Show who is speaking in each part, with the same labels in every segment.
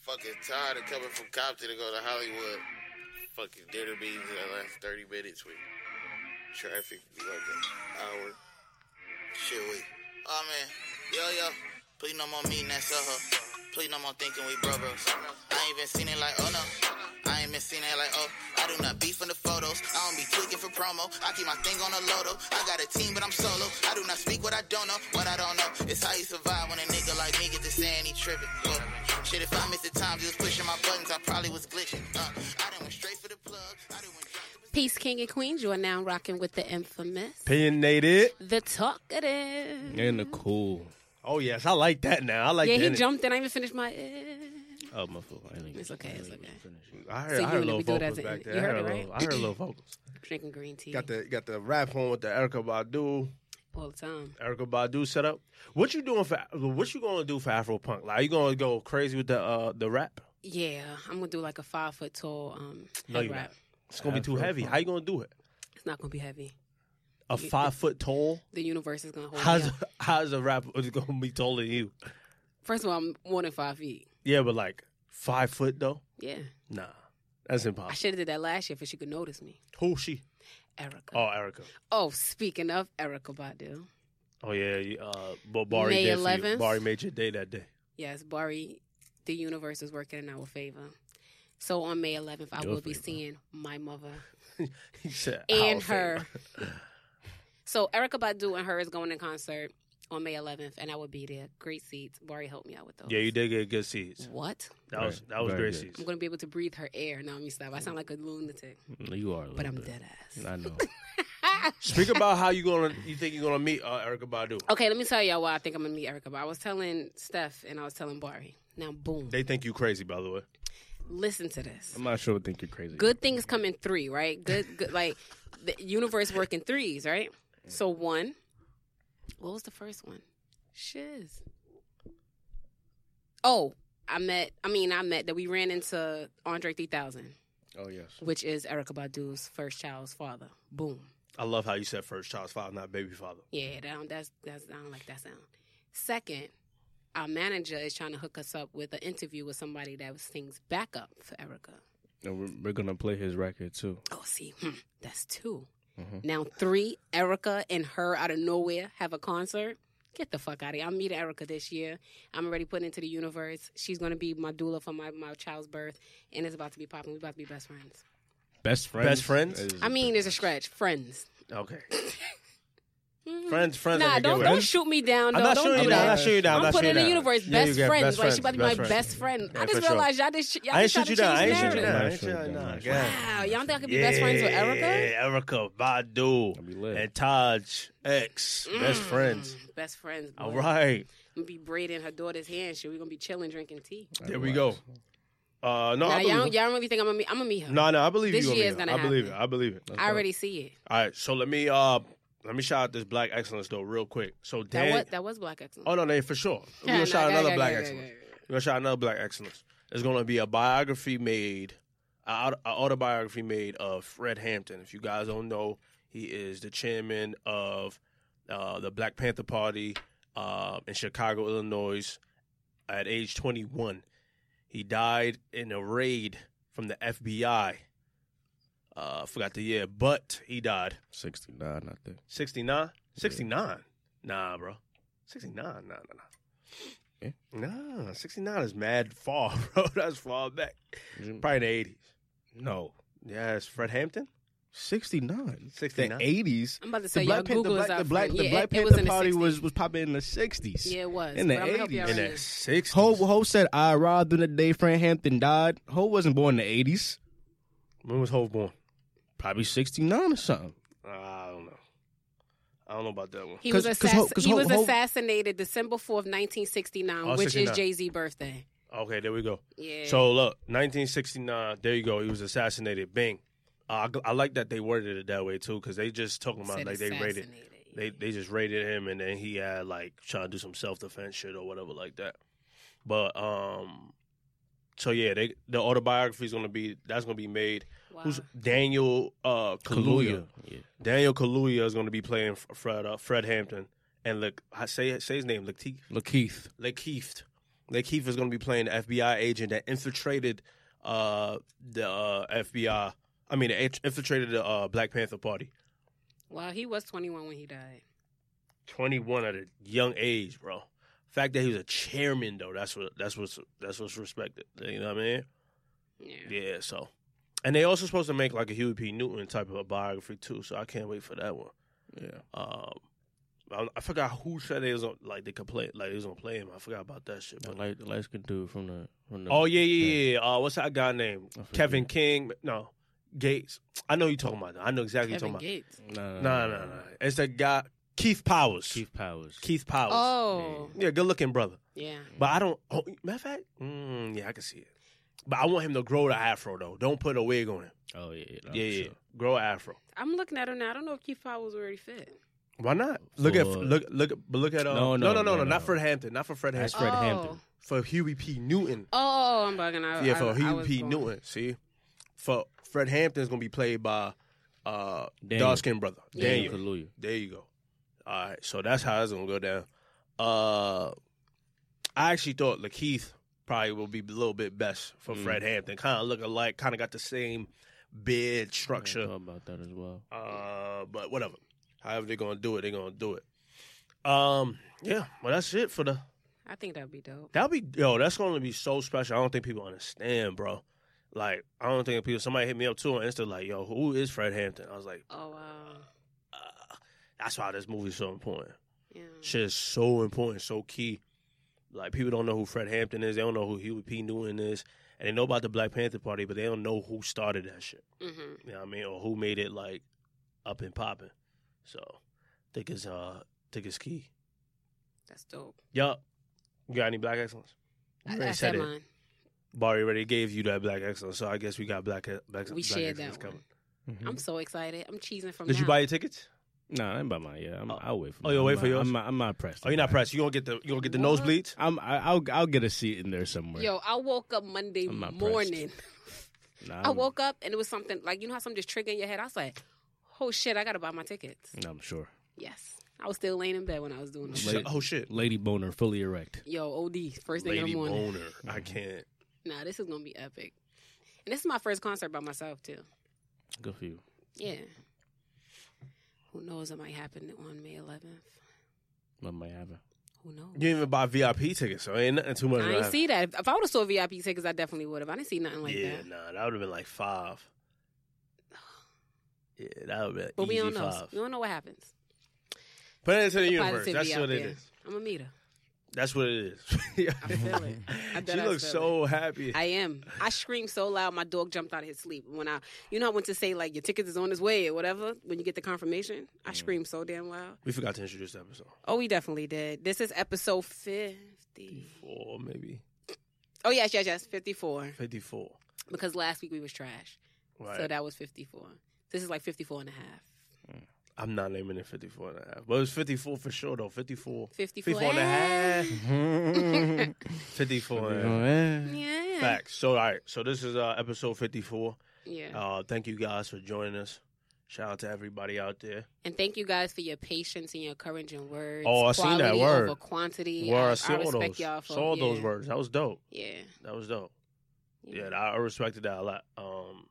Speaker 1: fucking tired of coming from Compton to go to Hollywood. Fucking dinner meetings that last 30 minutes with traffic, be like an hour. Shit, we. Oh, man. Yo, yo. Please no more meeting that Soho. Please no more thinking we brothers. I ain't been seen it like, oh no. I ain't been seen it like, oh. I do not beef in the photos. I don't be tweaking for promo. I keep my thing on the low though. I got a team, but I'm solo. I do not speak what I don't know. What I don't know is how you survive when a nigga like me get to saying he tripping. Uh, shit, if I missed the times, you was pushing my buttons. I probably was glitching. Uh, I done went straight for the plug. I done went straight to the
Speaker 2: Peace, King and Queens. You are now rocking with the infamous,
Speaker 3: Opinionated
Speaker 2: the talkative.
Speaker 4: And the cool.
Speaker 3: Oh yes, I like that now. I like.
Speaker 2: yeah,
Speaker 3: the
Speaker 2: he
Speaker 3: energy.
Speaker 2: jumped in. I even finished my. eh,
Speaker 4: Oh, my fault. I didn't-
Speaker 2: It's okay, it's okay.
Speaker 3: I heard,
Speaker 2: So
Speaker 3: I
Speaker 2: you
Speaker 3: heard
Speaker 2: and
Speaker 3: low
Speaker 2: we do it
Speaker 3: vocals
Speaker 2: as a-
Speaker 3: back there.
Speaker 2: you heard
Speaker 3: I, heard
Speaker 2: it,
Speaker 3: low-
Speaker 2: right?
Speaker 3: I heard low vocals.
Speaker 2: drinking green tea
Speaker 3: Got the got the rap on with the Erica Badu.
Speaker 2: all the time.
Speaker 3: Erica Badu setup. What you doing for? What you gonna do for Afro Punk? Like, you gonna go crazy with the uh the rap?
Speaker 2: Yeah, I'm gonna do like a five foot tall um,
Speaker 3: No,
Speaker 2: head
Speaker 3: you're
Speaker 2: wrap.
Speaker 3: It's gonna be too
Speaker 4: Afro
Speaker 3: heavy. How you gonna do it?
Speaker 2: It's not gonna be heavy.
Speaker 3: A five foot tall.
Speaker 2: The universe is gonna hold me
Speaker 3: How's
Speaker 2: up.
Speaker 3: how's a rapper is gonna be taller than you?
Speaker 2: First of all, I'm more than five feet.
Speaker 3: Yeah, but like five foot though.
Speaker 2: Yeah,
Speaker 3: Nah, that's
Speaker 2: I
Speaker 3: impossible.
Speaker 2: should have did that last year if she could notice me.
Speaker 3: Who she?
Speaker 2: Erica. Oh,
Speaker 3: Oh, Erica.
Speaker 2: speaking of Erica Badu,
Speaker 3: Oh yeah, you, uh, but Bari
Speaker 2: May
Speaker 3: did for you.
Speaker 2: 11th?
Speaker 3: Bari made your day that day.
Speaker 2: yes, Bari, the universe is working in our favor. So on May 11th, I
Speaker 4: Your
Speaker 2: will be
Speaker 4: favor.
Speaker 2: seeing my mother.
Speaker 3: He said,
Speaker 2: and
Speaker 3: "Hall of
Speaker 2: her. so Erica Badu and her is going in concert on May 11th, and I will be there. Great seats. Bari helped me out with those.
Speaker 3: Fame." Yeah, you did get good seats.
Speaker 2: What?
Speaker 3: That was
Speaker 4: Right.
Speaker 3: that was
Speaker 4: Very
Speaker 3: great
Speaker 4: good.
Speaker 2: I'm
Speaker 3: seats.
Speaker 2: going to be able to breathe her air. Now let me stop. I sound like a lunatic,
Speaker 4: You are. a
Speaker 2: but
Speaker 4: little
Speaker 2: I'm
Speaker 4: bit.
Speaker 2: dead ass.
Speaker 4: I know.
Speaker 3: Speak about how you gonna you think you're gonna meet uh, Erica Badu.
Speaker 2: Okay, let me tell y'all why I think I'm going to meet Erica. But I was telling Steph and I was telling Bari. Now, boom.
Speaker 3: They think you crazy, by the way.
Speaker 2: Listen to this.
Speaker 4: I'm not sure what think you're crazy.
Speaker 2: good things come in three, right? Good, good like the universe work in threes, right? So one, what was the first one? Shiz. Oh, I met. I mean, I met that we ran into Andre 3000,
Speaker 4: Oh yes.
Speaker 2: which is Erica Badu's first child's father. Boom.
Speaker 3: I love how you said first child's father, not baby father.
Speaker 2: Yeah, that don't, that's that's I don't like that sound. Second, our manager is trying to hook us up with an interview with somebody that sings backup for Erica.
Speaker 4: And we're, we're gonna play his record too.
Speaker 2: Oh, see, hmm, that's 2
Speaker 3: Mm-hmm.
Speaker 2: Now three, Erica and her out of nowhere have a concert. Get the fuck out of here. I'm meeting Erica this year. I'm already putting into the universe. She's gonna be my doula for my, my child's birth, and it's about to be popping. We're about to be best friends.
Speaker 4: Best friends.
Speaker 3: Best friends?
Speaker 4: Is-
Speaker 2: I mean, there's a stretch. Friends.
Speaker 3: Okay. friends, friends.
Speaker 2: Nah,
Speaker 3: are
Speaker 2: don't
Speaker 3: good
Speaker 2: don't
Speaker 3: ones.
Speaker 2: shoot me down.
Speaker 3: I'm
Speaker 2: though.
Speaker 3: not
Speaker 2: don't
Speaker 3: shooting
Speaker 2: do
Speaker 3: you down.
Speaker 2: that.
Speaker 3: I'm not shooting you down.
Speaker 2: I'm
Speaker 3: not
Speaker 2: putting in
Speaker 3: shooting
Speaker 2: the
Speaker 3: you down.
Speaker 2: universe
Speaker 3: Yeah, you
Speaker 2: best,
Speaker 3: got
Speaker 2: friends. Like she about to be my best, friend.
Speaker 3: Yeah,
Speaker 2: I just
Speaker 3: for sure.
Speaker 2: realized y'all just y'all
Speaker 3: I ain't
Speaker 2: just tried
Speaker 3: shoot
Speaker 2: to
Speaker 3: you down. I
Speaker 2: change
Speaker 3: ain't shoot you
Speaker 2: narrative.
Speaker 3: down. I
Speaker 4: narrative.
Speaker 3: ain't shoot you down.
Speaker 4: Nah,
Speaker 3: Nah,
Speaker 4: shoot you
Speaker 3: God.
Speaker 4: down.
Speaker 2: Wow, y'all think I could be best friends with Erica?
Speaker 3: Yeah, Erica
Speaker 4: That'd be lit.
Speaker 3: Badu and Taj X, best friends.
Speaker 2: Mm, Best friends. boy.
Speaker 3: All right,
Speaker 2: I'm gonna be braiding her daughter's hair and shit. We're gonna be chilling, drinking tea.
Speaker 3: there we go. Uh, no,
Speaker 2: now,
Speaker 3: I
Speaker 2: y'all,
Speaker 3: believe
Speaker 2: don't,
Speaker 3: it.
Speaker 2: y'all don't really think I'm gonna meet? I'm gonna meet her.
Speaker 3: No, no, I believe
Speaker 2: This
Speaker 3: you. Amir.
Speaker 2: year is gonna
Speaker 3: I believe it.
Speaker 2: happen.
Speaker 3: I believe it.
Speaker 2: I already see it.
Speaker 3: All right, so let me uh let me shout out this black excellence though real quick. So
Speaker 2: That
Speaker 3: Dan,
Speaker 2: was that was black excellence.
Speaker 3: oh no, no, for sure. We're
Speaker 2: Yeah,
Speaker 3: gonna
Speaker 2: no,
Speaker 3: shout
Speaker 2: yeah,
Speaker 3: another
Speaker 2: yeah,
Speaker 3: black
Speaker 2: yeah,
Speaker 3: excellence.
Speaker 2: yeah, yeah, yeah.
Speaker 3: We're gonna shout another black excellence. There's gonna be a biography made, an autobiography made of Fred Hampton. If you guys don't know, he is the chairman of uh, the Black Panther Party uh, in Chicago, Illinois, at age 21. He died in a raid from the FBI. Uh, forgot the year, but he died.
Speaker 4: Sixty nine, I think.
Speaker 3: 69? 69? Nah, bro. 69? Nah, nah, nah.
Speaker 4: Eh?
Speaker 3: Nah, 69 is mad far, bro. That's far back. Probably in the 80s.
Speaker 4: No.
Speaker 3: Yes, Fred Hampton?
Speaker 4: Sixty nine.
Speaker 3: 69?
Speaker 4: The eighties.
Speaker 2: I'm about to
Speaker 4: The
Speaker 2: say y'all
Speaker 4: Black Panther,
Speaker 2: Google
Speaker 4: the
Speaker 2: is
Speaker 4: Black,
Speaker 2: out
Speaker 4: the Black,
Speaker 2: front.
Speaker 4: the
Speaker 2: yeah,
Speaker 4: Black
Speaker 2: it, it was
Speaker 4: Panther
Speaker 2: in the
Speaker 4: party
Speaker 2: 60s.
Speaker 4: was was popping in the sixties.
Speaker 2: yeah, it was
Speaker 4: in the
Speaker 2: but I'm gonna help
Speaker 4: 80s.
Speaker 2: y'all
Speaker 3: In the
Speaker 2: right now.
Speaker 3: 60s.
Speaker 4: Ho, Ho said, I arrived in the day Fred Hampton died. Ho wasn't born in the 80s.
Speaker 3: When was Hove born?
Speaker 4: Probably 69 or something.
Speaker 3: Uh, I don't know. I don't know about that one.
Speaker 2: He was,
Speaker 4: 'Cause- 'cause Ho-
Speaker 2: assass-
Speaker 4: 'cause
Speaker 2: he
Speaker 4: Ho-
Speaker 2: was
Speaker 4: Ho-
Speaker 2: assassinated December 4th, 1969,
Speaker 3: Oh,
Speaker 2: which
Speaker 3: 69.
Speaker 2: is Jay Z birthday.
Speaker 3: Okay, there we go.
Speaker 2: Yeah.
Speaker 3: So, oh, look, 1969. There you go. He was assassinated. Bing. Uh, I, I like that they worded it that way, too, because they just talking about,
Speaker 2: Said
Speaker 3: like, they rated.
Speaker 2: assassinated.
Speaker 3: They they just raided him, and then he had like trying to do some self defense shit or whatever like that. But um, so yeah, they the autobiography is gonna be that's gonna be made.
Speaker 2: Wow.
Speaker 3: Who's Daniel uh, Kaluuya?
Speaker 4: Yeah.
Speaker 3: Daniel Kaluuya is gonna be playing F- Fred uh, Fred Hampton and look I say say his name Lakeith
Speaker 4: Lakeith.
Speaker 3: Lakeith Nick Heath is going to be playing the FBI agent that infiltrated uh, the uh, FBI. I mean, it infiltrated the uh, Black Panther Party.
Speaker 2: Well, he was 21 when he died.
Speaker 3: 21 at a young age, bro. Fact that he was a chairman though, that's what that's what's that's what's respected. You know what I mean?
Speaker 2: Yeah.
Speaker 3: Yeah. So, and they also supposed to make like a Huey P. Newton type of a biography too. So I can't wait for that one.
Speaker 4: Yeah.
Speaker 3: Um, I, I forgot who said they was on, like they could play like they was gonna play him. I forgot about that shit.
Speaker 5: The
Speaker 3: But,
Speaker 5: light, the light skin dude from the from the.
Speaker 3: oh yeah, yeah, yeah. yeah. Uh, what's that guy name?
Speaker 5: I forget.
Speaker 3: Kevin King? No, Gates. I know you talking about. I know exactly
Speaker 2: Kevin
Speaker 3: who you talking
Speaker 2: Gates.
Speaker 5: No,
Speaker 3: about. No, no, no, no. It's that guy Keith Powers. Keith,
Speaker 5: Keith Powers.
Speaker 3: Powers.
Speaker 2: Oh,
Speaker 3: Yeah, good looking brother.
Speaker 2: yeah.
Speaker 3: But I don't. Oh, matter of fact, mm, yeah, I can see it. But I want him to grow the afro though. Don't put a wig on him.
Speaker 5: Oh yeah, yeah, no,
Speaker 3: yeah,
Speaker 5: for
Speaker 3: yeah.
Speaker 5: sure.
Speaker 3: Grow a afro.
Speaker 2: I'm looking at him now. I don't know if Keith Powell was already fit.
Speaker 3: Why not? Look at
Speaker 5: For-
Speaker 3: look look at- but look at uh, no, no, no, no, no, not Fred Hampton, not for Fred
Speaker 5: That's
Speaker 3: Hampton,
Speaker 5: Fred
Speaker 2: oh.
Speaker 5: Hampton.
Speaker 3: for Huey P. Newton.
Speaker 2: Oh, I'm bugging. I,
Speaker 3: yeah,
Speaker 2: I-
Speaker 3: for
Speaker 2: I
Speaker 3: Huey
Speaker 2: was
Speaker 3: P.
Speaker 2: going-
Speaker 3: Newton. See, for Fred Hampton's gonna be played by uh,
Speaker 5: Daniel.
Speaker 3: dark skinned brother
Speaker 2: Yeah.
Speaker 3: Daniel.
Speaker 5: Kaluuya.
Speaker 3: There you go. All right, so that's how it's gonna go down. Uh, I actually thought Lakeith probably will be a little bit best for
Speaker 5: Mm.
Speaker 3: Fred Hampton. Kind of look alike, kind of got the same beard
Speaker 5: I
Speaker 3: structure.
Speaker 5: thought about that as well.
Speaker 3: Uh, but whatever. However they're gonna do it, they're gonna do it. Um, yeah. Well, that's it for the.
Speaker 2: I think that'd be dope.
Speaker 3: That'll be yo. That's gonna be so special. I don't think people understand, bro. Like, I don't think people. Somebody hit me up too on Insta, like, yo, who is Fred Hampton? I was like,
Speaker 2: Oh wow.
Speaker 3: uh, that's why this movie's so important.
Speaker 2: Yeah.
Speaker 3: Shit is so important, so key. Like, people don't know who Fred Hampton is. They don't know who Huey P. Newton is, and they know about the Black Panther Party, but they don't know who started that shit.
Speaker 2: Mm-hmm.
Speaker 3: You know what I mean? Or who made it like up and popping. So think it's uh think it's key.
Speaker 2: That's dope.
Speaker 3: Yup. You got any black excellence? You
Speaker 2: I,
Speaker 3: already
Speaker 2: I
Speaker 3: said
Speaker 2: said
Speaker 3: it.
Speaker 2: mine.
Speaker 3: Barry already gave you that black excellence, so I guess we got black E, black,
Speaker 2: We
Speaker 3: black
Speaker 2: shared
Speaker 3: excellence
Speaker 2: that
Speaker 3: coming.
Speaker 2: one.
Speaker 5: Mm-hmm.
Speaker 2: I'm so excited. I'm cheesing from
Speaker 3: Did
Speaker 2: now.
Speaker 3: you buy your tickets?
Speaker 5: Nah, I ain't about mine. Yeah, I'm,
Speaker 3: Oh.
Speaker 5: I'll wait for.
Speaker 3: Oh, you'll
Speaker 5: mine.
Speaker 3: wait
Speaker 5: I'm
Speaker 3: for
Speaker 5: not-
Speaker 3: yours?
Speaker 5: I'm not, I'm not pressed.
Speaker 3: Oh, you're not
Speaker 5: about it.
Speaker 3: pressed. You gonna get the you gonna get the
Speaker 2: What?
Speaker 3: nosebleeds?
Speaker 5: I'm. I, I'll. I'll get a seat in there somewhere.
Speaker 2: Yo, I woke up Monday
Speaker 5: I'm not
Speaker 2: morning.
Speaker 5: Nah,
Speaker 2: I
Speaker 5: I'm-
Speaker 2: woke up and it was something like you know how something just triggered in your head. I was like, "Oh shit, I gotta buy my tickets."
Speaker 5: Nah, I'm sure.
Speaker 2: Yes, I was still laying in bed when I was doing this.
Speaker 5: Late.
Speaker 3: Oh shit.
Speaker 5: Lady boner, fully erect.
Speaker 2: Yo, OD, first thing in
Speaker 3: Lady
Speaker 2: the morning.
Speaker 3: Boner. I
Speaker 5: Mm-hmm.
Speaker 3: can't.
Speaker 2: Nah, this is gonna be epic, and this is my first concert by myself too.
Speaker 5: Good for you.
Speaker 2: Yeah. Who knows? It might happen on May 11th.
Speaker 5: What might happen?
Speaker 2: Who knows?
Speaker 3: You didn't even buy VIP tickets, so ain't nothing too much.
Speaker 2: I
Speaker 3: gonna
Speaker 2: ain't
Speaker 3: happen.
Speaker 2: see that. If- If I would have saw VIP tickets, I definitely would have. I didn't see nothing like
Speaker 3: yeah,
Speaker 2: that.
Speaker 3: nah, that would have been like five. Yeah, that would be an
Speaker 2: But
Speaker 3: easy
Speaker 2: we don't know.
Speaker 3: five.
Speaker 2: We don't know what happens.
Speaker 3: Put it into the universe.
Speaker 2: Positivity
Speaker 3: That's
Speaker 2: out
Speaker 3: what it
Speaker 2: there.
Speaker 3: is.
Speaker 2: I'm a meter.
Speaker 3: That's what it is.
Speaker 2: I feel it. I bet
Speaker 3: she
Speaker 2: I
Speaker 3: looks
Speaker 2: feel
Speaker 3: so happy.
Speaker 2: I am. I screamed so loud, my dog jumped out of his sleep. When I, you know, I went to say like your tickets is on his way or whatever. When you get the confirmation,
Speaker 3: Mm.
Speaker 2: I screamed so damn loud.
Speaker 3: we forgot to introduce the episode.
Speaker 2: Oh, we definitely did. This is episode fifty.
Speaker 3: Fifty-four, maybe
Speaker 2: Oh yes, yes, yes, fifty-four.
Speaker 3: fifty-four.
Speaker 2: Because last week we was trash,
Speaker 3: Right.
Speaker 2: so that was fifty-four. This is like 54 and a half.
Speaker 3: I'm not naming it 54 and a half, but it was 54 for sure though. 54,
Speaker 2: 54,
Speaker 3: 54 and a half,
Speaker 5: yeah.
Speaker 3: 54. and a half.
Speaker 2: Yeah.
Speaker 3: Facts. So all right. So this is uh, episode 54.
Speaker 2: Yeah.
Speaker 3: Uh, thank you guys for joining us. Shout out to everybody out there.
Speaker 2: And thank you guys for your patience and your courage and words.
Speaker 3: Oh, I seen that
Speaker 2: Quality
Speaker 3: word.
Speaker 2: over quantity.
Speaker 3: Word,
Speaker 2: I,
Speaker 3: I see
Speaker 2: I
Speaker 3: all
Speaker 2: respect
Speaker 3: those.
Speaker 2: y'all for
Speaker 3: saw
Speaker 2: yeah,
Speaker 3: those words. That was dope.
Speaker 2: Yeah.
Speaker 3: That was dope. Yeah, I I respected that a lot. Um,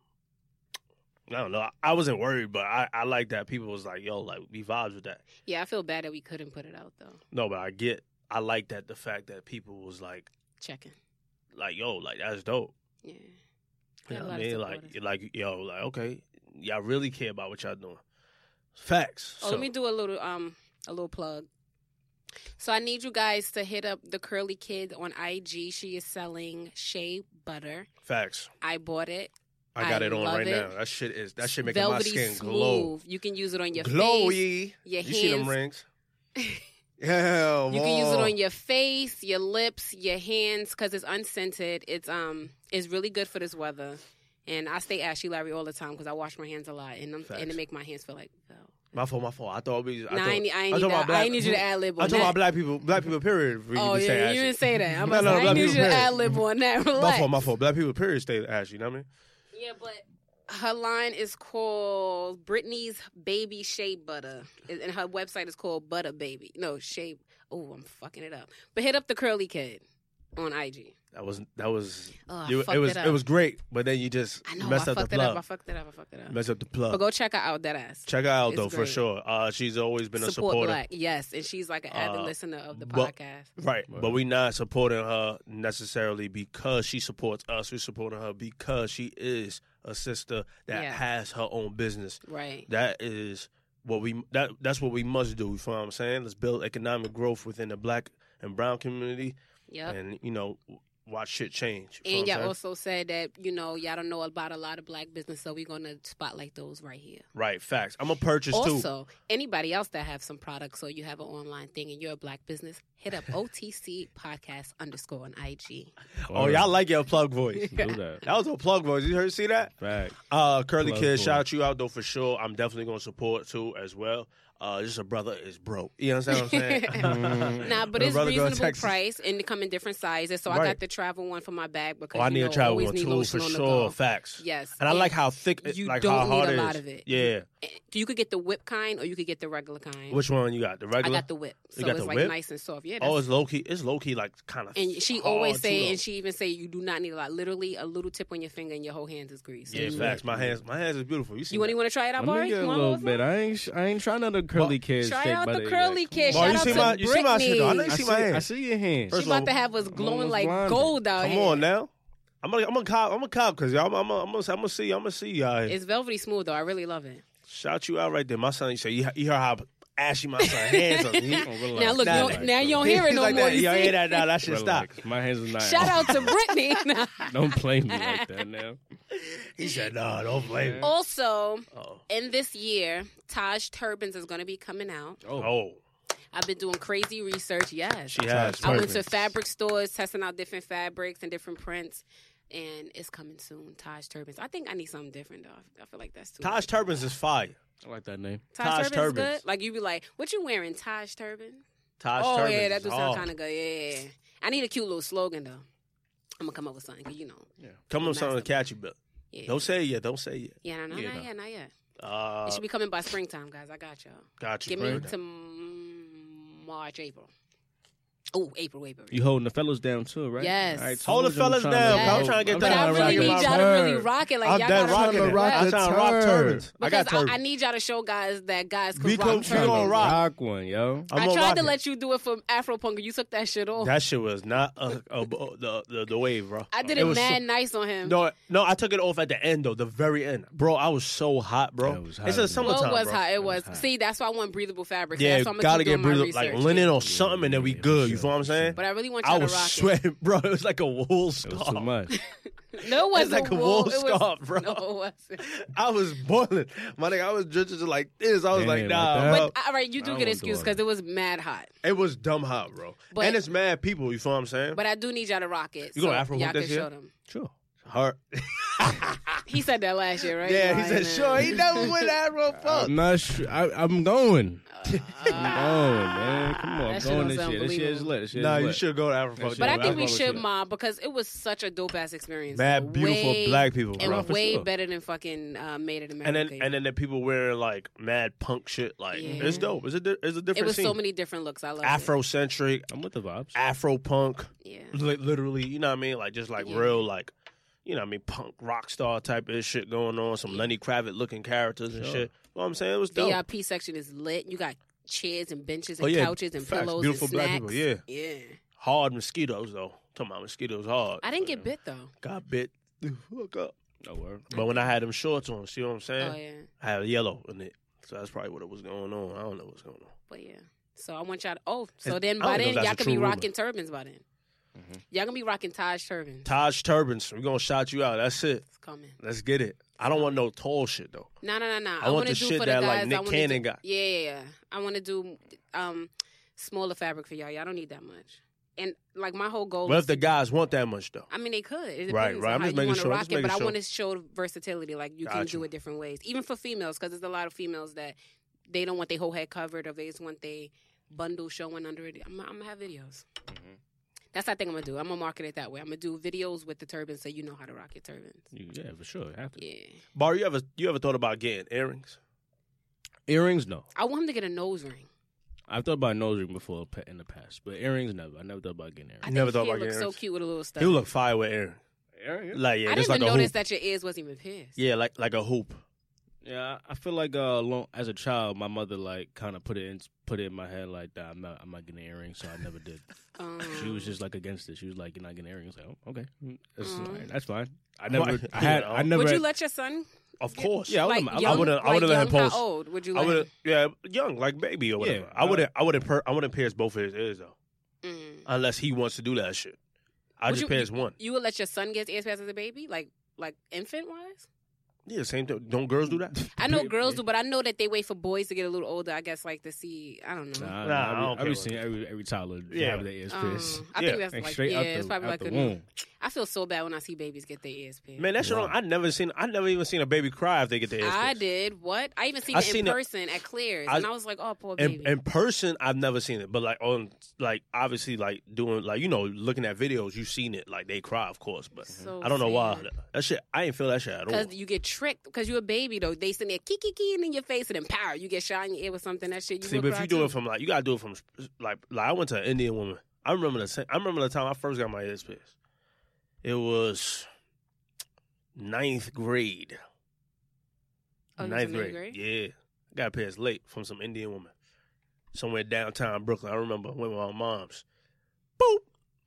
Speaker 3: I don't know. I- I wasn't worried, but I, I like that people was like, "Yo, like we vibes with that."
Speaker 2: Yeah, I feel bad that we couldn't put it out though.
Speaker 3: No, but I get. I like that the fact that people was like,
Speaker 2: Checking.
Speaker 3: like, "Yo, like that's dope."
Speaker 2: Yeah.
Speaker 3: You know
Speaker 2: Got a
Speaker 3: what I
Speaker 2: lot of
Speaker 3: mean? Like,
Speaker 2: supporters.
Speaker 3: you're like, yo, like, okay, y'all really care about what y'all doing. Facts.
Speaker 2: Oh,
Speaker 3: so,
Speaker 2: let me do a little um a little plug. So I need you guys to hit up the curly kid on IG. She is selling shea butter.
Speaker 3: facts.
Speaker 2: I bought it.
Speaker 3: I got
Speaker 2: I
Speaker 3: it on
Speaker 2: love
Speaker 3: right
Speaker 2: it.
Speaker 3: now. That shit is that shit making my
Speaker 2: Velvety
Speaker 3: skin
Speaker 2: smooth.
Speaker 3: glow,
Speaker 2: You can use it on your face,
Speaker 3: glowy.
Speaker 2: your
Speaker 3: You see them
Speaker 2: hands,
Speaker 3: rings? yeah,
Speaker 2: You can use it on your face, your lips, your hands, because it's unscented. It's um, it's really good for this weather. And I stay ashy Larry all the time because I wash my hands a lot, and I'm, and
Speaker 3: Facts.
Speaker 2: it make my hands feel like. Oh.
Speaker 3: My fault, my fault. I thought we. I
Speaker 2: Nah,
Speaker 3: thought,
Speaker 2: I, ain't, e- I, ain't
Speaker 3: I
Speaker 2: need
Speaker 3: told my
Speaker 2: that. I
Speaker 3: black-
Speaker 2: ain't need you to ad lib
Speaker 3: I
Speaker 2: on
Speaker 3: told my
Speaker 2: that.
Speaker 3: black people, black people, period. for you
Speaker 2: oh
Speaker 3: to
Speaker 2: yeah,
Speaker 3: say
Speaker 2: you
Speaker 3: ashy.
Speaker 2: didn't say that. I'm
Speaker 3: No,
Speaker 2: about
Speaker 3: no,
Speaker 2: to say, I
Speaker 3: black
Speaker 2: ain't need
Speaker 3: people
Speaker 2: you to
Speaker 3: period.
Speaker 2: ad lib on that.
Speaker 3: My
Speaker 2: Relax.
Speaker 3: fault, my fault. Black people, period, stay ashy. You know what I mean?
Speaker 2: Yeah, but her line is called Brittany's Baby Shea Butter, and and her website is called Butter Baby. No, Shea. Oh, I'm fucking it up. But hit up the curly kid. on IG.
Speaker 3: That was that was
Speaker 2: Oh, I
Speaker 3: you-
Speaker 2: fucked
Speaker 3: it was
Speaker 2: it up.
Speaker 3: was great, but then you just
Speaker 2: I know I
Speaker 3: messed
Speaker 2: fucked
Speaker 3: up the
Speaker 2: it up. I
Speaker 3: plug.
Speaker 2: fucked it up. I fucked it up.
Speaker 3: Messed up the
Speaker 2: But
Speaker 3: plug.
Speaker 2: go check her out. That ass.
Speaker 3: Check her out
Speaker 2: It's
Speaker 3: though for
Speaker 2: great.
Speaker 3: sure. Uh, she's always been a
Speaker 2: Support
Speaker 3: supporter.
Speaker 2: Black. Yes, and she's like an avid
Speaker 3: Uh,
Speaker 2: listener of the
Speaker 3: well-
Speaker 2: podcast.
Speaker 3: Right, but
Speaker 5: Right.
Speaker 3: we not supporting her necessarily because she supports us. We're supporting her because she is a sister that
Speaker 2: Yeah.
Speaker 3: has her own business.
Speaker 2: Right.
Speaker 3: That is what we that that's what we must do. You feel what I'm saying? Let's build economic growth within the black and brown community,
Speaker 2: Yep. And,
Speaker 3: and you know, w- watch shit change. You feel what I'm
Speaker 2: y'all
Speaker 3: saying?
Speaker 2: also said that you know y'all don't know about a lot of black business, so we're gonna spotlight those right here.
Speaker 3: right, facts. I'm a purchase too.
Speaker 2: also, anybody else that have some products or you have an online thing and you're a black business, hit up OTC Podcast underscore on IG.
Speaker 3: Oh, y'all like your plug voice.
Speaker 5: do that.
Speaker 3: That was a plug voice. You heard see that?
Speaker 5: Fact.
Speaker 3: Uh, Curly
Speaker 5: Plug
Speaker 3: Kid,
Speaker 5: for
Speaker 3: shout you out though for sure. I'm definitely gonna support too as well. Uh, just a brother is broke. You understand what I'm saying?
Speaker 2: Nah, but
Speaker 3: My
Speaker 2: it's
Speaker 3: brother go to
Speaker 2: reasonable
Speaker 3: Texas.
Speaker 2: price and they come in different sizes. So I
Speaker 3: Right.
Speaker 2: got the travel one for my bag because
Speaker 3: Oh, I
Speaker 2: you
Speaker 3: need
Speaker 2: know,
Speaker 3: to try
Speaker 2: always
Speaker 3: one
Speaker 2: need
Speaker 3: too
Speaker 2: lotion
Speaker 3: for
Speaker 2: on the
Speaker 3: sure.
Speaker 2: go.
Speaker 3: Facts.
Speaker 2: Yes,
Speaker 3: And I like how thick, it,
Speaker 2: you
Speaker 3: like
Speaker 2: don't
Speaker 3: how
Speaker 2: need
Speaker 3: hard
Speaker 2: a
Speaker 3: it is.
Speaker 2: lot of it.
Speaker 3: Yeah.
Speaker 2: you could get the whip kind or you could get the regular kind.
Speaker 3: Which one you got? The
Speaker 2: I
Speaker 3: regular.
Speaker 2: got the whip, so
Speaker 3: got
Speaker 2: it's
Speaker 3: the
Speaker 2: like
Speaker 3: whip?
Speaker 2: nice and soft. Yeah,
Speaker 3: oh,
Speaker 2: that's-
Speaker 3: it's low key. It's low key, like kind of.
Speaker 2: and she always say, and she even say, you do not need a lot. Literally, a little tip on your finger and your whole hand is greased. So
Speaker 3: Yeah,
Speaker 2: you-
Speaker 3: facts. My hands, my hands is beautiful. You see?
Speaker 2: You want you want to try it out,
Speaker 5: Let me
Speaker 2: Bari?
Speaker 5: get
Speaker 2: You
Speaker 5: a
Speaker 2: wanna
Speaker 5: little
Speaker 2: go
Speaker 5: bit. I ain't. I ain't trying another curly kid.
Speaker 2: Try
Speaker 5: shake
Speaker 2: out
Speaker 5: by
Speaker 2: the curly kid.
Speaker 3: Bar,
Speaker 2: Shout
Speaker 3: you
Speaker 2: out
Speaker 3: see
Speaker 2: to
Speaker 3: my-
Speaker 2: Brittany.
Speaker 3: you see my shit, though. I know you
Speaker 5: I
Speaker 3: see
Speaker 5: see,
Speaker 3: my hand.
Speaker 5: I see your hand.
Speaker 2: She
Speaker 3: First- of all,
Speaker 2: about to have us glowing
Speaker 5: almost
Speaker 2: like
Speaker 5: blinded.
Speaker 2: gold out
Speaker 3: Come
Speaker 2: here.
Speaker 3: on now. I'm gonna, I'm gonna cop, I'm gonna cop, cause y'all, I'm gonna, I'm gonna, I'm gonna see, I'm gonna see y'all.
Speaker 2: It's velvety smooth though. I really love it.
Speaker 3: Shout you out right there. My son, you say, you, you heard how ashy my son hands are. He-
Speaker 2: Now look,
Speaker 3: Nah,
Speaker 2: no,
Speaker 3: like,
Speaker 2: now you don't hear it
Speaker 3: He's
Speaker 2: no
Speaker 3: like
Speaker 2: more.
Speaker 3: That.
Speaker 2: You
Speaker 3: Yo,
Speaker 2: see?
Speaker 3: hear that now? That shit stop.
Speaker 5: Relax. My hands is not.
Speaker 2: Shout out to Brittany.
Speaker 5: Don't play me like that now.
Speaker 3: He said, "No, don't blame me."
Speaker 2: also,
Speaker 3: Oh,
Speaker 2: in this year, Taj Turbans is going to be coming out.
Speaker 3: oh,
Speaker 2: I've been doing crazy research. Yes,
Speaker 3: she has.
Speaker 2: I went to
Speaker 5: Turbans.
Speaker 2: fabric stores testing out different fabrics and different prints, and it's coming soon. Taj Turbans. I think I need something different though. I feel like that's too.
Speaker 3: Taj
Speaker 2: much.
Speaker 3: Turbans is fire.
Speaker 5: I like that name.
Speaker 3: Taj
Speaker 2: Taj, Turbans
Speaker 3: Turbans.
Speaker 2: is good. Like you be like, what you wearing? Taj Turban.
Speaker 3: Taj
Speaker 2: oh
Speaker 3: Turbans.
Speaker 2: yeah, that
Speaker 3: is
Speaker 2: do
Speaker 3: hard.
Speaker 2: sound kind of good. Yeah, yeah, yeah. I need a cute little slogan though. I'm gonna come up with something. 'cause You know.
Speaker 3: Come up something
Speaker 2: massive.
Speaker 3: catchy, but
Speaker 2: Yeah.
Speaker 3: don't say it yet. Don't say it yet.
Speaker 2: Yeah, no, no,
Speaker 3: Yeah,
Speaker 2: not
Speaker 3: no.
Speaker 2: yet, not yet.
Speaker 3: Uh,
Speaker 2: it should be coming by springtime, guys. I got y'all.
Speaker 3: got you.
Speaker 2: Give me
Speaker 3: Brandon.
Speaker 2: to mm, March, April. Oh, April, April.
Speaker 5: You holding the fellas down too, right?
Speaker 2: Yes.
Speaker 5: All right,
Speaker 3: Hold the
Speaker 5: told you I'm
Speaker 3: fellas
Speaker 5: trying to-
Speaker 3: down,
Speaker 2: I'm trying
Speaker 3: to get
Speaker 2: But
Speaker 3: down.
Speaker 2: I
Speaker 3: I'm
Speaker 2: really
Speaker 3: rocking
Speaker 2: need
Speaker 3: my
Speaker 2: y'all to really rock it. Like
Speaker 3: I'm
Speaker 2: y'all
Speaker 3: dead
Speaker 2: gotta rock
Speaker 3: rocking
Speaker 2: it.
Speaker 3: it.
Speaker 4: rock
Speaker 3: I'm
Speaker 4: the
Speaker 3: trying to rock
Speaker 4: turb.
Speaker 3: turbans. I
Speaker 2: Because
Speaker 3: got
Speaker 2: I, I,
Speaker 3: turbans.
Speaker 2: need y'all to show guys that guys
Speaker 3: We
Speaker 2: could
Speaker 3: come-
Speaker 2: rock
Speaker 3: we
Speaker 2: turbans.
Speaker 3: gonna rock.
Speaker 5: Rock one, yo.
Speaker 3: I'm
Speaker 2: I
Speaker 3: gonna rock
Speaker 2: tried to
Speaker 3: it.
Speaker 2: let you do it for Afro Punk. You took that shit off.
Speaker 3: That shit was not uh, uh, the, the the wave, bro.
Speaker 2: I did it,
Speaker 3: was
Speaker 2: mad
Speaker 3: so-
Speaker 2: nice on him.
Speaker 3: no, no, I took it off at the end though, the very end, bro. I was so hot, bro.
Speaker 5: Yeah, it was hot,
Speaker 3: it's a
Speaker 5: man.
Speaker 2: Well,
Speaker 3: summertime,
Speaker 2: it was
Speaker 3: bro.
Speaker 2: hot. It was.
Speaker 5: hot.
Speaker 2: See, that's why I want breathable fabrics.
Speaker 3: Yeah,
Speaker 2: that's why I'm
Speaker 3: gotta
Speaker 2: keep
Speaker 3: get
Speaker 2: doing my
Speaker 3: breathable, like
Speaker 2: research.
Speaker 3: linen or something, and then we
Speaker 5: Yeah, for
Speaker 3: good. You
Speaker 5: sure,
Speaker 3: feel what I'm
Speaker 5: for
Speaker 3: saying?
Speaker 2: But I really want y'all
Speaker 3: I
Speaker 2: to
Speaker 3: was
Speaker 2: rock
Speaker 3: sweating, bro. It was like a wool
Speaker 5: It
Speaker 3: scarf.
Speaker 5: was too much.
Speaker 2: it. No, it wasn't
Speaker 3: like a
Speaker 2: wool.
Speaker 3: wool
Speaker 2: It was-
Speaker 3: scarf, bro.
Speaker 2: No, it wasn't.
Speaker 3: I was boiling. My nigga, I was just, just like this. I was
Speaker 5: Damn,
Speaker 3: like,
Speaker 5: like
Speaker 3: nah,
Speaker 5: that?
Speaker 3: bro.
Speaker 2: But all right, you
Speaker 5: I
Speaker 2: do
Speaker 5: don't wanna
Speaker 2: get
Speaker 5: do
Speaker 2: excuse
Speaker 5: all
Speaker 2: because
Speaker 5: that.
Speaker 2: it was mad hot.
Speaker 3: it was dumb hot, bro.
Speaker 2: But-
Speaker 3: and it's mad people. You feel what I'm saying?
Speaker 2: But I do need y'all to rock it.
Speaker 3: You gonna
Speaker 2: so
Speaker 3: Afro
Speaker 2: y'all
Speaker 3: hoop
Speaker 2: can
Speaker 3: this year?
Speaker 2: show them.
Speaker 5: sure.
Speaker 3: Her,
Speaker 2: He said that last year, right?
Speaker 3: yeah. He
Speaker 2: Right,
Speaker 3: said, sure.
Speaker 2: man.
Speaker 3: He never went Afro fuck.
Speaker 5: I'm not sure. I, I'm going. Come
Speaker 2: Ah.
Speaker 5: on, man. Come on.
Speaker 2: That
Speaker 5: I'm
Speaker 2: shit
Speaker 5: going
Speaker 2: was
Speaker 5: this year. This year is
Speaker 2: unbelievable.
Speaker 5: lit. This year
Speaker 3: Nah,
Speaker 5: is
Speaker 3: you
Speaker 5: lit.
Speaker 3: should go to Afro fuck.
Speaker 5: shit
Speaker 2: but
Speaker 5: Yeah,
Speaker 2: I think we
Speaker 5: Afro
Speaker 2: should
Speaker 5: shit.
Speaker 2: mob because it was such a dope ass experience.
Speaker 3: mad beautiful
Speaker 2: Way-
Speaker 3: black people,
Speaker 2: and
Speaker 3: bro.
Speaker 5: was- for
Speaker 2: way
Speaker 5: sure.
Speaker 2: better than fucking uh, Made in America.
Speaker 3: And then
Speaker 2: you
Speaker 3: and
Speaker 2: know?
Speaker 3: then the people wearing like mad punk shit. Like
Speaker 2: Yeah.
Speaker 3: it's dope. It's a di- it's a different
Speaker 2: it was
Speaker 3: scene.
Speaker 2: so many different looks. I love
Speaker 3: Afrocentric,
Speaker 5: I'm with the vibes.
Speaker 3: Afro punk.
Speaker 2: Yeah.
Speaker 3: li- literally, you know what I mean? Like just like
Speaker 2: Yeah.
Speaker 3: real like you know what I mean, punk rock star type of shit going on, some Lenny Kravitz looking characters and
Speaker 5: Sure.
Speaker 3: shit. You know what I'm saying? It was dope.
Speaker 2: VIP section is lit. You got chairs and benches and
Speaker 3: Oh, yeah.
Speaker 2: couches and
Speaker 3: Facts.
Speaker 2: pillows
Speaker 3: Beautiful
Speaker 2: and
Speaker 3: black people,
Speaker 2: snacks.
Speaker 3: yeah.
Speaker 2: yeah.
Speaker 3: Hard mosquitoes though. Talking about mosquitoes hard.
Speaker 2: I didn't get bit though.
Speaker 3: got bit the fuck up.
Speaker 5: No word.
Speaker 3: But when I had them shorts on, see what I'm saying?
Speaker 2: Oh yeah,
Speaker 3: I had yellow in it. So that's probably what it was going on. I don't know what's going on.
Speaker 2: but yeah. So I want y'all. To, oh, so
Speaker 3: It's-
Speaker 2: then
Speaker 3: I
Speaker 2: by
Speaker 3: don't know
Speaker 2: then
Speaker 3: if that's
Speaker 2: y'all
Speaker 3: a
Speaker 2: can
Speaker 3: true
Speaker 2: be
Speaker 3: rumor.
Speaker 2: rocking turbans by then. Y'all gonna be rocking Taj turbans.
Speaker 3: Taj Turbans, we're gonna shout you out. That's it.
Speaker 2: it's coming.
Speaker 3: Let's get it. I don't want no tall shit though.
Speaker 2: No, no, no, no.
Speaker 3: I want
Speaker 2: wanna
Speaker 3: the
Speaker 2: do
Speaker 3: shit
Speaker 2: for
Speaker 3: that,
Speaker 2: the
Speaker 3: like,
Speaker 2: guys.
Speaker 3: Nick
Speaker 2: I wanna do-
Speaker 3: Cannon got.
Speaker 2: Yeah, yeah, yeah. I want to do um smaller fabric for y'all. Y'all don't need that much. And like my whole goal.
Speaker 3: But
Speaker 2: is
Speaker 3: if the guys want that much though.
Speaker 2: I mean, they could. It
Speaker 3: Right,
Speaker 2: depends
Speaker 3: right. I'm
Speaker 2: on how
Speaker 3: just
Speaker 2: you
Speaker 3: making
Speaker 2: want to
Speaker 3: sure. I'm
Speaker 2: rock
Speaker 3: just
Speaker 2: it, but
Speaker 3: making
Speaker 2: I want to show versatility. Like you can
Speaker 3: Gotcha.
Speaker 2: do it different ways, even for females, because there's a lot of females that they don't want their whole head covered, or they just want their bundle showing under it. I'm, I'm gonna have videos.
Speaker 5: Mm-hmm.
Speaker 2: That's what I think I'm gonna do. I'm gonna market it that way. I'm gonna do videos with the turban, so you know how to rock your turbans.
Speaker 5: You- Yeah, for sure. Have to.
Speaker 2: Yeah,
Speaker 3: Bar, you ever you ever thought about getting earrings?
Speaker 5: Earrings, no.
Speaker 2: I want him to get a nose ring.
Speaker 5: I've thought about a nose ring before pa- in the past, but earrings never. I never thought about getting
Speaker 2: I
Speaker 5: earrings.
Speaker 3: Never
Speaker 2: think
Speaker 3: thought
Speaker 2: Fear
Speaker 3: about
Speaker 2: looks so
Speaker 3: earrings.
Speaker 2: cute with a little stuff.
Speaker 3: He would look fire with air.
Speaker 5: Earrings?
Speaker 3: Like yeah,
Speaker 2: I
Speaker 3: just
Speaker 2: didn't
Speaker 3: like
Speaker 2: even
Speaker 3: a
Speaker 2: notice
Speaker 3: hoop.
Speaker 2: that your ears wasn't even pierced.
Speaker 3: Yeah, like like a hoop.
Speaker 5: Yeah, I I feel like uh, long, as a child, my mother like kind of put it in, put it in my head like that. I'm not, I'm not getting earrings, so I never did.
Speaker 2: Um,
Speaker 5: She was just like against it. She was like, "You're not getting earrings." I was like, oh, okay, Mm, that's,
Speaker 2: Mm.
Speaker 5: alright, that's fine. I
Speaker 3: Well,
Speaker 5: never,
Speaker 3: I-
Speaker 5: I had,
Speaker 3: you
Speaker 5: I
Speaker 3: know.
Speaker 5: never.
Speaker 2: Would you
Speaker 5: had-
Speaker 2: let your son?
Speaker 3: Of course.
Speaker 5: yeah, I
Speaker 2: like,
Speaker 5: would've-
Speaker 2: young,
Speaker 5: I would have,
Speaker 3: I would've let
Speaker 2: like
Speaker 3: him
Speaker 2: young,
Speaker 3: post.
Speaker 2: How old would you?
Speaker 3: I
Speaker 2: Let
Speaker 3: would have, yeah, young, like baby or whatever.
Speaker 5: Yeah,
Speaker 3: I
Speaker 5: uh,
Speaker 3: would have, I would have, per- I would have pierced both of his ears though,
Speaker 2: him? Mm.
Speaker 3: unless he wants to do that shit. I
Speaker 2: Would
Speaker 3: just
Speaker 2: you-
Speaker 3: pierced one.
Speaker 2: You would let your son get his ears pierced as a baby, like like infant wise.
Speaker 3: Yeah, same thing. Don't girls do that?
Speaker 2: I know girls do, but I know that they wait for boys to get a little older. I guess like to see. I don't know.
Speaker 5: Nah,
Speaker 3: Nah, I
Speaker 5: nah,
Speaker 3: don't
Speaker 5: I
Speaker 3: care
Speaker 5: be
Speaker 3: what-
Speaker 5: seeing every every toddler
Speaker 3: Yeah.
Speaker 5: have their ears
Speaker 2: Um,
Speaker 5: pierced.
Speaker 2: I
Speaker 3: Yeah.
Speaker 2: think that's
Speaker 5: Like
Speaker 2: like
Speaker 5: straight
Speaker 2: yeah,
Speaker 5: out
Speaker 2: it's
Speaker 5: the,
Speaker 2: probably
Speaker 5: out
Speaker 2: like
Speaker 5: the
Speaker 2: a.
Speaker 5: womb.
Speaker 2: I feel so bad when I see babies get their ears pierced.
Speaker 3: Man, that shit. don't- I never seen. I never even seen a baby cry if they get their ears.
Speaker 2: I
Speaker 3: pierced.
Speaker 2: did what? I even seen
Speaker 3: I
Speaker 2: it in
Speaker 3: seen it-
Speaker 2: person at Claire's,
Speaker 3: I-
Speaker 2: and I was like, "Oh, poor baby."
Speaker 3: In, in person, I've never seen it, but like on, like obviously, like doing, like you know, looking at videos, you've seen it. Like they cry, of course, but
Speaker 2: So
Speaker 3: I don't know why.
Speaker 2: sad.
Speaker 3: That shit, I ain't feel that shit at all.
Speaker 2: Because you get tricked. Because you're a baby, though. They send that kiki kiki key in your face, and then power. You get shot in your ear with something. That shit. You
Speaker 3: See,
Speaker 2: would
Speaker 3: but if
Speaker 2: cry
Speaker 3: you do
Speaker 2: too.
Speaker 3: it from like, you gotta do it from like, like I went to an Indian woman. I remember the same, I remember the time I first got my ears pierced. It was ninth grade.
Speaker 2: Oh, you was in ninth grade?
Speaker 3: Yeah, I got pierced late from some Indian woman somewhere downtown Brooklyn. I remember I went with my mom's. Boop.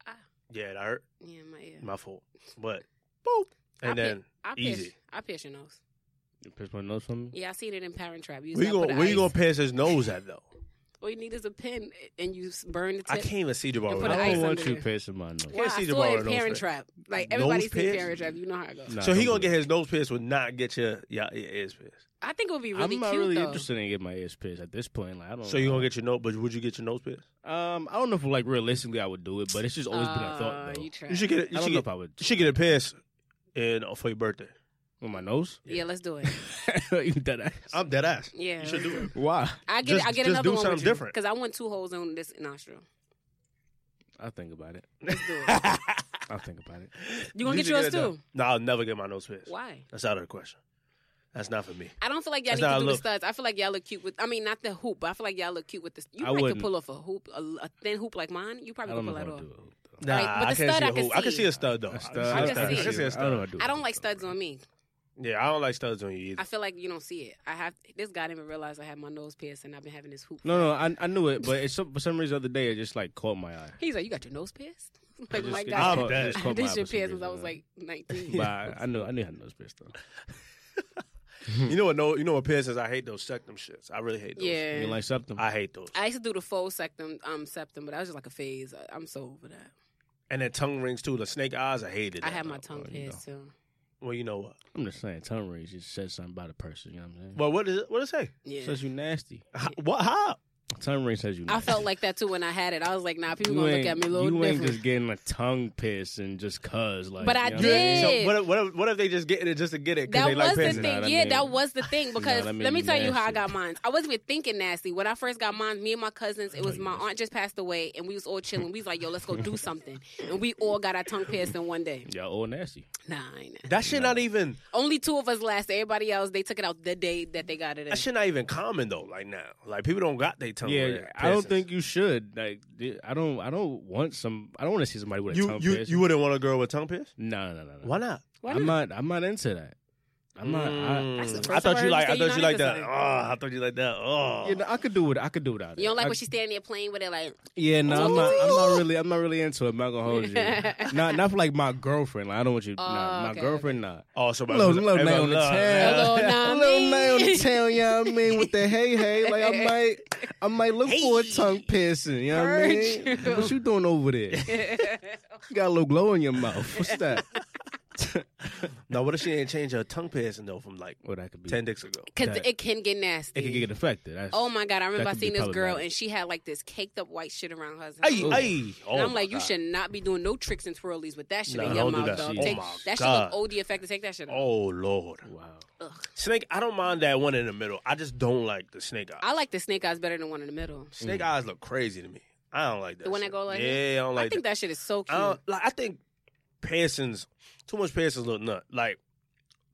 Speaker 2: Ah.
Speaker 3: Yeah, that hurt.
Speaker 2: yeah, my ear.
Speaker 3: My fault. But boop. And
Speaker 2: I pi-
Speaker 3: then
Speaker 2: I
Speaker 3: easy.
Speaker 2: pierce, I pierce your nose.
Speaker 5: You pierce my nose for me.
Speaker 2: Yeah, I seen it in Parent Trap. You
Speaker 3: where you gonna where you gonna pierce his nose at though?
Speaker 2: All you need is a pin, and you s- burn the tip.
Speaker 3: I can't even see
Speaker 2: You
Speaker 3: Jabari.
Speaker 2: put an
Speaker 5: I
Speaker 2: ice
Speaker 5: don't want
Speaker 2: under
Speaker 5: you
Speaker 2: there.
Speaker 5: piercing my nose.
Speaker 2: Well,
Speaker 3: can't see
Speaker 2: I
Speaker 3: the
Speaker 2: saw
Speaker 3: bar
Speaker 2: it
Speaker 3: in
Speaker 2: in
Speaker 3: those
Speaker 2: Parent
Speaker 3: things.
Speaker 2: Trap. Like
Speaker 3: Nose
Speaker 2: everybody seen
Speaker 3: piercing?
Speaker 2: Parent Trap. You know how it goes.
Speaker 5: Nah,
Speaker 3: so he
Speaker 5: don't
Speaker 3: gonna
Speaker 5: do
Speaker 3: get
Speaker 5: that.
Speaker 3: his nose pierced, would not get your your your ears pierced.
Speaker 2: I think it would be really
Speaker 5: I'm
Speaker 2: cute
Speaker 5: not really
Speaker 2: though.
Speaker 5: interested in getting my ears pierced at this point. Like I don't.
Speaker 3: So you gonna get your nose, but would you get your nose pierced?
Speaker 5: Um, I don't know if like realistically I would do it, but it's just always been a
Speaker 2: Uh,
Speaker 5: thought though.
Speaker 2: You try.
Speaker 3: You should get it.
Speaker 5: I
Speaker 3: You
Speaker 5: don't
Speaker 3: should
Speaker 5: know
Speaker 3: get,
Speaker 5: if I would.
Speaker 3: you should get it pierced, and uh, for your birthday.
Speaker 5: With my nose?
Speaker 2: yeah, let's do it.
Speaker 5: you dead ass.
Speaker 3: I'm dead ass.
Speaker 2: Yeah,
Speaker 3: You should do it.
Speaker 5: Why?
Speaker 2: I get.
Speaker 3: Just-
Speaker 2: I get
Speaker 3: just
Speaker 2: another
Speaker 3: do
Speaker 2: one
Speaker 3: something
Speaker 2: with you.
Speaker 3: different.
Speaker 2: Because I want two holes on this nostril.
Speaker 5: I think about it.
Speaker 2: Let's do it.
Speaker 5: I think about it.
Speaker 2: You gonna get
Speaker 3: should
Speaker 2: yours
Speaker 3: it done.
Speaker 2: too?
Speaker 3: No, I'll never get my nose pierced.
Speaker 2: Why?
Speaker 3: That's out of the question. That's not for me.
Speaker 2: I don't feel like y'all
Speaker 3: That's
Speaker 2: need
Speaker 3: how I
Speaker 2: to do
Speaker 3: look.
Speaker 2: the studs. I feel like y'all look cute with. I mean, not the hoop, but I feel like y'all look cute with this.
Speaker 5: I
Speaker 2: You probably could
Speaker 5: wouldn't.
Speaker 2: pull off a hoop, a, a thin hoop like mine. You
Speaker 5: I
Speaker 2: probably
Speaker 5: don't know
Speaker 2: could pull
Speaker 5: if I
Speaker 2: that
Speaker 5: would
Speaker 2: off.
Speaker 5: do it.
Speaker 3: Nah,
Speaker 2: Right, but
Speaker 3: I can't
Speaker 2: the stud
Speaker 3: see
Speaker 2: I
Speaker 3: a
Speaker 2: can
Speaker 3: hoop. I can
Speaker 2: see.
Speaker 3: see a stud though.
Speaker 5: A
Speaker 3: I
Speaker 5: stud,
Speaker 3: can see a
Speaker 2: I
Speaker 3: stud. I
Speaker 5: I
Speaker 3: can see a
Speaker 5: don't know
Speaker 3: stud.
Speaker 5: if I do
Speaker 2: I
Speaker 5: it.
Speaker 2: don't like studs on me.
Speaker 3: Yeah, I don't like studs on you either.
Speaker 2: I feel like you don't see it. I have this guy didn't even realize I had my nose pierced and I've been having this hoop.
Speaker 5: No, no, I, I knew it, but it's some, for some reason the other day it just like caught my eye.
Speaker 2: He's like, you got your nose pierced?
Speaker 5: It
Speaker 2: Like
Speaker 5: just,
Speaker 2: my
Speaker 5: it just
Speaker 2: God,
Speaker 3: I'm
Speaker 5: it
Speaker 3: dead.
Speaker 5: just
Speaker 2: I
Speaker 5: caught
Speaker 2: had
Speaker 5: my
Speaker 2: this
Speaker 5: eye for
Speaker 2: shit
Speaker 5: some
Speaker 2: pierced since I
Speaker 5: reason,
Speaker 2: was
Speaker 5: uh,
Speaker 2: like nineteen.
Speaker 5: But I, I knew I knew I had nose pierced though.
Speaker 3: you know what? No, you know what piercings? I hate those septum shits. I really hate those.
Speaker 5: You
Speaker 2: Yeah.
Speaker 5: like something?
Speaker 3: I hate those.
Speaker 2: I used to do the full septum, um, septum, but that was just like a phase. I, I'm so over that.
Speaker 3: And then tongue rings too. The snake eyes. I hated.
Speaker 2: I
Speaker 3: that,
Speaker 2: had my
Speaker 3: though.
Speaker 2: tongue
Speaker 5: Oh, you know.
Speaker 2: pierced too.
Speaker 3: Well, you know what?
Speaker 5: I'm just saying, tongue rings just says something about a person. You know what I'm saying?
Speaker 3: Well, what is it? What does it say?
Speaker 2: Yeah.
Speaker 5: says you nasty.
Speaker 3: How- What? How?
Speaker 5: Tongue ring says you. Nasty.
Speaker 2: I felt like that too when I had it. I was like, nah, people
Speaker 5: you
Speaker 2: gonna
Speaker 5: ain't,
Speaker 2: look at me a little
Speaker 5: you ain't
Speaker 2: different.
Speaker 5: just getting a tongue piercing just cause. Like,
Speaker 2: But I
Speaker 5: you know what I'm
Speaker 2: did.
Speaker 5: saying?
Speaker 3: So
Speaker 2: Yeah.
Speaker 3: what if, what, if, what if they just get it just to get it because
Speaker 2: That
Speaker 3: they like
Speaker 2: was the
Speaker 3: pissing?
Speaker 2: thing.
Speaker 5: Nah, that
Speaker 2: yeah,
Speaker 5: made
Speaker 2: that
Speaker 5: me-
Speaker 2: was the thing because
Speaker 5: that made
Speaker 2: let me
Speaker 5: me
Speaker 2: tell you how I
Speaker 5: nasty.
Speaker 2: got mine. I wasn't even thinking nasty. When I first got mine, me and my cousins, it was my aunt just passed away and we was all chilling. We was like, yo, let's go do something. And we all got our tongue pierced in one day.
Speaker 5: Y'all all nasty.
Speaker 2: Nah, I ain't nasty.
Speaker 3: That shit not even
Speaker 2: Only two of us lasted. Everybody else, they took it out the day that they got it in.
Speaker 3: that shit not even common though. Like now, like people don't got they tongue.
Speaker 5: Oh, Yeah,
Speaker 3: ring
Speaker 5: I don't
Speaker 3: piercings.
Speaker 5: think you should. Like, dude, I don't. I don't want some. I don't want to see somebody with a
Speaker 3: you
Speaker 5: tongue
Speaker 3: you,
Speaker 5: piercing.
Speaker 3: you wouldn't want a girl with tongue pierced.
Speaker 5: no, no, no, no.
Speaker 3: Why not?
Speaker 2: Why
Speaker 5: I'm
Speaker 2: not?
Speaker 5: not. I'm not into that. I'm not. I,
Speaker 2: That's the
Speaker 3: Mm,
Speaker 2: first
Speaker 3: I thought
Speaker 2: time
Speaker 3: you
Speaker 2: I
Speaker 3: like. I
Speaker 2: heard you
Speaker 3: thought
Speaker 2: say
Speaker 3: you
Speaker 2: you're
Speaker 3: like
Speaker 2: not
Speaker 3: that.
Speaker 2: into
Speaker 3: Oh,
Speaker 2: something.
Speaker 3: I thought you like that. Oh,
Speaker 5: you know, I could do it. I could do without it.
Speaker 2: You don't like
Speaker 5: I,
Speaker 2: when she's standing there playing with it like
Speaker 5: Yeah, no, I'm not.
Speaker 2: Ooh.
Speaker 5: I'm not really. I'm not really into it. I'm not gonna hold you. not, not for like my girlfriend. Like, I don't want you. nah,
Speaker 2: Oh,
Speaker 5: my
Speaker 2: okay,
Speaker 5: girlfriend, nah.
Speaker 3: oh, so
Speaker 5: Little, little
Speaker 3: everybody
Speaker 5: night on the
Speaker 3: love-
Speaker 5: town.
Speaker 2: Hello,
Speaker 5: a
Speaker 2: nah,
Speaker 5: little
Speaker 2: me.
Speaker 5: night on the town, you know what I mean? With the hey hey. Like I might I might look for a
Speaker 2: Hey.
Speaker 5: tongue piercing, you know what I
Speaker 2: Heard
Speaker 5: mean?
Speaker 2: you.
Speaker 5: What you doing over there? you got a little glow in your mouth. What's that?
Speaker 3: Now what if she ain't changed her tongue piercing though from like
Speaker 5: Well, that could be
Speaker 3: ten dicks ago?
Speaker 2: because
Speaker 5: That-
Speaker 2: it can get nasty.
Speaker 5: it could get affected. That's,
Speaker 2: Oh my god! I remember I
Speaker 5: could be
Speaker 2: seen this girl
Speaker 5: problematic.
Speaker 2: and she had like this caked up white shit around her.
Speaker 3: Hey,
Speaker 5: Ooh.
Speaker 3: hey. Oh,
Speaker 2: and I'm like,
Speaker 3: my
Speaker 2: you
Speaker 3: God.
Speaker 2: should not be doing no tricks and twirlies with that shit
Speaker 3: Nah,
Speaker 2: in your
Speaker 3: don't do
Speaker 2: mouth,
Speaker 3: that
Speaker 2: dog.
Speaker 3: shit.
Speaker 2: Take,
Speaker 3: Oh, my
Speaker 2: that
Speaker 3: God.
Speaker 2: shit look OD effective. Take that shit off.
Speaker 3: Oh lord,
Speaker 5: Wow.
Speaker 3: snake. I don't mind that one in the middle. I just don't like the snake eye.
Speaker 2: I like the snake eyes better than one in the middle.
Speaker 5: Mm.
Speaker 3: Snake eyes look crazy to me. I don't like that.
Speaker 2: The one that
Speaker 3: shit.
Speaker 2: go like
Speaker 3: yeah,
Speaker 2: this?
Speaker 3: I don't
Speaker 2: I
Speaker 3: like
Speaker 2: think
Speaker 3: that.
Speaker 2: that shit is so
Speaker 3: I
Speaker 2: cute.
Speaker 3: don't, like I think Pearson's too much Pearson's look nut. Like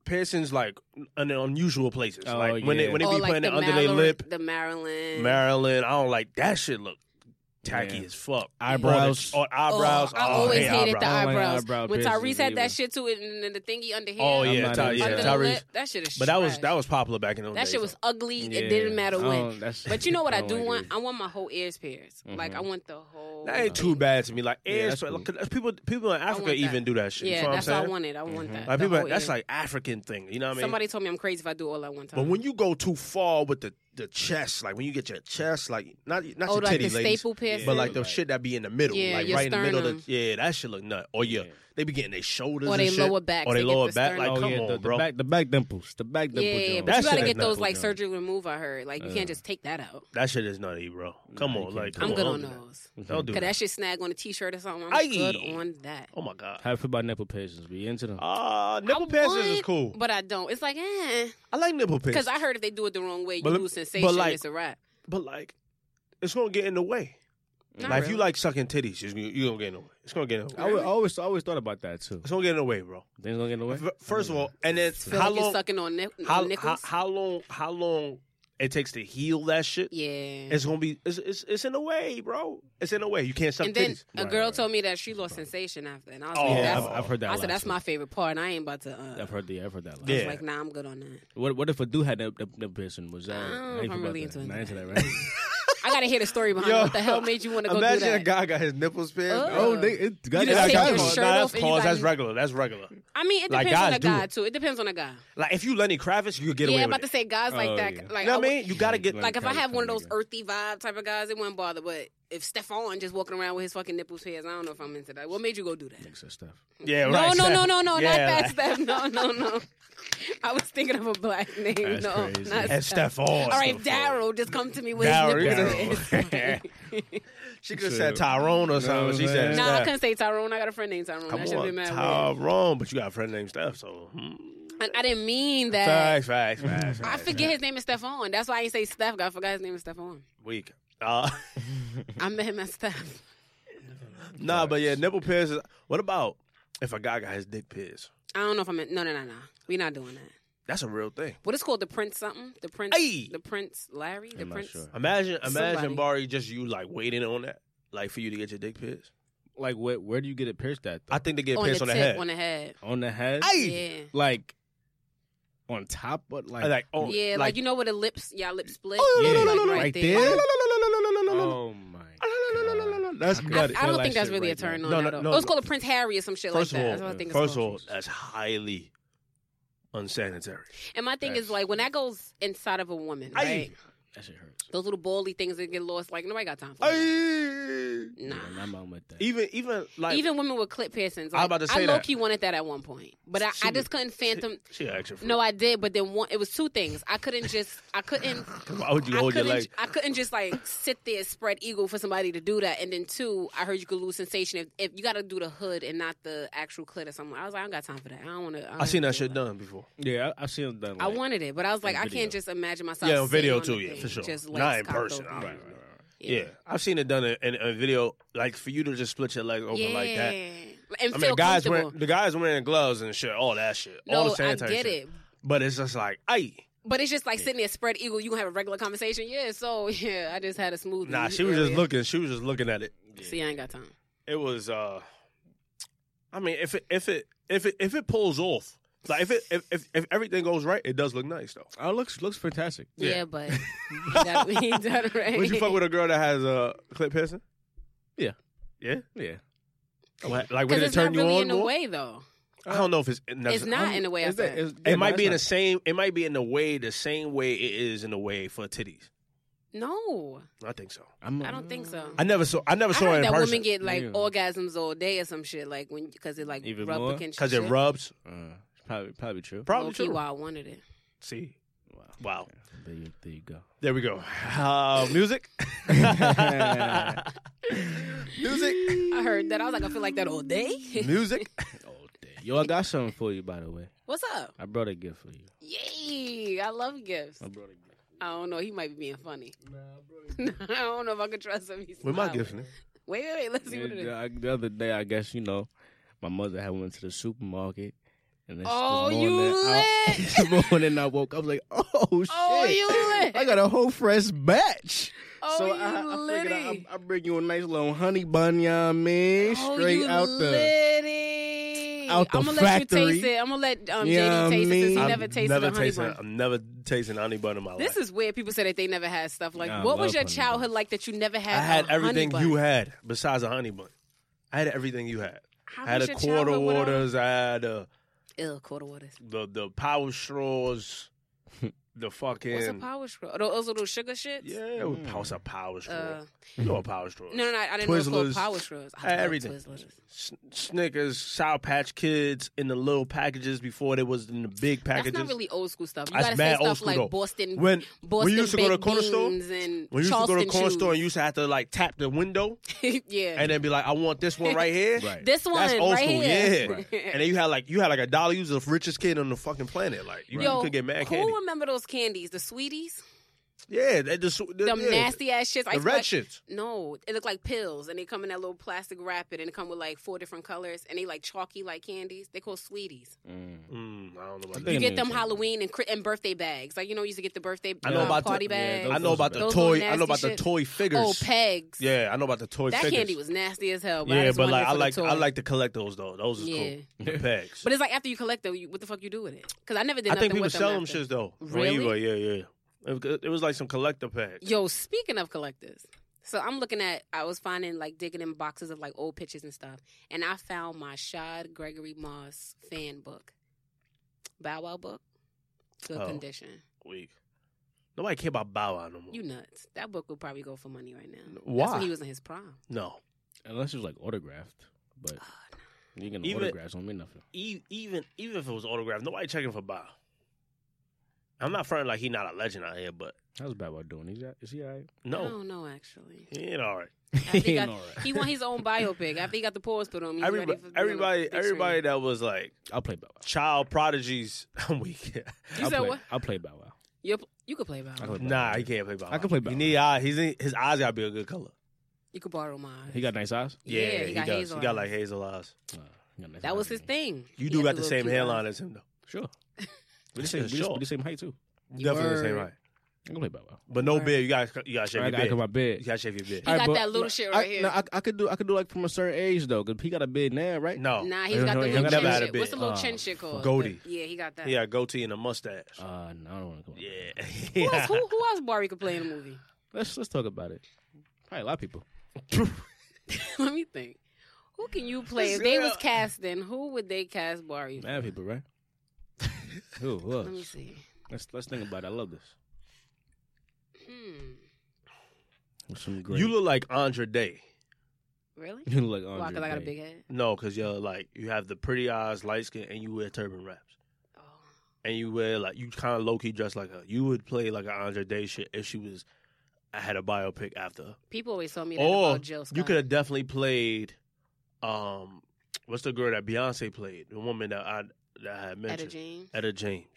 Speaker 3: piercings like in unusual places.
Speaker 5: Oh,
Speaker 3: like when they
Speaker 5: yeah.
Speaker 3: when they
Speaker 2: Or
Speaker 3: be
Speaker 2: like
Speaker 3: putting
Speaker 2: the
Speaker 3: it under their
Speaker 2: Maryland-
Speaker 3: lip,
Speaker 2: The Maryland.
Speaker 3: Maryland. I don't like that shit. Look tacky
Speaker 5: Yeah.
Speaker 3: as fuck.
Speaker 5: Eyebrows.
Speaker 3: or, eyebrows.
Speaker 2: Oh, I always
Speaker 3: hey,
Speaker 2: hated
Speaker 5: I
Speaker 3: eyebrows.
Speaker 2: the
Speaker 5: don't like
Speaker 2: eyebrows.
Speaker 5: eyebrow
Speaker 2: when
Speaker 5: piercings
Speaker 2: Tyrese had
Speaker 5: either.
Speaker 2: that shit too, and and the thingy under here.
Speaker 3: Oh
Speaker 5: I'm
Speaker 3: yeah,
Speaker 5: not
Speaker 3: Ty-
Speaker 5: into
Speaker 3: yeah,
Speaker 2: under
Speaker 5: that.
Speaker 2: the
Speaker 3: Tyrese.
Speaker 2: lip, that shit is
Speaker 3: But that was
Speaker 2: trash.
Speaker 3: that was popular back in those
Speaker 2: That
Speaker 3: days.
Speaker 2: shit was ugly.
Speaker 5: Yeah.
Speaker 2: It didn't matter
Speaker 5: I
Speaker 2: when.
Speaker 5: don't- that's-
Speaker 2: But you know what I, do
Speaker 5: don't like
Speaker 2: want?
Speaker 5: it.
Speaker 2: I want my whole ears pierced. Like
Speaker 5: Mhm.
Speaker 2: I want the whole.
Speaker 3: That ain't
Speaker 2: thing.
Speaker 3: too bad to me. Like,
Speaker 5: Yeah,
Speaker 3: yeah,
Speaker 5: that's cool.
Speaker 3: people people in Africa
Speaker 2: want that.
Speaker 3: even do that shit.
Speaker 2: Yeah,
Speaker 3: you know what I'm
Speaker 2: that's what I
Speaker 3: saying?
Speaker 2: wanted. I want that.
Speaker 3: like
Speaker 2: the
Speaker 3: people,
Speaker 2: whole
Speaker 3: that's
Speaker 2: ear.
Speaker 3: like African thing. You know what I mean?
Speaker 2: somebody told me I'm crazy if I do all at one time.
Speaker 3: but when you go too far with the the chest, like when you get your chest, like not not
Speaker 2: oh,
Speaker 3: your
Speaker 2: like
Speaker 3: titties,
Speaker 2: the
Speaker 3: ladies,
Speaker 2: staple piercing.
Speaker 3: but like the
Speaker 5: Like-
Speaker 3: shit that be in the middle,
Speaker 2: Yeah,
Speaker 3: like
Speaker 2: your
Speaker 3: right in the middle
Speaker 2: sternum.
Speaker 3: of the yeah, that shit look nut. Or yeah,
Speaker 5: Yeah.
Speaker 3: they be getting their shoulders
Speaker 2: Or
Speaker 3: and
Speaker 2: they
Speaker 3: shit.
Speaker 2: lower backs,
Speaker 3: or they
Speaker 2: they get
Speaker 3: lower
Speaker 2: the
Speaker 3: back. Like,
Speaker 2: sternum.
Speaker 5: oh
Speaker 3: come
Speaker 5: yeah,
Speaker 3: on,
Speaker 5: the,
Speaker 3: bro.
Speaker 5: the back the back dimples, the back dimple.
Speaker 2: yeah, yeah, yeah,
Speaker 5: joint.
Speaker 2: but
Speaker 3: That
Speaker 2: you gotta
Speaker 3: shit is
Speaker 2: get those
Speaker 3: not
Speaker 2: like
Speaker 5: good.
Speaker 2: surgery remove. I heard like you
Speaker 5: Yeah.
Speaker 2: can't just take that out.
Speaker 3: That shit is nutty, bro. Come
Speaker 5: Nah, you
Speaker 3: on, like
Speaker 5: can't.
Speaker 3: come
Speaker 2: I'm good on
Speaker 3: don't do that.
Speaker 2: those.
Speaker 3: Don't do
Speaker 2: Cause that
Speaker 3: that.
Speaker 2: shit snag on a t-shirt or something. I'm
Speaker 3: Aye.
Speaker 2: good on that.
Speaker 3: Oh my god.
Speaker 5: How you feel about nipple piercings? We into them?
Speaker 3: Ah,
Speaker 2: I
Speaker 3: nipple piercings is
Speaker 2: would,
Speaker 3: cool.
Speaker 2: but I don't. It's like eh,
Speaker 3: I like nipple piercings.
Speaker 2: because I heard if they do it the wrong way, you
Speaker 3: But lem-
Speaker 2: lose
Speaker 3: but
Speaker 2: sensation.
Speaker 3: like-
Speaker 2: it's a wrap.
Speaker 3: but like it's gonna get in the way.
Speaker 2: Not
Speaker 3: like if you
Speaker 2: really.
Speaker 3: like sucking titties, you you gonna get in the way. It's gonna get in the way.
Speaker 5: I, always, I always I always thought about that too.
Speaker 3: It's gonna get in the way, bro.
Speaker 5: Things gonna get in the way.
Speaker 3: F- First of all, and then
Speaker 2: feel
Speaker 3: how
Speaker 2: like you're
Speaker 3: long?
Speaker 2: sucking on ni-
Speaker 3: How, how
Speaker 2: nickels.
Speaker 3: how long? How long it takes to heal that shit?
Speaker 2: yeah.
Speaker 3: It's gonna be. It's, it's it's in the way, bro. It's in the way. You can't suck
Speaker 2: and then
Speaker 3: titties.
Speaker 2: a
Speaker 5: Right,
Speaker 2: girl
Speaker 5: right.
Speaker 2: told me that she lost sensation after, and I was
Speaker 3: Oh,
Speaker 2: like,
Speaker 5: yeah,
Speaker 2: that's,
Speaker 5: I've, I've heard that.
Speaker 2: I
Speaker 5: a
Speaker 2: said
Speaker 5: lot,
Speaker 2: that's
Speaker 5: too.
Speaker 2: my favorite part, and I ain't about to. Uh,
Speaker 5: I've heard the. I've heard that. a lot.
Speaker 2: I was
Speaker 3: Yeah.
Speaker 2: like, nah, I'm good on that.
Speaker 5: What What if a dude had that nipple piercing? Was that?
Speaker 2: I don't know
Speaker 5: how you
Speaker 2: if I'm
Speaker 5: feel about
Speaker 2: really
Speaker 5: that?
Speaker 2: into
Speaker 5: Not
Speaker 2: it.
Speaker 5: into that, right?
Speaker 2: I gotta hear the story behind
Speaker 3: Yo,
Speaker 2: what the hell made you want to go do
Speaker 3: Imagine
Speaker 2: that.
Speaker 3: a guy got his nipples pierced.
Speaker 2: Ugh.
Speaker 3: bro.
Speaker 2: Oh, they-
Speaker 5: it,
Speaker 2: You just
Speaker 3: Nah, that's
Speaker 2: take your
Speaker 3: cause-
Speaker 2: shirt
Speaker 3: nah,
Speaker 2: off
Speaker 3: That's
Speaker 2: and you
Speaker 3: cause.
Speaker 2: got-
Speaker 3: That's regular. That's regular.
Speaker 2: I mean, it
Speaker 3: Like,
Speaker 2: depends on
Speaker 3: guys
Speaker 2: the guy
Speaker 3: do.
Speaker 2: too. It depends on the guy.
Speaker 3: Like if you Lenny Kravitz, you could get
Speaker 2: yeah,
Speaker 3: away
Speaker 2: I'm about
Speaker 3: with
Speaker 2: to
Speaker 3: it.
Speaker 2: say guys like
Speaker 5: Oh,
Speaker 2: that.
Speaker 5: yeah.
Speaker 2: Like,
Speaker 3: You know
Speaker 2: I
Speaker 3: what I mean? You gotta get.
Speaker 2: Like if I
Speaker 5: Kinda
Speaker 2: have one of
Speaker 5: funny
Speaker 2: those
Speaker 5: guy.
Speaker 2: earthy vibe type of guys, it wouldn't bother. But if Stefan just walking around with his fucking nipples pierced, I don't know if I'm into that. What made you go do that?
Speaker 5: Extra stuff.
Speaker 3: yeah,
Speaker 2: No,
Speaker 3: right.
Speaker 2: no, no,
Speaker 3: Steph.
Speaker 2: no, no,
Speaker 3: Yeah,
Speaker 2: not that
Speaker 3: like-
Speaker 2: Steph. No, no, no. I was thinking of a black name.
Speaker 5: That's
Speaker 2: no,
Speaker 5: crazy.
Speaker 2: not
Speaker 3: And
Speaker 2: Steph.
Speaker 3: Stefan.
Speaker 2: All right, Daryl, just come to me with
Speaker 3: Daryl,
Speaker 2: his
Speaker 3: you
Speaker 2: nipples
Speaker 3: could've-
Speaker 2: pierced.
Speaker 3: She could have said Tyrone or something. she
Speaker 5: man.
Speaker 3: said
Speaker 2: Nah, I
Speaker 3: Steph.
Speaker 2: couldn't say Tyrone. I got a friend named Tyrone.
Speaker 3: Come
Speaker 2: that should have
Speaker 3: on,
Speaker 2: been mad. weird.
Speaker 3: Tyrone, but you got a friend named Steph, so. hmm.
Speaker 2: I, I didn't mean that.
Speaker 3: Facts, facts, facts.
Speaker 2: I forget his name is Stephon. That's why I didn't say Steph. I forgot his name is Stephon.
Speaker 3: Weak. Uh,
Speaker 2: I met him as Steph.
Speaker 3: nah, but yeah, nipple piercings. What about if a guy got his dick pierced?
Speaker 2: I don't know if I'm. In, no, no, no, no. We're not doing that.
Speaker 3: That's a real thing.
Speaker 2: What is called the Prince something? The Prince.
Speaker 3: Hey!
Speaker 2: The Prince Larry. The
Speaker 5: I'm not
Speaker 2: Prince.
Speaker 5: sure.
Speaker 3: Imagine,
Speaker 2: Somebody.
Speaker 3: imagine, Barry, just you like waiting on that, like for you to get your dick pierced.
Speaker 5: Like where Where do you get it pierced at? Though?
Speaker 3: I think they get
Speaker 2: On the,
Speaker 3: pierced
Speaker 2: tip,
Speaker 3: on the head.
Speaker 2: on the head.
Speaker 5: on the head.
Speaker 2: Yeah.
Speaker 5: Like on top, but like
Speaker 3: like, oh,
Speaker 2: Yeah, like, you know where the lips, y'all lips split.
Speaker 3: Oh,
Speaker 5: no, no, no,
Speaker 2: Like
Speaker 5: no, no,
Speaker 2: right,
Speaker 5: like
Speaker 2: there.
Speaker 5: this?
Speaker 3: know.
Speaker 5: Oh my.
Speaker 4: That's
Speaker 5: Okay.
Speaker 2: I,
Speaker 5: Gotta
Speaker 2: I
Speaker 5: feel
Speaker 2: don't
Speaker 5: that
Speaker 2: think that's
Speaker 5: shit
Speaker 2: really a
Speaker 5: right
Speaker 2: turn
Speaker 3: now.
Speaker 2: on.
Speaker 3: No,
Speaker 2: at
Speaker 3: no,
Speaker 2: all.
Speaker 3: no.
Speaker 2: it was called a Prince Harry or some shit
Speaker 3: First
Speaker 2: like
Speaker 3: of
Speaker 2: that.
Speaker 3: all,
Speaker 2: that's what I think it's
Speaker 3: first of
Speaker 2: called.
Speaker 3: all, that's highly unsanitary.
Speaker 2: and my thing is
Speaker 5: that's-
Speaker 2: like when that goes inside of a woman, right?
Speaker 3: Aye.
Speaker 5: That shit hurts.
Speaker 2: Those little bally things that get lost. Like nobody got time for. that.
Speaker 3: Ay.
Speaker 2: Nah.
Speaker 5: Yeah, I'm on with that.
Speaker 3: Even, even like
Speaker 2: Even women with clip piercings.
Speaker 3: I
Speaker 2: Like,
Speaker 3: about to say
Speaker 2: I
Speaker 3: that.
Speaker 2: low key wanted that at one point, but I,
Speaker 3: She
Speaker 2: I just
Speaker 3: would-
Speaker 2: couldn't phantom.
Speaker 3: She asked you for
Speaker 2: No, I did, but then one. It was two things. I couldn't just. I couldn't.
Speaker 3: Why would you
Speaker 2: I
Speaker 3: hold your
Speaker 2: couldn't.
Speaker 3: leg?
Speaker 2: I couldn't just like sit there spread eagle for somebody to do that. And then two, I heard you could lose sensation if, if you got to do the hood and not the actual clit or something. I was like, I don't got time for that. I don't want to.
Speaker 3: I seen that shit done before.
Speaker 5: Yeah, I, I've seen it done.
Speaker 2: I
Speaker 5: like-
Speaker 2: wanted it, but I was like,
Speaker 5: On
Speaker 2: I
Speaker 5: video.
Speaker 2: can't just imagine myself.
Speaker 3: Yeah, on
Speaker 2: sitting
Speaker 3: video
Speaker 2: the
Speaker 3: too. Yeah,
Speaker 2: thing,
Speaker 3: for sure.
Speaker 2: Just
Speaker 3: Not
Speaker 2: legs
Speaker 3: in
Speaker 2: cocked
Speaker 3: person.
Speaker 2: open.
Speaker 3: Right, right,
Speaker 5: Right, right, right.
Speaker 3: Yeah. I've seen it done in, in a video, like for you to just split your leg open
Speaker 2: yeah.
Speaker 3: like that.
Speaker 2: And
Speaker 3: I mean,
Speaker 2: feel
Speaker 3: the guys
Speaker 2: comfortable.
Speaker 3: wearing the guys wearing gloves and shit, all that shit,
Speaker 2: no,
Speaker 3: all the sanitary
Speaker 2: I get
Speaker 3: shit.
Speaker 2: it,
Speaker 3: But it's just like, ay,
Speaker 2: But it's just like sitting there spread eagle. You gonna have a regular conversation, yeah. So yeah, I just had a smoothie.
Speaker 3: nah. She was just
Speaker 2: earlier.
Speaker 3: looking. She was just looking at it.
Speaker 2: See, I ain't got time.
Speaker 3: It was. uh I mean, if it if it if it if it pulls off, like if it if if, if everything goes right, it does look nice though.
Speaker 5: Oh, it looks looks fantastic.
Speaker 2: Yeah,
Speaker 3: Yeah.
Speaker 2: but that means that right.
Speaker 3: Would you fuck with a girl that has a uh, clip piercing?
Speaker 5: Yeah.
Speaker 3: yeah.
Speaker 5: Yeah,
Speaker 3: What, like would
Speaker 2: Because
Speaker 3: it
Speaker 2: it's
Speaker 3: turn
Speaker 2: not
Speaker 3: you
Speaker 2: really
Speaker 3: on
Speaker 2: in the
Speaker 3: more?
Speaker 2: way, though.
Speaker 3: I don't know if it's no,
Speaker 2: It's not in the way. I
Speaker 5: Is that-
Speaker 2: said.
Speaker 5: is-
Speaker 3: It
Speaker 5: yeah,
Speaker 3: might
Speaker 5: but
Speaker 3: be in the
Speaker 5: that's
Speaker 3: same. It might be in the way the same way it is in the way for titties.
Speaker 2: No,
Speaker 3: I think so.
Speaker 5: not- I'm-
Speaker 2: I don't think so.
Speaker 3: I never saw. I never
Speaker 2: I
Speaker 3: saw
Speaker 2: heard
Speaker 3: it in
Speaker 2: that
Speaker 3: person
Speaker 2: women get like
Speaker 5: Yeah.
Speaker 2: orgasms all day or some shit, like when because it like
Speaker 5: Even
Speaker 2: rub
Speaker 5: more?
Speaker 2: against
Speaker 3: because
Speaker 2: your
Speaker 3: it
Speaker 2: shit.
Speaker 3: rubs.
Speaker 5: Uh, probably probably true.
Speaker 3: Probably
Speaker 2: Low-key
Speaker 3: true.
Speaker 2: why I wanted it.
Speaker 3: See,
Speaker 5: Wow.
Speaker 3: wow.
Speaker 5: There you, there you go.
Speaker 3: There we go. Uh, music. music.
Speaker 2: I heard that. I was like, I feel like that all day.
Speaker 3: Music.
Speaker 5: All day. Yo, I got something for you, by the way.
Speaker 2: What's up?
Speaker 5: I brought a gift for you.
Speaker 2: Yay! I love gifts.
Speaker 5: I brought a gift.
Speaker 2: I don't know. He might be being funny. I don't know if I could trust him. He's
Speaker 3: With my
Speaker 2: smiling.
Speaker 3: gift, man.
Speaker 2: Wait, wait, wait. Let's see what it is.
Speaker 5: the other day, I guess you know, my mother had went to the supermarket And then
Speaker 2: Oh,
Speaker 5: this
Speaker 2: you
Speaker 5: morning,
Speaker 4: I-
Speaker 2: lit.
Speaker 4: this morning I woke up, I was like, oh shit.
Speaker 2: Oh, you lit.
Speaker 4: I got a whole fresh batch.
Speaker 2: Oh,
Speaker 4: so
Speaker 2: you
Speaker 4: I, I figured I,
Speaker 2: litty.
Speaker 4: I bring you a nice little honey bun, you know what I mean?
Speaker 2: Oh,
Speaker 4: Straight
Speaker 2: you
Speaker 4: out the.
Speaker 2: litty.
Speaker 4: out the
Speaker 2: I'm gonna let you
Speaker 4: factory.
Speaker 2: taste it. I'm gonna let um,
Speaker 4: You know
Speaker 2: JD
Speaker 4: what
Speaker 2: taste it since he
Speaker 4: I mean?
Speaker 2: never tasted
Speaker 3: never
Speaker 2: a honey
Speaker 3: tasting,
Speaker 2: bun.
Speaker 3: I'm never tasting honey bun in my
Speaker 2: This
Speaker 3: life.
Speaker 2: is weird. People say that they never had stuff like.
Speaker 5: Nah, I
Speaker 2: what was
Speaker 5: love
Speaker 2: your
Speaker 5: honey
Speaker 2: childhood
Speaker 5: buns.
Speaker 2: like that you never had?
Speaker 3: I had
Speaker 2: a honey
Speaker 3: everything
Speaker 2: bun?
Speaker 3: you had besides a honey bun. I had everything you had.
Speaker 2: How
Speaker 3: I had
Speaker 2: was
Speaker 3: a
Speaker 2: your
Speaker 3: quarter
Speaker 2: childhood without-
Speaker 3: waters. I had uh,
Speaker 2: Ew, quarter waters.
Speaker 3: the the power straws. The fucking
Speaker 2: What's a power straw? Those, those little sugar shits.
Speaker 3: yeah, it was, what's a power straw?
Speaker 2: Uh,
Speaker 3: you know what power straw? is.
Speaker 2: no, no, no. I didn't know it was
Speaker 3: Twizzlers.
Speaker 2: called power straws. I
Speaker 3: Uh,
Speaker 2: love
Speaker 3: everything.
Speaker 2: Twizzlers.
Speaker 3: S- Snickers, Sour Patch Kids in the little packages before they was in the big
Speaker 2: That's
Speaker 3: packages.
Speaker 2: not really old school stuff. You
Speaker 3: That's
Speaker 2: gotta
Speaker 3: mad
Speaker 2: say
Speaker 3: old
Speaker 2: stuff
Speaker 3: school,
Speaker 2: like
Speaker 3: though.
Speaker 2: Boston.
Speaker 3: When-
Speaker 2: Boston
Speaker 3: when you used to go to
Speaker 2: baked
Speaker 3: the corner store-
Speaker 2: beans and
Speaker 3: When you used to
Speaker 2: Charleston
Speaker 3: go to the corner
Speaker 2: shoes.
Speaker 3: store and you used to have to like tap the window
Speaker 2: yeah.
Speaker 3: and then be like, I want this one right here.
Speaker 5: Right.
Speaker 2: this one
Speaker 3: That's old
Speaker 2: right
Speaker 3: school,
Speaker 2: here.
Speaker 3: yeah. And then you had like you had like a dollar. You was the richest kid on the fucking planet. Like you,
Speaker 2: Yo,
Speaker 3: could get mad
Speaker 2: who
Speaker 3: candy.
Speaker 2: remember those candies? The sweeties,
Speaker 3: Yeah, that just
Speaker 2: them
Speaker 3: yeah.
Speaker 2: nasty ass shits. I
Speaker 3: The
Speaker 2: used to
Speaker 3: red
Speaker 2: like-
Speaker 3: shits.
Speaker 2: No, it looked like pills, and they come in that little plastic wrap it, and it come with like four different colors, and they like chalky like candies. They call sweeties.
Speaker 5: Mm.
Speaker 3: Mm, I don't know
Speaker 5: You
Speaker 3: about
Speaker 2: You
Speaker 3: that.
Speaker 5: Yeah,
Speaker 2: get them
Speaker 5: yeah.
Speaker 2: Halloween and, cri- and birthday bags. Like you know, you used to get the birthday
Speaker 3: I know
Speaker 2: uh,
Speaker 3: about the-
Speaker 2: party
Speaker 5: yeah,
Speaker 2: bags.
Speaker 5: those-
Speaker 3: I know about the
Speaker 2: Those
Speaker 3: toy.
Speaker 2: little
Speaker 3: I know about
Speaker 2: nasty
Speaker 3: the
Speaker 2: shit.
Speaker 3: toy figures.
Speaker 2: oh, pegs.
Speaker 3: Yeah, I know about the toy
Speaker 2: that
Speaker 3: figures.
Speaker 2: candy was nasty as hell. But I
Speaker 3: yeah,
Speaker 2: just
Speaker 3: but
Speaker 2: wanted
Speaker 3: like
Speaker 2: it
Speaker 3: I
Speaker 2: for the
Speaker 3: like
Speaker 2: toy.
Speaker 3: I like to collect those though. Those is
Speaker 2: Yeah.
Speaker 3: cool. The pegs.
Speaker 2: But it's like after you collect them, you, what the fuck you do with it? Because I never did.
Speaker 3: I
Speaker 2: nothing
Speaker 3: think people
Speaker 2: with
Speaker 3: sell them
Speaker 2: after.
Speaker 3: shits though.
Speaker 2: Really?
Speaker 3: Where you at? Yeah, yeah. It was- It was like some collector pack.
Speaker 2: Yo, speaking of collectors, so I'm looking at, I was finding like digging in boxes of like old pictures and stuff, and I found my Shad Gregory Moss fan book, Bow Wow book, good
Speaker 3: Oh.
Speaker 2: condition.
Speaker 3: Week. Nobody care about Bow Wow no more.
Speaker 2: You nuts? That book would probably go for money right now. That's
Speaker 3: Why?
Speaker 2: when he was in his prime.
Speaker 3: no.
Speaker 5: Unless it was like autographed, but
Speaker 2: Ah,
Speaker 5: you can
Speaker 3: Even-
Speaker 5: autographs don't mean nothing.
Speaker 3: E- even even if it was autographed, nobody checking for Bow. I'm not fronting like he not a legend out here, but
Speaker 5: How's Bad Boy doing? Is, is he all right?
Speaker 2: no. I
Speaker 3: no,
Speaker 2: don't know actually.
Speaker 3: he ain't all right.
Speaker 2: After he,
Speaker 5: He
Speaker 2: got,
Speaker 5: ain't all right.
Speaker 2: he won his own biopic. After he got the pores put on, him, he ready
Speaker 3: Everybody,
Speaker 2: for being on
Speaker 3: everybody,
Speaker 2: the big
Speaker 3: everybody
Speaker 2: screen.
Speaker 3: that was like
Speaker 5: I'll play Bow Wow.
Speaker 3: child prodigies, I'm weak.
Speaker 2: You
Speaker 5: I'll
Speaker 2: said
Speaker 5: play,
Speaker 2: what?
Speaker 5: I'll play Bow Wow.
Speaker 2: You you could play Bow
Speaker 5: I
Speaker 2: Wow.
Speaker 5: could-
Speaker 3: nah, he can't play Bow.
Speaker 5: I
Speaker 3: Wow.
Speaker 5: can play Bow
Speaker 3: He
Speaker 5: Wow.
Speaker 3: need eye. He's in, his eyes gotta be a good color.
Speaker 2: You could borrow mine.
Speaker 5: He got nice eyes.
Speaker 2: yeah, he, got
Speaker 3: does.
Speaker 2: hazel.
Speaker 3: He got
Speaker 2: eyes.
Speaker 3: like hazel eyes.
Speaker 5: Uh, he got nice
Speaker 2: That
Speaker 5: eyes,
Speaker 2: was his
Speaker 5: man.
Speaker 2: thing.
Speaker 3: You
Speaker 2: He
Speaker 3: do got
Speaker 2: got
Speaker 3: the
Speaker 2: the little
Speaker 3: same
Speaker 2: cute
Speaker 3: hairline as
Speaker 2: eyes.
Speaker 3: him though.
Speaker 5: Sure. We
Speaker 3: He
Speaker 5: the same,
Speaker 3: said,
Speaker 5: we the-
Speaker 3: "Sure."
Speaker 5: we the same height too.
Speaker 3: Definitely the same
Speaker 2: Word.
Speaker 3: height.
Speaker 5: I can play Bow Wow.
Speaker 3: But no
Speaker 2: Right.
Speaker 3: beard. You gotta you gotta shave
Speaker 5: I
Speaker 3: your
Speaker 5: got I got
Speaker 3: beard.
Speaker 5: my
Speaker 3: You
Speaker 5: bed.
Speaker 3: gotta shave your beard.
Speaker 2: He
Speaker 5: All
Speaker 2: got
Speaker 5: right, but-
Speaker 2: that little shit right
Speaker 4: I,
Speaker 2: here.
Speaker 4: no, I, I could do I could do like from a certain age though, cause he got a bid now, right?
Speaker 3: No,
Speaker 2: Nah, he's
Speaker 5: He'll-
Speaker 2: got
Speaker 5: he'll
Speaker 2: the little
Speaker 3: never
Speaker 2: chin
Speaker 3: had a
Speaker 2: shit. What's the
Speaker 3: bit.
Speaker 2: little
Speaker 5: Oh,
Speaker 2: chin shit called?
Speaker 3: Goatee.
Speaker 2: The- yeah, he got that.
Speaker 3: he got a goatee and a mustache.
Speaker 5: Uh, no, I don't want to go.
Speaker 3: yeah,
Speaker 2: Who else, who, who else Barry could play in the movie?
Speaker 5: Let's let's talk about it. Probably a lot of people.
Speaker 2: Let me think. Who can you play? If they was casting, who would they cast Barry?
Speaker 5: Mad people, right? who? Who
Speaker 2: Let me
Speaker 5: else?
Speaker 2: see.
Speaker 5: Let's let's think about it. I love this.
Speaker 2: Hmm.
Speaker 5: With some great.
Speaker 3: you look like Andre Day.
Speaker 2: Really?
Speaker 5: you look like
Speaker 2: Why?
Speaker 5: Andre
Speaker 2: Because I got a
Speaker 5: Day.
Speaker 2: big head.
Speaker 3: No, because you're like you have the pretty eyes, light skin, and you wear turban wraps,
Speaker 2: Oh.
Speaker 3: and you wear like you kind of low key dress like her. You would play like an Andre Day shit if she was. I had a biopic after. her.
Speaker 2: People always told me that
Speaker 3: Or
Speaker 2: about Jill
Speaker 3: Oh,
Speaker 2: Scott.
Speaker 3: you could have definitely played, um, what's the girl that Beyonce played? The woman that I that I had
Speaker 2: Etta
Speaker 3: mentioned,
Speaker 2: James.
Speaker 3: Etta James.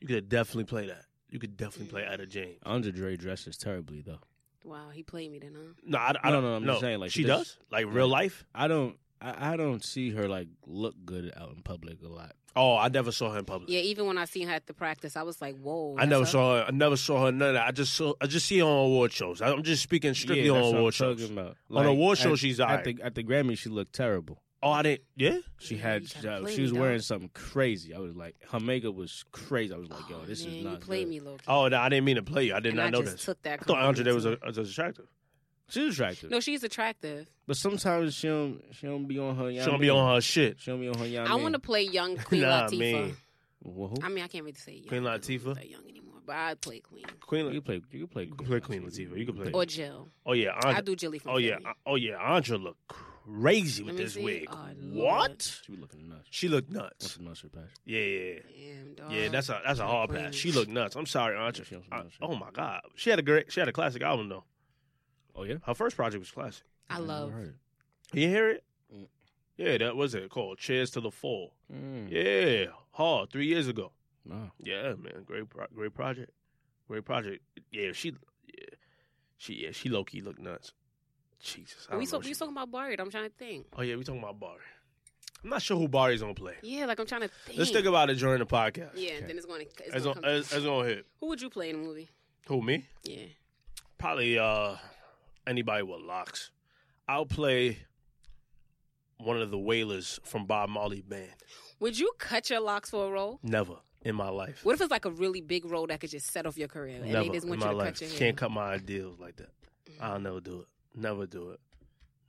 Speaker 3: You could have definitely play that. You could definitely play Etta James.
Speaker 5: Andre Dre dresses terribly though.
Speaker 2: Wow, he played me then, huh?
Speaker 3: No, I,
Speaker 5: No, no,
Speaker 3: I don't know.
Speaker 5: no, I'm just saying, like,
Speaker 3: she
Speaker 5: this-
Speaker 3: does, like real
Speaker 5: Yeah.
Speaker 3: life.
Speaker 5: I don't. I, I don't see her like look good out in public a lot.
Speaker 3: Oh, I never saw her in public.
Speaker 2: Yeah, even when I seen her at the practice, I was like, whoa.
Speaker 3: I never
Speaker 2: that's her?
Speaker 3: saw her. I never saw her none of that. I just saw. I just see her on award shows. I- I'm just speaking strictly
Speaker 5: Yeah,
Speaker 3: on
Speaker 5: that's what I'm
Speaker 3: award shows.
Speaker 5: talking about.
Speaker 3: On award show,
Speaker 5: at-
Speaker 3: she's
Speaker 5: at
Speaker 3: alright.
Speaker 5: the at the Grammy. She looked terrible.
Speaker 3: Oh, I didn't. Yeah,
Speaker 5: She
Speaker 2: Yeah,
Speaker 5: had
Speaker 2: you gotta
Speaker 5: uh,
Speaker 2: play
Speaker 5: she was
Speaker 2: me, dog.
Speaker 5: wearing something crazy. I was like, her makeup was crazy. I was like,
Speaker 2: Oh,
Speaker 5: yo, this
Speaker 2: man,
Speaker 5: is not.
Speaker 2: You played
Speaker 5: good.
Speaker 2: me, low
Speaker 3: Oh, no, I didn't mean to play you. I did
Speaker 2: and
Speaker 3: not
Speaker 2: I
Speaker 3: know
Speaker 2: just
Speaker 3: this.
Speaker 2: took that.
Speaker 3: I thought Andre Day was,
Speaker 2: compliment
Speaker 3: a, was attractive.
Speaker 5: She's attractive,
Speaker 2: too. No, she's attractive.
Speaker 5: but sometimes she don't she don't be on her.
Speaker 3: she don't be on her shit.
Speaker 5: She don't be on her.
Speaker 2: I, want to play young Queen
Speaker 3: Nah,
Speaker 2: Latifah.
Speaker 3: man.
Speaker 5: Well, who?
Speaker 2: I mean, I can't really say young,
Speaker 3: Queen
Speaker 2: 'cause I'm
Speaker 3: Latifah?
Speaker 2: not that young anymore, but I play Queen
Speaker 3: Queen.
Speaker 5: you can play. You can play.
Speaker 3: can play Queen Latifah. You can play-
Speaker 2: or Jill.
Speaker 3: Oh yeah.
Speaker 2: I
Speaker 3: Andre-
Speaker 2: do Jilly from.
Speaker 3: oh yeah.
Speaker 2: Philly.
Speaker 3: Oh yeah. Andre looked crazy
Speaker 2: Let
Speaker 3: with
Speaker 2: me
Speaker 3: this
Speaker 2: see.
Speaker 3: wig.
Speaker 2: Oh, Lord.
Speaker 3: what?
Speaker 5: She be looking nuts.
Speaker 3: She looked
Speaker 5: That's
Speaker 3: nuts.
Speaker 5: a nuts her passion.
Speaker 3: Yeah, yeah.
Speaker 2: Damn,
Speaker 3: Yeah, Yeah, that's a that's a hard pass. She looked nuts. I'm sorry, Andre.
Speaker 5: She on some
Speaker 3: I-
Speaker 5: nuts shit.
Speaker 3: oh my god, she had a great, she had a classic album though.
Speaker 5: Oh yeah.
Speaker 3: Her first project was classic.
Speaker 2: I love.
Speaker 3: You hear it?
Speaker 5: Mm.
Speaker 3: Yeah, that was it called Cheers to the Fall.
Speaker 5: Mm.
Speaker 3: Yeah, hard three years ago.
Speaker 5: Wow.
Speaker 3: Yeah, man, great, pro- great project, great project. Yeah, she, yeah, she, yeah, she low key looked nuts. Jesus, I don't
Speaker 2: We
Speaker 3: know
Speaker 2: so,
Speaker 3: if
Speaker 2: we
Speaker 3: she-
Speaker 2: was talking about Barry. I'm trying to think.
Speaker 3: Oh yeah, we talking about Barry. I'm not sure who Barry's gonna play.
Speaker 2: Yeah, like I'm trying to think.
Speaker 3: Let's think about it during the podcast.
Speaker 2: Yeah, then it's going to. It's
Speaker 3: It's
Speaker 2: gonna
Speaker 3: gonna,
Speaker 2: come-
Speaker 3: it's, it's gonna hit.
Speaker 2: Who would you play in the movie?
Speaker 3: Who me?
Speaker 2: Yeah.
Speaker 3: Probably uh anybody with locks. I'll play one of the Wailers from Bob Marley band.
Speaker 2: Would you cut your locks for a role?
Speaker 3: Never in my life.
Speaker 2: What if it's like a really big role that could just set off your career and
Speaker 3: Never
Speaker 2: they just
Speaker 3: in
Speaker 2: want
Speaker 3: my
Speaker 2: you to
Speaker 3: life.
Speaker 2: cut your hair?
Speaker 3: Can't cut my ideals like that. I'll never do it. Never do it.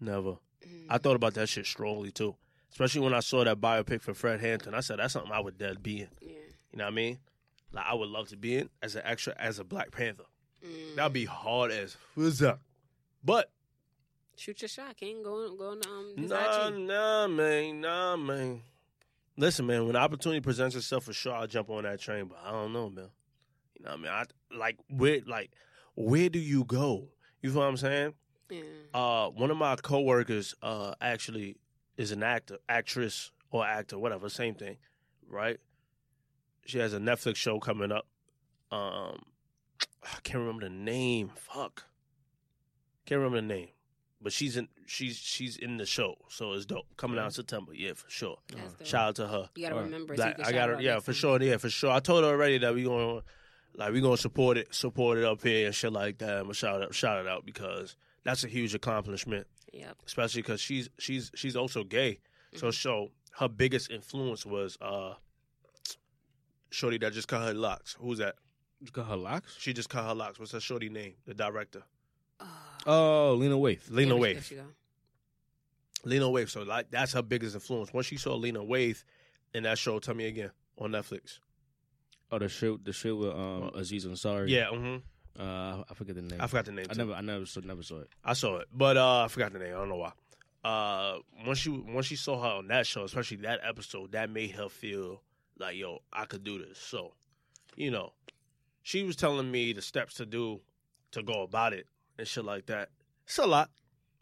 Speaker 3: Never.
Speaker 2: Mm.
Speaker 3: I thought about that shit strongly too. Especially when I saw that biopic for Fred Hampton. I said that's something I would dead be in.
Speaker 2: Yeah.
Speaker 3: You know what I mean? Like I would love to be in as an extra as a Black Panther.
Speaker 2: Mm.
Speaker 3: That'd be hard as who's up. But
Speaker 2: Shoot your shot. Can't go on, go on um, his
Speaker 3: nah,
Speaker 2: IG.
Speaker 3: nah, man, nah, man. Listen, man, when opportunity presents itself for sure, I'll jump on that train, but I don't know, man. You know what I mean? I like where like where do you go? You know what I'm saying?
Speaker 2: Yeah.
Speaker 3: uh, one of my coworkers uh, actually is an actor, actress or actor, whatever, same thing, right? She has a Netflix show coming up. Um, I can't remember the name. Fuck, can't remember the name. But she's in she's she's in the show, so it's dope. Coming out in September, yeah, for sure.
Speaker 2: That's dope.
Speaker 3: Shout out to her.
Speaker 2: You gotta
Speaker 5: Alright.
Speaker 2: remember.
Speaker 3: Like,
Speaker 2: so you can
Speaker 3: I
Speaker 2: shout
Speaker 3: got
Speaker 2: it
Speaker 3: her,
Speaker 2: out
Speaker 3: yeah,
Speaker 2: next
Speaker 3: for
Speaker 2: time.
Speaker 3: sure, yeah, for sure. I told her already that we gonna like we gonna support it, support it up here and shit like that. I'm gonna shout it, shout it out because that's a huge accomplishment,
Speaker 2: Yep.
Speaker 3: especially because she's she's she's also gay.
Speaker 2: Mm-hmm.
Speaker 3: So so her biggest influence was uh, shorty that just cut her locks. Who's that?
Speaker 5: You got her locks?
Speaker 3: She just cut her locks. What's her shorty name? The director,
Speaker 2: Oh.
Speaker 5: Oh, Lena Waithe.
Speaker 2: Yeah,
Speaker 3: Lena
Speaker 2: there
Speaker 3: Waithe.
Speaker 2: you go.
Speaker 3: Lena Waithe. So like that's her biggest influence. Once she saw Lena Waithe in that show, tell me again on Netflix.
Speaker 5: Oh, the show, the show with um, Aziz Ansari.
Speaker 3: Yeah, hmm
Speaker 5: uh, I forget the name.
Speaker 3: I forgot the name.
Speaker 5: I
Speaker 3: too.
Speaker 5: never, I never, saw, never saw it.
Speaker 3: I saw it, but uh, I forgot the name. I don't know why. Uh, once she once she saw her on that show, especially that episode, that made her feel like, yo, I could do this. So, you know, she was telling me the steps to do to go about it and shit like that. It's a lot,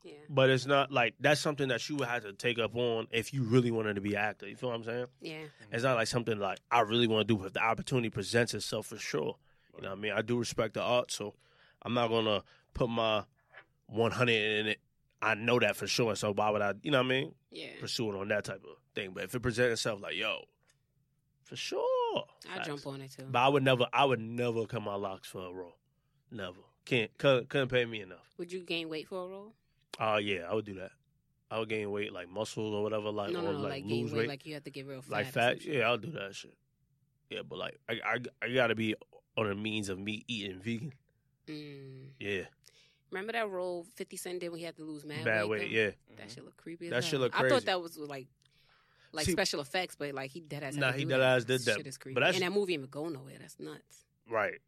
Speaker 2: Yeah.
Speaker 3: but it's not like that's something that you would have to take up on if you really wanted to be an actor. You feel what I'm saying?
Speaker 2: Yeah.
Speaker 3: Mm-hmm. It's not like something like I really want to do, but if the opportunity presents itself for sure. You know what I mean? I do respect the art, so I'm not gonna put my 100 in it. I know that for sure, so why would I? You know what I mean?
Speaker 2: Yeah.
Speaker 3: Pursue it on that type of thing. But if it presents itself, like yo, for sure,
Speaker 2: I jump on it too.
Speaker 3: But I would never, I would never cut my locks for a role. Never. Can't couldn't, couldn't pay me enough.
Speaker 2: Would you gain weight for a role?
Speaker 3: Oh yeah, I would do that. I would gain weight, like muscle or whatever, like
Speaker 2: no,
Speaker 3: or
Speaker 2: no, no. Like,
Speaker 3: like,
Speaker 2: gain
Speaker 3: lose
Speaker 2: weight,
Speaker 3: weight
Speaker 2: like you have to get real fat.
Speaker 3: like
Speaker 2: or
Speaker 3: fat.
Speaker 2: some shit.
Speaker 3: Yeah, I'll do that shit. Yeah, but like I, I, I gotta be on the means of me eating vegan.
Speaker 2: Mm.
Speaker 3: Yeah,
Speaker 2: Remember that role Fifty Cent did when he had to lose mad,
Speaker 3: bad
Speaker 2: weight?
Speaker 3: weight.
Speaker 2: though?
Speaker 3: Yeah,
Speaker 2: That shit look creepy. As
Speaker 3: That
Speaker 2: hell.
Speaker 3: shit look
Speaker 2: I thought
Speaker 3: crazy.
Speaker 2: that was like, like
Speaker 3: See-
Speaker 2: special effects, but like he dead ass. had
Speaker 3: Nah,
Speaker 2: to
Speaker 3: he
Speaker 2: do
Speaker 3: dead
Speaker 2: that.
Speaker 3: ass did
Speaker 2: This
Speaker 3: that.
Speaker 2: Shit is creepy.
Speaker 3: But that's-
Speaker 2: and that movie even go nowhere. That's nuts.
Speaker 3: right.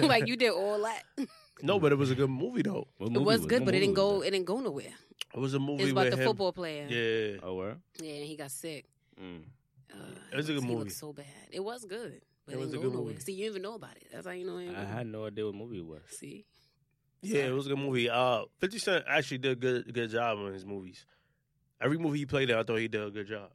Speaker 2: like you did all that. It
Speaker 3: no, but it was a good movie though.
Speaker 5: What movie
Speaker 2: was good,
Speaker 5: what
Speaker 2: but it didn't
Speaker 5: movie was
Speaker 2: go. It didn't go nowhere.
Speaker 3: It was a movie
Speaker 2: It's about
Speaker 3: with
Speaker 2: the
Speaker 3: him.
Speaker 2: football player.
Speaker 3: Yeah,
Speaker 5: that? Oh, where?
Speaker 2: Yeah, and he got sick.
Speaker 5: Mm.
Speaker 2: Uh,
Speaker 3: It was a
Speaker 2: he
Speaker 3: good
Speaker 2: looked
Speaker 3: movie.
Speaker 2: so bad. It was good. But
Speaker 3: It
Speaker 2: it
Speaker 3: was a
Speaker 2: didn't go
Speaker 3: good
Speaker 2: nowhere.
Speaker 3: movie.
Speaker 2: See, you even know about it. That's how you know. It
Speaker 5: I had no idea what movie it was.
Speaker 2: See,
Speaker 3: yeah, it was a good movie. Uh, Fifty Cent actually did a good good job on his movies. Every movie he played in, I thought he did a good job.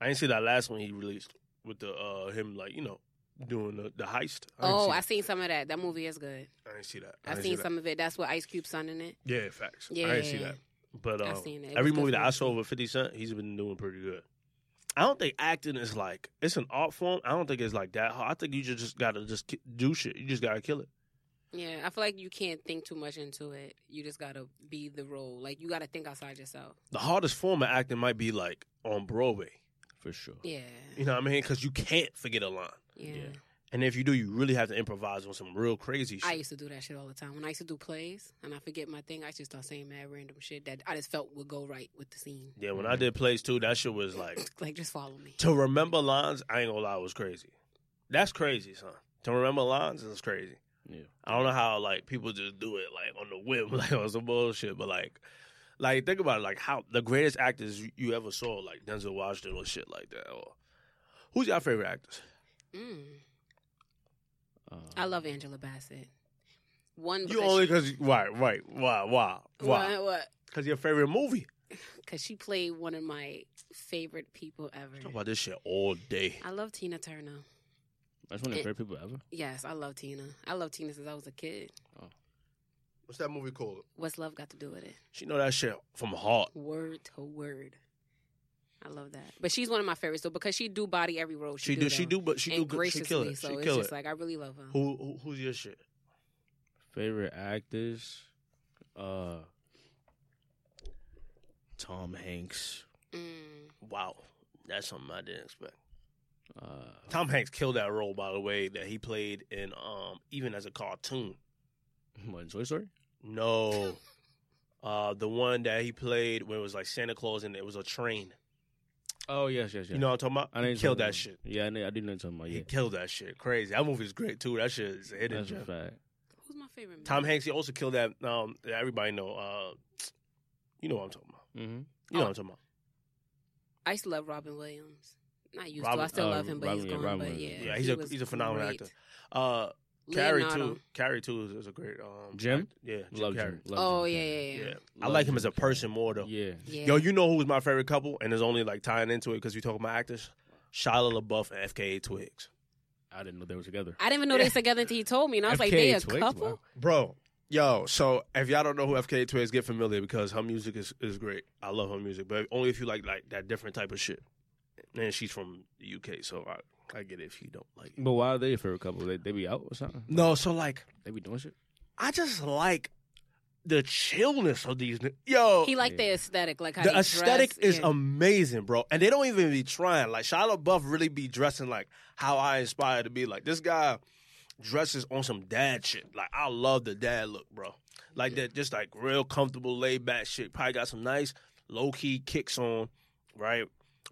Speaker 3: I didn't see that last one he released with the uh him like you know doing the, the heist. I didn't
Speaker 2: oh,
Speaker 3: see
Speaker 2: I
Speaker 3: that.
Speaker 2: seen some of that. That movie is good.
Speaker 3: I didn't see that.
Speaker 2: I,
Speaker 3: didn't see
Speaker 2: seen
Speaker 3: that.
Speaker 2: some of it. That's what Ice Cube son in it.
Speaker 3: Yeah, facts.
Speaker 2: Yeah,
Speaker 3: I didn't see
Speaker 2: yeah,
Speaker 3: that. But
Speaker 2: I
Speaker 3: um,
Speaker 2: seen it. It
Speaker 3: every
Speaker 2: was good
Speaker 3: movie that I
Speaker 2: movies.
Speaker 3: saw over Fifty Cent, he's been doing pretty good. I don't think acting is like it's an art form. I don't think it's like that. hard. I think you ju- just gotta just ki- do shit. You just gotta kill it.
Speaker 2: Yeah, I feel like you can't think too much into it. You just gotta be the role. Like you gotta think outside yourself.
Speaker 3: The hardest form of acting might be like on Broadway.
Speaker 5: For sure.
Speaker 2: Yeah,
Speaker 3: You know what I mean? Because you can't forget a line,
Speaker 2: yeah.
Speaker 5: yeah.
Speaker 3: and if you do, you really have to improvise on some real crazy shit.
Speaker 2: I used to do that shit all the time. When I used to do plays and I forget my thing, I just start saying mad random shit that I just felt would go right with the scene.
Speaker 3: yeah, when I did plays too, that shit was like
Speaker 2: Like just follow me.
Speaker 3: to remember lines. I ain't gonna lie, was crazy. That's crazy, son. To remember lines is crazy.
Speaker 5: Yeah.
Speaker 3: I don't know how like people just do it like on the whim, like on some bullshit. But like, like think about it, like how the greatest actors you- you ever saw, like Denzel Washington or shit like that. Or who's your favorite actors?
Speaker 2: Mm.
Speaker 5: Uh,
Speaker 2: I love Angela Bassett. One
Speaker 3: You
Speaker 2: because
Speaker 3: only
Speaker 2: she,
Speaker 3: because why, right, why, why,
Speaker 2: why?
Speaker 3: why? Because your favorite movie.
Speaker 2: Because she played one of my favorite people ever.
Speaker 3: Talk about this shit all day.
Speaker 2: I love Tina Turner.
Speaker 5: That's one of
Speaker 2: it-
Speaker 5: the favorite people ever.
Speaker 2: Yes, I love Tina. I love Tina since I was a kid.
Speaker 3: What's that movie called?
Speaker 2: What's love got to do with it?
Speaker 3: She know that shit from heart.
Speaker 2: Word to word. I love that. But she's one of my favorites though because she do body every role.
Speaker 3: She, do, she
Speaker 2: though.
Speaker 3: do, but she do
Speaker 2: and
Speaker 3: good. She
Speaker 2: graciously.
Speaker 3: kill it.
Speaker 2: So
Speaker 3: she
Speaker 2: it's
Speaker 3: kill
Speaker 2: just
Speaker 3: it.
Speaker 2: like I really love her.
Speaker 3: who, who who's your shit?
Speaker 5: Favorite actors? Uh Tom Hanks.
Speaker 2: Mm.
Speaker 3: Wow, that's something I didn't expect.
Speaker 5: Uh
Speaker 3: Tom Hanks killed that role, by the way, that he played in um even as a cartoon.
Speaker 5: what, in Toy Story?
Speaker 3: No, uh, the one that he played when it was like Santa Claus and it was a train.
Speaker 5: Oh yes, yes, yes.
Speaker 3: You know what I'm talking about?
Speaker 5: I know
Speaker 3: he
Speaker 5: you're talking
Speaker 3: killed that
Speaker 5: about.
Speaker 3: shit.
Speaker 5: Yeah, I, know, I do know what you're talking about.
Speaker 3: He
Speaker 5: Yeah,
Speaker 3: killed that shit. Crazy. That movie's great too. That shit is a hidden
Speaker 5: that's a
Speaker 3: gem.
Speaker 5: fact.
Speaker 2: Who's my favorite?
Speaker 3: Tom
Speaker 2: man?
Speaker 3: Hanks. He also killed that. Um, that everybody know. Uh, you know what I'm talking about.
Speaker 5: Mm-hmm.
Speaker 3: You know
Speaker 2: Oh.
Speaker 3: what I'm talking about.
Speaker 2: I used to love Robin Williams. Not used to. I
Speaker 3: Robin-
Speaker 2: still
Speaker 5: uh,
Speaker 2: love him, but
Speaker 5: Robin-
Speaker 2: he's
Speaker 5: yeah,
Speaker 2: gone.
Speaker 5: Robin
Speaker 2: but yeah,
Speaker 5: Williams.
Speaker 3: Yeah,
Speaker 2: he
Speaker 3: he's a
Speaker 2: was
Speaker 3: he's a phenomenal
Speaker 2: great.
Speaker 3: actor. Uh, Carrie
Speaker 2: Leonardo.
Speaker 3: too. Carrie too is, is a great um
Speaker 5: Jim?
Speaker 3: act- Yeah, Jim
Speaker 5: Love Jim.
Speaker 3: Carrey.
Speaker 5: Love
Speaker 2: Oh
Speaker 5: Jim
Speaker 2: yeah,
Speaker 5: Carrey.
Speaker 2: yeah,
Speaker 3: Yeah,
Speaker 2: yeah.
Speaker 3: I
Speaker 5: Love
Speaker 3: like
Speaker 5: Jim
Speaker 3: him as a
Speaker 5: Carrey.
Speaker 3: person more though.
Speaker 5: Yeah.
Speaker 2: Yeah.
Speaker 3: Yo, you know who was my favorite couple, and it's only like tying into it because you talking about actors. Shia LaBeouf and FKA Twigs.
Speaker 5: I didn't know they were together.
Speaker 2: I didn't even know they was together until you told me, and I was like,
Speaker 5: FKA
Speaker 2: they a
Speaker 5: Twigs,
Speaker 2: couple.
Speaker 5: wow.
Speaker 3: Bro, yo, so if y'all don't know who FKA Twigs, get familiar because her music is, is great. I love her music, but only if you like like that different type of shit. And she's from the UK, so I, I get it if you don't like it.
Speaker 5: But why are they a favorite couple? They, they be out or something?
Speaker 3: No, so like
Speaker 5: They be doing shit.
Speaker 3: I just like the chillness of these. ni- Yo,
Speaker 2: He liked
Speaker 5: Yeah.
Speaker 2: the aesthetic, like how
Speaker 3: Oh, the
Speaker 2: they
Speaker 3: aesthetic
Speaker 2: dress.
Speaker 3: is
Speaker 2: yeah.
Speaker 3: amazing, bro. And they don't even be trying. Like Shia LaBeouf really be dressing like how I inspired to be. Like this guy dresses on some dad shit. Like I love the dad look, bro. Like that, just like real comfortable, laid back shit. Probably got some nice low key kicks on, right?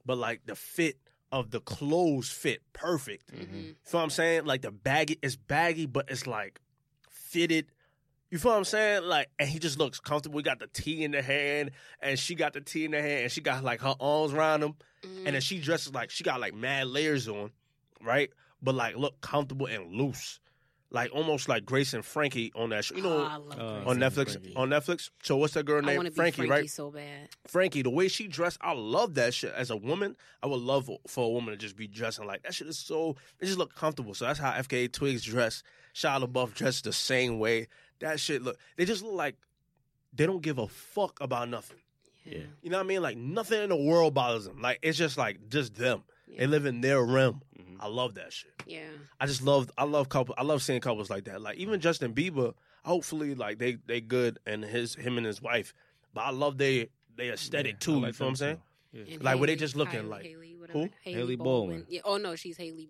Speaker 3: But like the fit of the clothes fit perfect.
Speaker 2: Mhm.
Speaker 3: You feel what I'm saying? Like the baggy, it's baggy, but it's like fitted. You feel what I'm saying? Like, and he just looks comfortable. He got the tea in the hand, and she got the tea in the hand, and she got like her arms around him, and then she dresses like she got like mad layers on, right? But like look comfortable and loose, like almost like Grace and Frankie on that show. You know,
Speaker 2: Oh, I love
Speaker 5: uh,
Speaker 2: Grace.
Speaker 3: on
Speaker 5: Grace and
Speaker 3: Netflix,
Speaker 5: Frankie.
Speaker 3: on Netflix. So what's that girl
Speaker 2: I
Speaker 3: name?
Speaker 2: want to be
Speaker 3: Frankie, right?
Speaker 2: so bad.
Speaker 3: Frankie, the way she dressed, I love that shit. As a woman, I would love for a woman to just be dressing like that. Shit is so it just look comfortable. So that's how FKA Twigs dress. Shia LaBeouf dressed the same way. That shit look. They just look like they don't give a fuck about nothing.
Speaker 2: Yeah.
Speaker 5: Yeah.
Speaker 3: You know what I mean? Like nothing in the world bothers them. Like it's just like just them. They
Speaker 2: Yeah.
Speaker 3: live in their realm.
Speaker 5: Mhm.
Speaker 3: I love that shit.
Speaker 2: yeah.
Speaker 3: I just love I love couple I love seeing couples like that. Like even Justin Bieber, hopefully like they they good and his him and his wife. But I love they they aesthetic
Speaker 5: Yeah, I
Speaker 3: too. you
Speaker 5: like
Speaker 3: feel what I'm
Speaker 5: them
Speaker 3: saying?
Speaker 5: too.
Speaker 2: And
Speaker 3: Like, what they
Speaker 2: Hailey-
Speaker 3: just looking
Speaker 2: Kylie-
Speaker 3: like.
Speaker 2: Hailey, whatever.
Speaker 3: Who?
Speaker 5: Hailey Baldwin.
Speaker 2: Yeah. Oh no, she's Haley.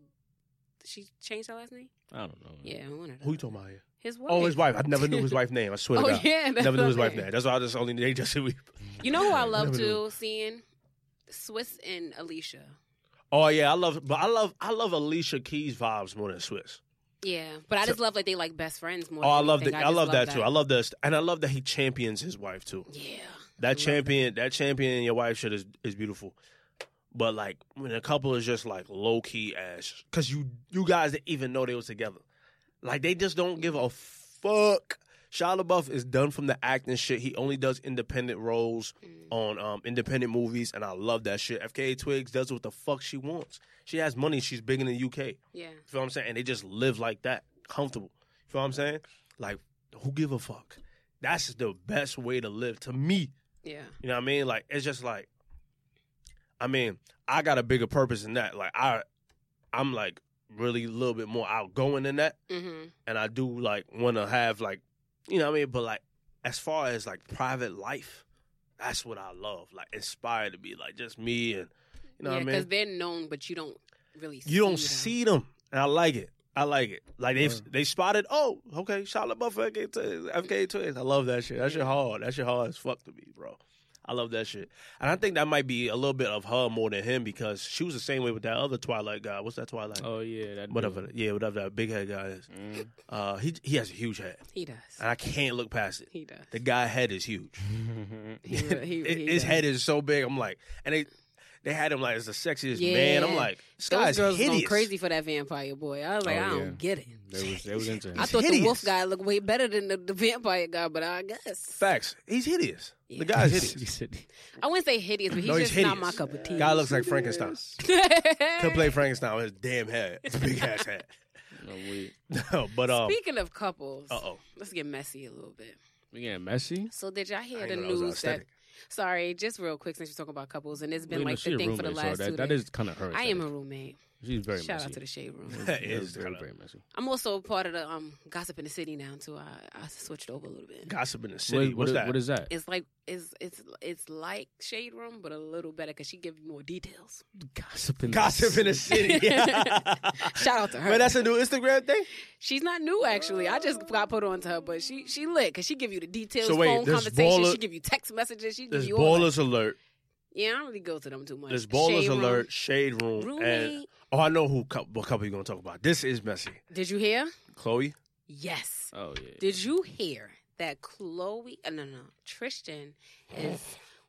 Speaker 2: She changed her last name.
Speaker 5: I don't know.
Speaker 2: Yeah, one of them.
Speaker 3: Mm-hmm. Who you talking about here?
Speaker 2: His wife.
Speaker 3: Oh, his wife. I never knew his wife's name. I swear to
Speaker 2: Oh,
Speaker 3: God.
Speaker 2: yeah, that's
Speaker 3: never knew
Speaker 2: what
Speaker 3: his
Speaker 2: I'm
Speaker 3: wife's
Speaker 2: saying.
Speaker 3: name. That's why I just only they just
Speaker 2: You know who I love
Speaker 3: Never
Speaker 2: too?
Speaker 3: knew.
Speaker 2: Seeing Swiss and Alicia.
Speaker 3: Oh yeah, I love but I love I love Alicia Keys vibes more than Swiss.
Speaker 2: Yeah, but I just love like they like best friends more.
Speaker 3: Oh,
Speaker 2: than
Speaker 3: I love
Speaker 2: anything.
Speaker 3: that. I,
Speaker 2: just
Speaker 3: love that, too. I love this and I love that he champions his wife too.
Speaker 2: yeah,
Speaker 3: That champion that champion in your wife shit is, is beautiful. But like when a couple is just like low key ass cause you you guys didn't even know they was together. Like they just don't give a fuck. Shia LaBeouf is done from the acting shit. He only does independent roles on um, independent movies, and I love that shit. FKA Twigs does what the fuck she wants. She has money. She's big in the UK. You
Speaker 2: yeah.
Speaker 3: feel what I'm saying? And they just live like that, comfortable. You feel what I'm saying? Like, who give a fuck? That's the best way to live to me.
Speaker 2: Yeah,
Speaker 3: You know what I mean? Like, it's just like, I mean, I got a bigger purpose than that. Like, I, I'm like really a little bit more outgoing than that
Speaker 2: mm-hmm.
Speaker 3: and I do like want to have like, you know what I mean. But like, as far as like private life, that's what I love. Like, inspired to be like just me and you know
Speaker 2: yeah,
Speaker 3: what I
Speaker 2: because
Speaker 3: mean.
Speaker 2: they're known, but you don't really.
Speaker 3: You don't
Speaker 2: them.
Speaker 3: see them, and I like it. I like it. Like they
Speaker 5: Yeah.
Speaker 3: they spotted. Oh, okay, Shia LaBeouf, FK Twins, FK Twins. I love that shit. That shit hard. That shit hard as fuck to me, bro. I love that shit, and I think that might be a little bit of her more than him because she was the same way with that other Twilight guy. What's that Twilight?
Speaker 5: Oh yeah. That
Speaker 3: whatever. Yeah, whatever that big head guy is.
Speaker 5: Mm.
Speaker 3: Uh, he he has a huge head
Speaker 2: He does.
Speaker 3: and I can't look past it.
Speaker 2: He does.
Speaker 3: The guy head is huge.
Speaker 2: He, re- he,
Speaker 3: It-
Speaker 2: he
Speaker 3: his
Speaker 2: does.
Speaker 3: head is so big. I'm like, and they they had him like as the sexiest
Speaker 2: Yeah.
Speaker 3: man. I'm like, this
Speaker 2: Those
Speaker 3: guy's
Speaker 2: girls was going
Speaker 3: hideous.
Speaker 2: crazy for that vampire boy. I was like,
Speaker 5: Oh,
Speaker 2: I don't
Speaker 5: yeah.
Speaker 2: get it.
Speaker 5: They was they was into him.
Speaker 2: I thought the
Speaker 3: hideous.
Speaker 2: wolf guy looked way better than the, the vampire guy, but I guess
Speaker 3: Facts. He's hideous.
Speaker 2: Yeah.
Speaker 3: The guy's
Speaker 5: You
Speaker 3: hideous.
Speaker 5: said-
Speaker 2: I wouldn't say hideous, but he's
Speaker 3: No, he's
Speaker 2: just not my
Speaker 3: hideous.
Speaker 2: cup of tea.
Speaker 3: Guy looks like Frankenstein. Could play Frankenstein with his damn head, his big ass head.
Speaker 5: no, we
Speaker 3: No, but um,
Speaker 2: Speaking of couples,
Speaker 3: uh oh,
Speaker 2: let's get messy a little bit.
Speaker 5: we getting messy.
Speaker 2: So did y'all hear
Speaker 3: I
Speaker 2: the
Speaker 3: didn't know that was
Speaker 2: news that
Speaker 3: aesthetic.
Speaker 2: Sorry, just real quick since you're talking about couples, and it's
Speaker 5: Well,
Speaker 2: been
Speaker 5: you know,
Speaker 2: like
Speaker 5: she
Speaker 2: the
Speaker 5: a
Speaker 2: thing for the
Speaker 5: roommate, so
Speaker 2: last
Speaker 5: that-
Speaker 2: two
Speaker 5: That
Speaker 2: days.
Speaker 5: is kind of her.
Speaker 2: I am a
Speaker 5: aesthetic.
Speaker 2: roommate.
Speaker 5: She's very
Speaker 2: Shout
Speaker 5: messy.
Speaker 2: out to the shade room.
Speaker 3: That
Speaker 5: Very,
Speaker 3: is
Speaker 5: very,
Speaker 3: kinda-
Speaker 5: very messy.
Speaker 2: I'm also part of the um gossip in the city now too. I, I switched over a little bit.
Speaker 3: Gossip in the city.
Speaker 5: What-
Speaker 3: What's
Speaker 5: what-
Speaker 3: that?
Speaker 5: What is that?
Speaker 2: It's like it's it's it's like shade room, but a little better because she gives you more details.
Speaker 5: Gossip in
Speaker 3: Gossip in the city.
Speaker 2: Shout out to her.
Speaker 3: Man, that's a new Instagram thing.
Speaker 2: She's not new actually. I just got put onto her, but she she lit because she give you the details,
Speaker 3: So wait,
Speaker 2: phone
Speaker 3: this
Speaker 2: conversations,
Speaker 3: baller-
Speaker 2: she give you text messages, she give
Speaker 3: There's
Speaker 2: you all. that.
Speaker 3: ballers alert.
Speaker 2: Yeah, I don't really go to them too much.
Speaker 3: There's ballers
Speaker 2: Shade room.
Speaker 3: alert. Shade room. And
Speaker 2: Roommate,
Speaker 3: oh, I know who cou- what couple you're gonna talk about. This is messy.
Speaker 2: did you hear?
Speaker 3: Chloe.
Speaker 2: Yes.
Speaker 5: Oh yeah.
Speaker 2: Did you hear that Chloe? Uh, no, no, Tristan is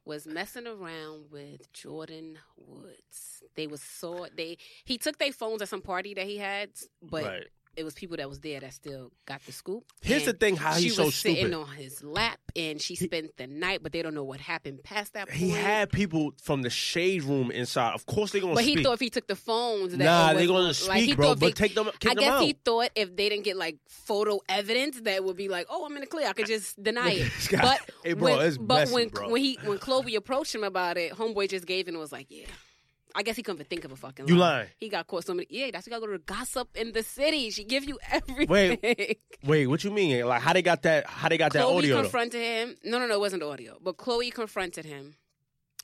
Speaker 2: was messing around with Jordan Woods. They was so they he took their phones at some party that he had, but
Speaker 3: right.
Speaker 2: it was people that was there that still got the scoop.
Speaker 3: Here's the
Speaker 2: and
Speaker 3: thing. How
Speaker 2: she
Speaker 3: he's so
Speaker 2: was sitting
Speaker 3: stupid.
Speaker 2: on his lap, and she spent the night, but they don't know what happened past that point.
Speaker 3: He had people from the shade room inside. Of course they're gonna
Speaker 2: but
Speaker 3: speak.
Speaker 2: he thought if he took the phones, that
Speaker 3: nah,
Speaker 2: it
Speaker 3: they're
Speaker 2: was-
Speaker 3: gonna
Speaker 2: like,
Speaker 3: speak,
Speaker 2: he
Speaker 3: bro.
Speaker 2: thought
Speaker 3: But
Speaker 2: they-
Speaker 3: take them, kick
Speaker 2: I
Speaker 3: them
Speaker 2: guess
Speaker 3: out.
Speaker 2: he thought if they didn't get like photo evidence, that would be like, oh, I'm in the clear. I could just deny it.
Speaker 3: This guy-
Speaker 2: But
Speaker 3: Hey, bro,
Speaker 2: when,
Speaker 3: it's
Speaker 2: but
Speaker 3: messy,
Speaker 2: when
Speaker 3: bro.
Speaker 2: when he when Chloe approached him about it, homeboy just gave in and was like, yeah. I guess he couldn't even think of a fucking.
Speaker 3: you
Speaker 2: lie.
Speaker 3: lying.
Speaker 2: He got caught so many. Yeah, that's why you gotta go to gossip in the city. She give you everything.
Speaker 3: Wait, what you mean? Like how they got that? How they got that
Speaker 2: Chloe
Speaker 3: audio? though?
Speaker 2: confronted him. No, no, no, it wasn't the audio. But Chloe confronted him,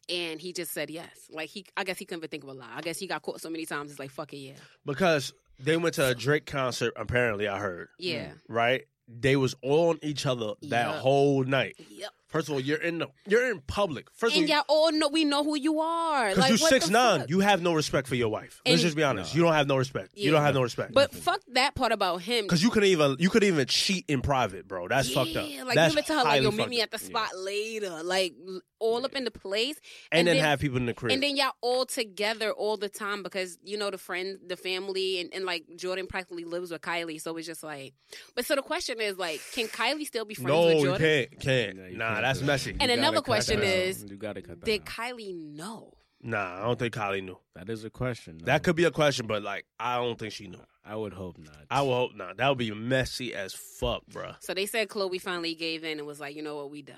Speaker 2: and he just said yes. Like he, I guess he couldn't even think of a lie. I guess he got caught so many times. It's like fuck it, yeah,
Speaker 3: Mm. because they went to a Drake concert. Apparently, I heard.
Speaker 2: yeah,
Speaker 3: Right? They was on each other that
Speaker 2: Yeah.
Speaker 3: whole night.
Speaker 2: yep.
Speaker 3: First of all, you're in the you're in public. First
Speaker 2: And
Speaker 3: of all,
Speaker 2: y'all all know we know who you are.
Speaker 3: because
Speaker 2: Like
Speaker 3: you
Speaker 2: what the
Speaker 3: six nine,
Speaker 2: fuck?
Speaker 3: you have no respect for your wife. Let's
Speaker 2: And-
Speaker 3: just be honest. You don't have no respect. You
Speaker 2: Yeah.
Speaker 3: don't have no respect.
Speaker 2: But fuck that part about him.
Speaker 3: because you couldn't even you couldn't even cheat in private, bro. That's
Speaker 2: yeah,
Speaker 3: fucked up.
Speaker 2: Like
Speaker 3: That's
Speaker 2: give it to her. Like
Speaker 3: highly
Speaker 2: you'll meet
Speaker 3: fucked
Speaker 2: me
Speaker 3: up.
Speaker 2: at the spot later. Like l- all up in the place.
Speaker 3: and,
Speaker 2: and
Speaker 3: then,
Speaker 2: then-
Speaker 3: have people in the crib.
Speaker 2: And then y'all all together all the time because you know the friends, the family, and, and like Jordan practically lives with Kylie, so it's just like. But so the question is like, can Kylie still be friends
Speaker 3: no,
Speaker 2: with
Speaker 3: you
Speaker 2: Jordan?
Speaker 3: can't, can't.
Speaker 5: Yeah, you
Speaker 3: nah,
Speaker 5: can't
Speaker 3: that's
Speaker 5: do that.
Speaker 3: messy.
Speaker 5: You
Speaker 2: And
Speaker 5: gotta
Speaker 2: another
Speaker 5: cut
Speaker 2: question
Speaker 5: that out.
Speaker 2: is,
Speaker 5: you gotta cut that
Speaker 2: Did
Speaker 5: out.
Speaker 2: Kylie know?
Speaker 3: Nah, I don't think Kylie knew.
Speaker 5: That is a question.
Speaker 3: That
Speaker 5: though.
Speaker 3: could be a question, but like I don't think she knew.
Speaker 5: I would hope not.
Speaker 3: I will hope not. That would be messy as fuck, bruh.
Speaker 2: So they said Chloe finally gave in and was like, you know what, we done.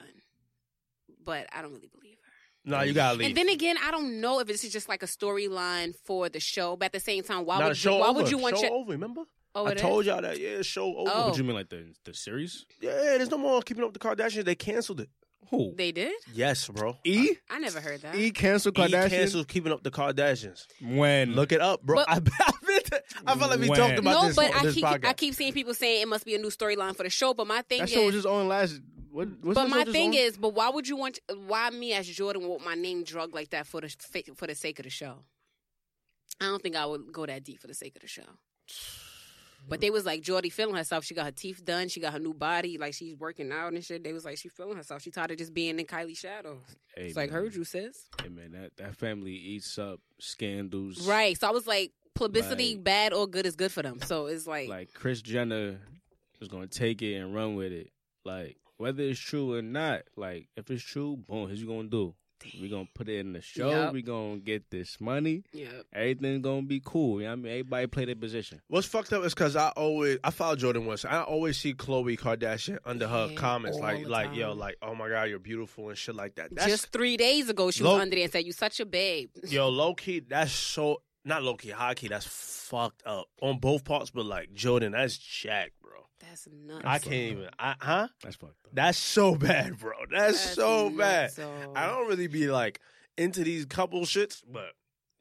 Speaker 2: But I don't really believe her.
Speaker 3: Nah, you gotta leave.
Speaker 2: And then again, I don't know if this is just like a storyline for the show, but at the same time, why
Speaker 3: Nah, the
Speaker 2: would you, why would you want
Speaker 3: show
Speaker 2: your
Speaker 3: over? Remember,
Speaker 2: oh
Speaker 3: I
Speaker 2: it is?
Speaker 3: told y'all that. Yeah, show over.
Speaker 2: Oh.
Speaker 5: What you mean, like the the series?
Speaker 3: Yeah, there's no more on keeping up with the Kardashians. They canceled it.
Speaker 5: Who?
Speaker 2: they did?
Speaker 3: Yes, bro.
Speaker 5: Uh,
Speaker 4: E
Speaker 2: I never heard that.
Speaker 4: E canceled
Speaker 3: He
Speaker 4: Kardashian
Speaker 3: canceled keeping up the Kardashians.
Speaker 5: Mm.
Speaker 4: when
Speaker 3: Look it up, bro.
Speaker 2: But-
Speaker 3: I, I've been, I felt like we
Speaker 4: When?
Speaker 3: talked about
Speaker 2: no,
Speaker 3: this
Speaker 2: but
Speaker 3: on
Speaker 2: I
Speaker 3: this
Speaker 2: keep
Speaker 3: podcast.
Speaker 2: I keep seeing people saying it must be a new storyline for the show. But my thing
Speaker 4: that
Speaker 2: is,
Speaker 4: show was just on last. What, what's
Speaker 2: but
Speaker 4: that
Speaker 2: my
Speaker 4: show just
Speaker 2: thing
Speaker 4: on?
Speaker 2: is, but why would you want why me as Jordan want my name drug like that for the fa- for the sake of the show? I don't think I would go that deep for the sake of the show. But they was like Jordy feeling herself. She got her teeth done. She got her new body. Like she's working out and shit. They was like she feeling herself. She tired of just being in Kylie shadows.
Speaker 5: Hey,
Speaker 2: It's like
Speaker 5: man.
Speaker 2: heard you sis.
Speaker 5: Hey, man, that, that family eats up scandals.
Speaker 2: Right. So I was like, publicity,
Speaker 5: Like-
Speaker 2: bad or good, is good for them. So it's like,
Speaker 5: Like Chris Jenner is gonna take it and run with it. Like whether it's true or not. Like if it's true, boom, here's what you gonna do. We gonna put it in the show.
Speaker 2: Yup.
Speaker 5: We gonna get this money.
Speaker 2: yeah.
Speaker 5: Everything's gonna be cool. You know what I mean, everybody play their position.
Speaker 3: What's fucked up is because I always I follow Jordan West. I always see Khloe Kardashian under her
Speaker 2: Yeah,
Speaker 3: comments
Speaker 2: all
Speaker 3: like
Speaker 2: the
Speaker 3: like yo
Speaker 2: time.
Speaker 3: like oh my god you're beautiful and shit like that. That's
Speaker 2: Just three days ago, she
Speaker 3: Low-
Speaker 2: was under there and said, "You such a babe."
Speaker 3: yo low key. That's so not low key high key. That's fucked up on both parts. But like Jordan, that's jack, bro.
Speaker 2: That's nuts.
Speaker 3: I can't even. I huh?
Speaker 5: That's fucked up.
Speaker 3: That's so bad, bro. That's, so bad.
Speaker 2: nuts, though.
Speaker 3: I don't really be like into these couple shits, but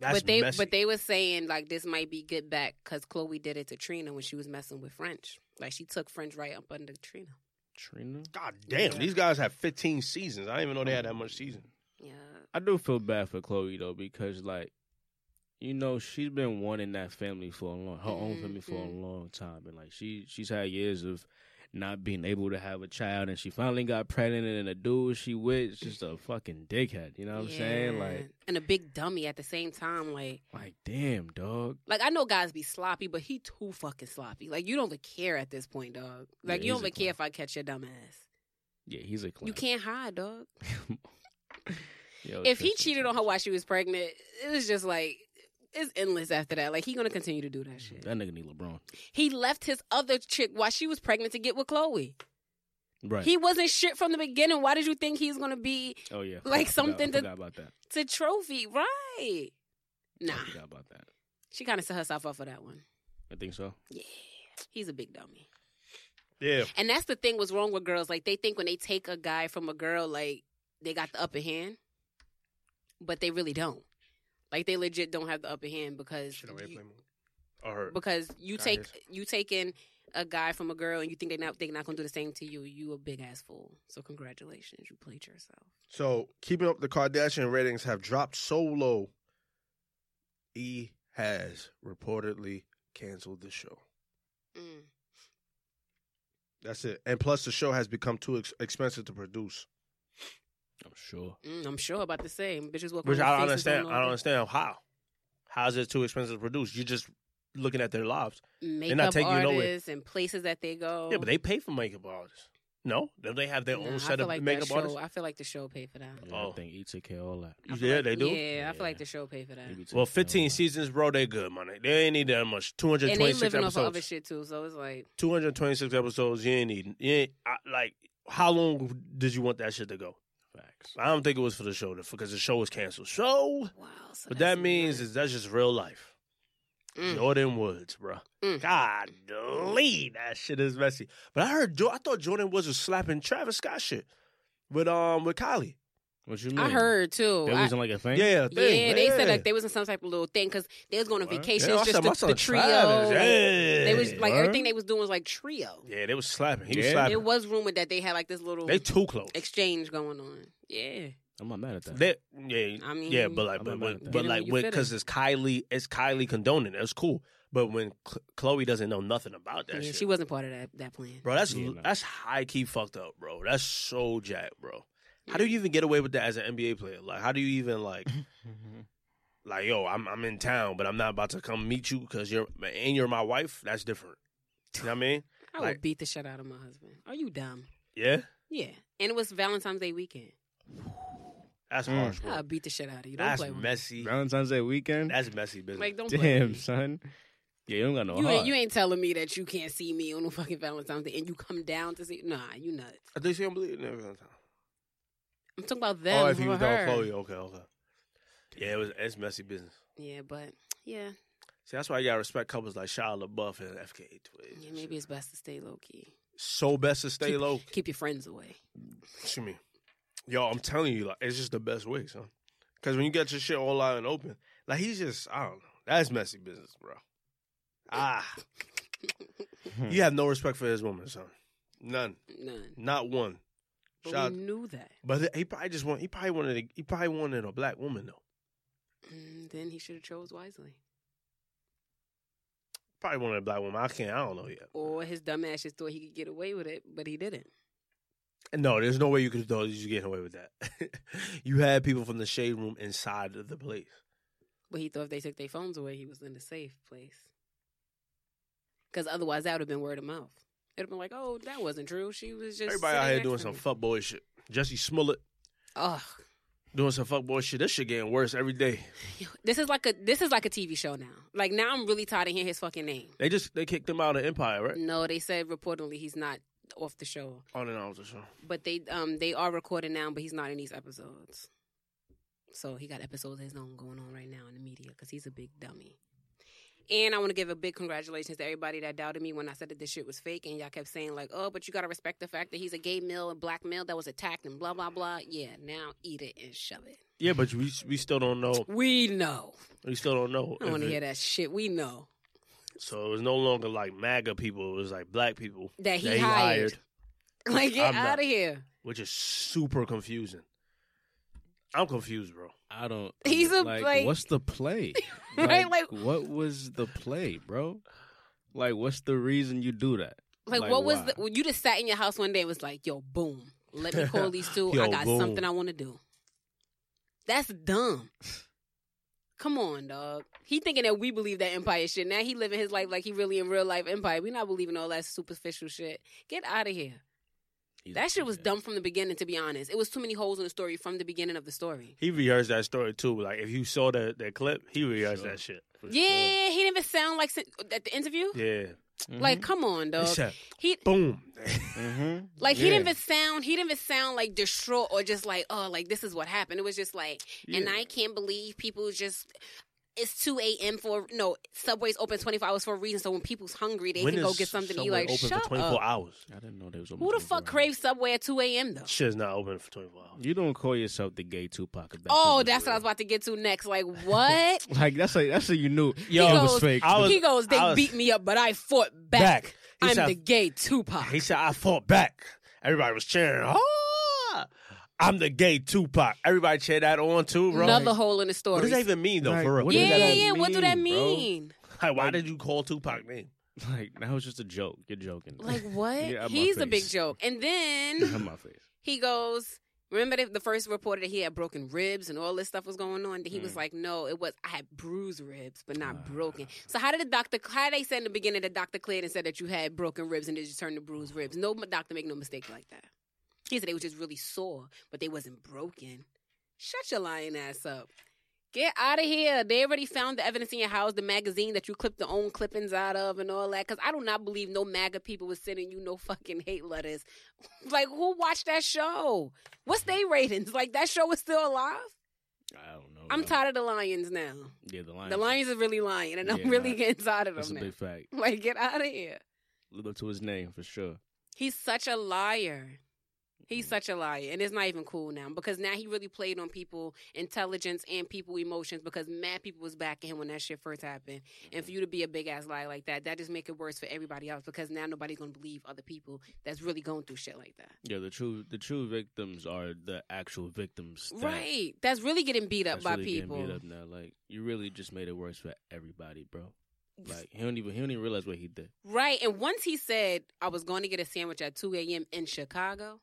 Speaker 3: that's
Speaker 2: but they
Speaker 3: messy.
Speaker 2: but they were saying like this might be good back because Chloe did it to Trina when she was messing with French. Like she took French right up under Trina.
Speaker 5: Trina.
Speaker 3: God damn, these guys have 15 seasons. I didn't even know they had that much season.
Speaker 2: Yeah,
Speaker 5: I do feel bad for Chloe though because like you know she's been wanting that family for a long her own family for a
Speaker 2: Mhm.
Speaker 5: long time and like she she's had years of not being able to have a child and she finally got pregnant and the dude she with is just a fucking dickhead you know what I'm saying
Speaker 2: Yeah.
Speaker 5: like
Speaker 2: and a big dummy at the same time. Like
Speaker 5: like damn dog
Speaker 2: like I know guys be sloppy, but he too fucking sloppy. Like you don't even care at this point, dog. Like
Speaker 5: Yeah, he's
Speaker 2: you don't
Speaker 5: a
Speaker 2: even care
Speaker 5: clown.
Speaker 2: if I catch your dumb ass.
Speaker 5: yeah he's a clown.
Speaker 2: You can't hide, dog.
Speaker 5: Yo,
Speaker 2: if he
Speaker 5: Tristan,
Speaker 2: cheated on her
Speaker 5: Tristan.
Speaker 2: while she was pregnant, it was just like it's endless after that. Like he gonna continue to do that shit.
Speaker 5: that nigga need LeBron
Speaker 2: He left his other chick while she was pregnant to get with Chloe.
Speaker 5: Right.
Speaker 2: He wasn't shit from the beginning. Why did you think he's gonna be
Speaker 5: oh yeah.
Speaker 2: like
Speaker 5: I forgot- I
Speaker 2: something to-
Speaker 5: forgot about that.
Speaker 2: to trophy? Right? Nah,
Speaker 5: I forgot about that.
Speaker 2: she kind of set herself up for that one.
Speaker 5: I think so.
Speaker 2: Yeah, he's a big dummy.
Speaker 3: Yeah.
Speaker 2: And that's the thing was wrong with girls. Like they think when they take a guy from a girl, like they got the upper hand, but they really don't. Like they legit don't have the upper hand because
Speaker 3: Should I
Speaker 2: you-
Speaker 3: replay more? Or her.
Speaker 2: because you
Speaker 3: Got
Speaker 2: take
Speaker 3: his.
Speaker 2: you taking a guy from a girl and you think they not they not gonna do the same to you. You a big ass fool. So congratulations, you played yourself.
Speaker 3: So keeping up the Kardashian ratings have dropped so low. E has reportedly canceled the show.
Speaker 2: Mm.
Speaker 3: That's it. And plus, the show has become too ex- expensive to produce.
Speaker 5: I'm sure.
Speaker 2: Mm, I'm sure about the same. Bitches walking.
Speaker 3: Which
Speaker 2: with
Speaker 3: I don't
Speaker 2: faces
Speaker 3: understand. I don't
Speaker 2: know
Speaker 3: understand how. How is it too expensive to produce? You're just looking at their lives.
Speaker 2: Makeup
Speaker 3: not taking you nowhere.
Speaker 2: artists and places that they go.
Speaker 3: Yeah, but they pay for makeup artists. No, don't they have their
Speaker 2: Oh. Nah,
Speaker 3: own
Speaker 2: I
Speaker 3: set
Speaker 2: feel
Speaker 3: of
Speaker 2: like that
Speaker 3: makeup
Speaker 2: show-
Speaker 3: artists?
Speaker 2: I feel like the show paid for that.
Speaker 5: Yeah,
Speaker 3: Oh.
Speaker 5: I think E took care of all that.
Speaker 2: I feel
Speaker 3: Yeah,
Speaker 2: like-
Speaker 3: they do.
Speaker 2: Yeah, I feel
Speaker 5: Yeah.
Speaker 2: like the show paid for that.
Speaker 5: E took care
Speaker 3: Well,
Speaker 5: of all
Speaker 3: 15
Speaker 5: that.
Speaker 3: seasons, bro, they good, money. They ain't need that much.
Speaker 2: and they
Speaker 3: 226
Speaker 2: living off of other
Speaker 3: episodes.
Speaker 2: shit too. So it's like
Speaker 3: 226 episodes. You ain't need. You ain't, I, like, how long did you want that shit to go?
Speaker 5: Facts.
Speaker 3: I don't think it was for the show because the show was canceled. So,
Speaker 2: wow. So
Speaker 3: what
Speaker 2: that's
Speaker 3: that means
Speaker 2: nuts.
Speaker 3: is that's just real life.
Speaker 2: Mm.
Speaker 3: Jordan Woods, bro.
Speaker 2: Mm.
Speaker 3: God, that shit is messy. But I heard, Jo- I thought Jordan Woods was slapping Travis Scott shit with um with Kylie.
Speaker 5: What you mean?
Speaker 2: I heard too.
Speaker 5: That
Speaker 2: I-
Speaker 5: wasn't like a thing.
Speaker 3: Yeah,
Speaker 2: yeah,
Speaker 3: thing,
Speaker 2: they
Speaker 3: yeah.
Speaker 2: said like they was in some type of little thing because they was going on
Speaker 5: What?
Speaker 2: vacations
Speaker 3: Yeah, I said my
Speaker 2: just the,
Speaker 3: son
Speaker 2: the trio.
Speaker 3: Travis,
Speaker 2: like,
Speaker 3: yeah.
Speaker 2: They was like
Speaker 5: Word?
Speaker 2: everything they was doing was like trio.
Speaker 3: Yeah, they was slapping. He was
Speaker 5: Yeah.
Speaker 3: slapping.
Speaker 2: It was rumored that they had like this little
Speaker 3: they too close.
Speaker 2: exchange going on. Yeah,
Speaker 5: I'm not mad at that.
Speaker 3: They, yeah,
Speaker 2: I mean,
Speaker 3: yeah, but like,
Speaker 5: I'm
Speaker 3: but,
Speaker 5: not mad at
Speaker 3: but,
Speaker 5: that.
Speaker 3: but
Speaker 2: Get in
Speaker 3: like,
Speaker 2: when you
Speaker 3: when
Speaker 2: fit in.
Speaker 3: because it's Kylie, it's Kylie condoning. It. It's cool, but when Cl- Chloe doesn't know nothing about that
Speaker 2: Yeah,
Speaker 3: shit,
Speaker 2: she wasn't part of that that plan.
Speaker 3: bro, that's
Speaker 5: Yeah, nah.
Speaker 3: that's high key fucked up, bro. That's so jacked, bro. How do you even get away with that as an NBA player? Like, how do you even like?
Speaker 5: Mm-hmm.
Speaker 3: like yo, I'm I'm in town, but I'm not about to come meet you because you're and you're my wife. That's different. You know what I mean?
Speaker 2: I would
Speaker 3: like-
Speaker 2: beat the shit out of my husband. Are you dumb?
Speaker 3: Yeah,
Speaker 2: Yeah, and it was Valentine's Day weekend.
Speaker 3: that's
Speaker 5: Mm.
Speaker 3: harsh, bro.
Speaker 2: I would beat the shit out of you. Don't
Speaker 3: that's
Speaker 2: play with me.
Speaker 3: messy.
Speaker 5: Valentine's Day weekend.
Speaker 3: That's messy business.
Speaker 2: Like don't play with
Speaker 5: Damn,
Speaker 2: me.
Speaker 5: son. Yeah, you don't got no
Speaker 2: you
Speaker 5: heart.
Speaker 2: ain't, you ain't telling me that you can't see me on no fucking Valentine's Day and you come down to see. Nah, you nuts.
Speaker 3: I think she don't believe in everything.
Speaker 2: I'm talking about them.
Speaker 3: Oh, if you
Speaker 2: her.
Speaker 3: was down Chloe, okay, okay. Yeah, it was it's messy business.
Speaker 2: Yeah, but yeah,
Speaker 3: See, that's why you gotta respect couples like Shia LaBeouf and FKA Twigs.
Speaker 2: yeah maybe it's best to stay low key.
Speaker 3: so best to stay low.
Speaker 2: Keep your friends away.
Speaker 3: Excuse me. Yo, I'm telling you, like, it's just the best way, son. Because when you get your shit all out and open, like, he's just, I don't know. That's messy business, bro. Ah. you have no respect for his woman, son. None.
Speaker 2: None.
Speaker 3: Not one.
Speaker 2: But
Speaker 3: Shout-
Speaker 2: we knew that.
Speaker 3: But he probably just want, he probably wanted, a, he probably wanted a black woman, though.
Speaker 2: Mm, then he should have chose wisely.
Speaker 3: Probably wanted a black woman. I can't, I don't know yet.
Speaker 2: Or his dumb ass just thought he could get away with it, but he didn't.
Speaker 3: No, there's no way you could, though, you get away with that. you had people from the shade room inside of the place.
Speaker 2: But he thought if they took their phones away, he was in a safe place. Because otherwise, that would have been word of mouth. It'd have been like, oh, that wasn't true. She was just
Speaker 3: Everybody out here
Speaker 2: sitting
Speaker 3: doing
Speaker 2: next to
Speaker 3: some
Speaker 2: me."
Speaker 3: fuckboy shit. Jesse Smollett.
Speaker 2: Ugh.
Speaker 3: doing some fuckboy shit. This shit getting worse every day.
Speaker 2: This is like a this is like a TV show now. Like now, I'm really tired of hearing his fucking name.
Speaker 3: They just they kicked him out of Empire, right?
Speaker 2: No, they said reportedly he's not off the show,
Speaker 3: On and off the show.
Speaker 2: but they um they are recording now, but he's not in these episodes. So he got episodes of his own going on right now in the media because he's a big dummy. And I want to give a big congratulations to everybody that doubted me when I said that this shit was fake, and y'all kept saying like, "Oh, but you gotta respect the fact that he's a gay male and black male that was attacked and blah blah blah." Yeah, now eat it and shove it.
Speaker 3: Yeah, but we we still don't know.
Speaker 2: We know.
Speaker 3: We still don't know.
Speaker 2: I don't want
Speaker 3: if
Speaker 2: to
Speaker 3: it-
Speaker 2: hear that shit. We know
Speaker 3: So it was no longer like MAGA people. It was like black people
Speaker 2: that he, hired. Like get
Speaker 3: I'm not-
Speaker 2: out of here.
Speaker 3: which is super confusing. I'm confused, bro.
Speaker 5: I don't.
Speaker 2: He's a
Speaker 5: like,
Speaker 2: play-
Speaker 5: What's the play?
Speaker 2: Right, like-
Speaker 5: what was the play, bro? Like, what's the reason you do that?
Speaker 2: Like,
Speaker 5: Like,
Speaker 2: what was
Speaker 5: why?
Speaker 2: the, well, you just sat in your house one day and was like, yo, boom, let me call these two. I
Speaker 3: Yo,
Speaker 2: got
Speaker 3: boom.
Speaker 2: something I want to do. That's dumb. Come on, dog. He thinking that we believe that empire shit. Now he living his life like he really in real life empire. We not believing all that superficial shit. Get out of here.
Speaker 5: He's a
Speaker 2: That shit was
Speaker 5: dickhead.
Speaker 2: dumb from the beginning. To be honest, it was too many holes in the story from the beginning of the story.
Speaker 3: He rehearsed that story too. Like if you saw that that clip, he rehearsed
Speaker 5: Sure.
Speaker 3: that shit.
Speaker 5: For sure.
Speaker 2: Yeah, he didn't even sound like sin- at the interview.
Speaker 3: Yeah,
Speaker 2: Like, come on, dog.
Speaker 3: He said,
Speaker 2: He
Speaker 3: boom.
Speaker 5: mm-hmm.
Speaker 2: like he
Speaker 5: Yeah.
Speaker 2: didn't even sound he didn't even sound like distraught or just like oh like this is what happened. It was just like and I can't believe people just. It's two a.m. for no Subway's open twenty four hours for a reason. So when people's hungry, they
Speaker 3: When
Speaker 2: can go
Speaker 3: is
Speaker 2: get something to eat.
Speaker 3: Subway
Speaker 2: Like
Speaker 3: open
Speaker 2: shut
Speaker 3: for 24
Speaker 2: up.
Speaker 3: hours.
Speaker 5: I didn't know there was.
Speaker 2: Who the fuck craves Subway at two a.m. though?
Speaker 3: Shit's not open for 24 hours.
Speaker 5: You don't call yourself the gay Tupac. if
Speaker 2: Oh,
Speaker 5: what
Speaker 2: that's what I was about to get to next. Like what?
Speaker 5: Like that's like that's a you knew.
Speaker 2: Yo,
Speaker 5: it
Speaker 2: He
Speaker 5: was
Speaker 2: goes-
Speaker 5: fake.
Speaker 3: I was-
Speaker 2: he goes, they
Speaker 3: I was-
Speaker 2: beat me up, but I fought back.
Speaker 3: Back. He
Speaker 2: I'm
Speaker 3: said-
Speaker 2: the gay Tupac.
Speaker 3: He said, I fought back. Everybody was cheering. Ah! I'm the gay Tupac. Everybody cheered that on too, bro.
Speaker 2: Another hole in the story.
Speaker 3: what does that even mean, though,
Speaker 5: Like,
Speaker 3: for real?
Speaker 5: what does
Speaker 2: yeah,
Speaker 5: that
Speaker 2: yeah. What do that
Speaker 5: mean, bro?
Speaker 2: mean?
Speaker 3: Like, why did you call Tupac name?
Speaker 5: like that was just a joke. You're joking.
Speaker 2: Like what?
Speaker 5: Yeah, out my
Speaker 2: He's a big
Speaker 5: face.
Speaker 2: joke. And
Speaker 5: in
Speaker 2: then
Speaker 5: my face.
Speaker 2: he goes. Remember the, the first reporter that he had broken ribs and all this stuff was going on. He was like, "No, it was I had bruised ribs, but not broken." So how did the doctor? How did they say in the beginning that doctor cleared and said that you had broken ribs and it just turned to bruised ribs? No m- doctor make no mistake like that. He said they were just really sore, but they wasn't broken. Shut your lying ass up. Get out of here. They already found the evidence in your house, the magazine that you clipped the own clippings out of and all that. Because I do not believe no MAGA people was sending you no fucking hate letters. like, who watched that show? What's they ratings? Like, that show is still alive?
Speaker 5: Oh, I don't know.
Speaker 2: I'm
Speaker 5: bro.
Speaker 2: tired of the Lions now.
Speaker 5: Yeah, the lion.
Speaker 2: The Lions are really lying, and I'm
Speaker 5: Yeah,
Speaker 2: really
Speaker 5: nah.
Speaker 2: getting tired of
Speaker 5: That's a
Speaker 2: them now.
Speaker 5: big fact.
Speaker 2: Like, get out of here.
Speaker 5: Live up to his name for sure.
Speaker 2: He's such a liar. He's such a liar, and it's not even cool now because now he really played on people intelligence and people emotions because mad people was backing him when that shit first happened, and
Speaker 5: Mm-hmm.
Speaker 2: for you to be a big ass liar like that, that just make it worse for everybody else because now nobody's gonna believe other people that's really going through shit like that.
Speaker 5: Yeah, the true the true victims are the actual victims. that-
Speaker 2: Right? That's really getting beat up
Speaker 5: that's
Speaker 2: by
Speaker 5: really getting
Speaker 2: people.
Speaker 5: Beat up now. Like you really just made it worse for everybody, bro. Like he don't even he don't even realize what he did.
Speaker 2: Right. And once he said I was going to get a sandwich at 2 a.m. in Chicago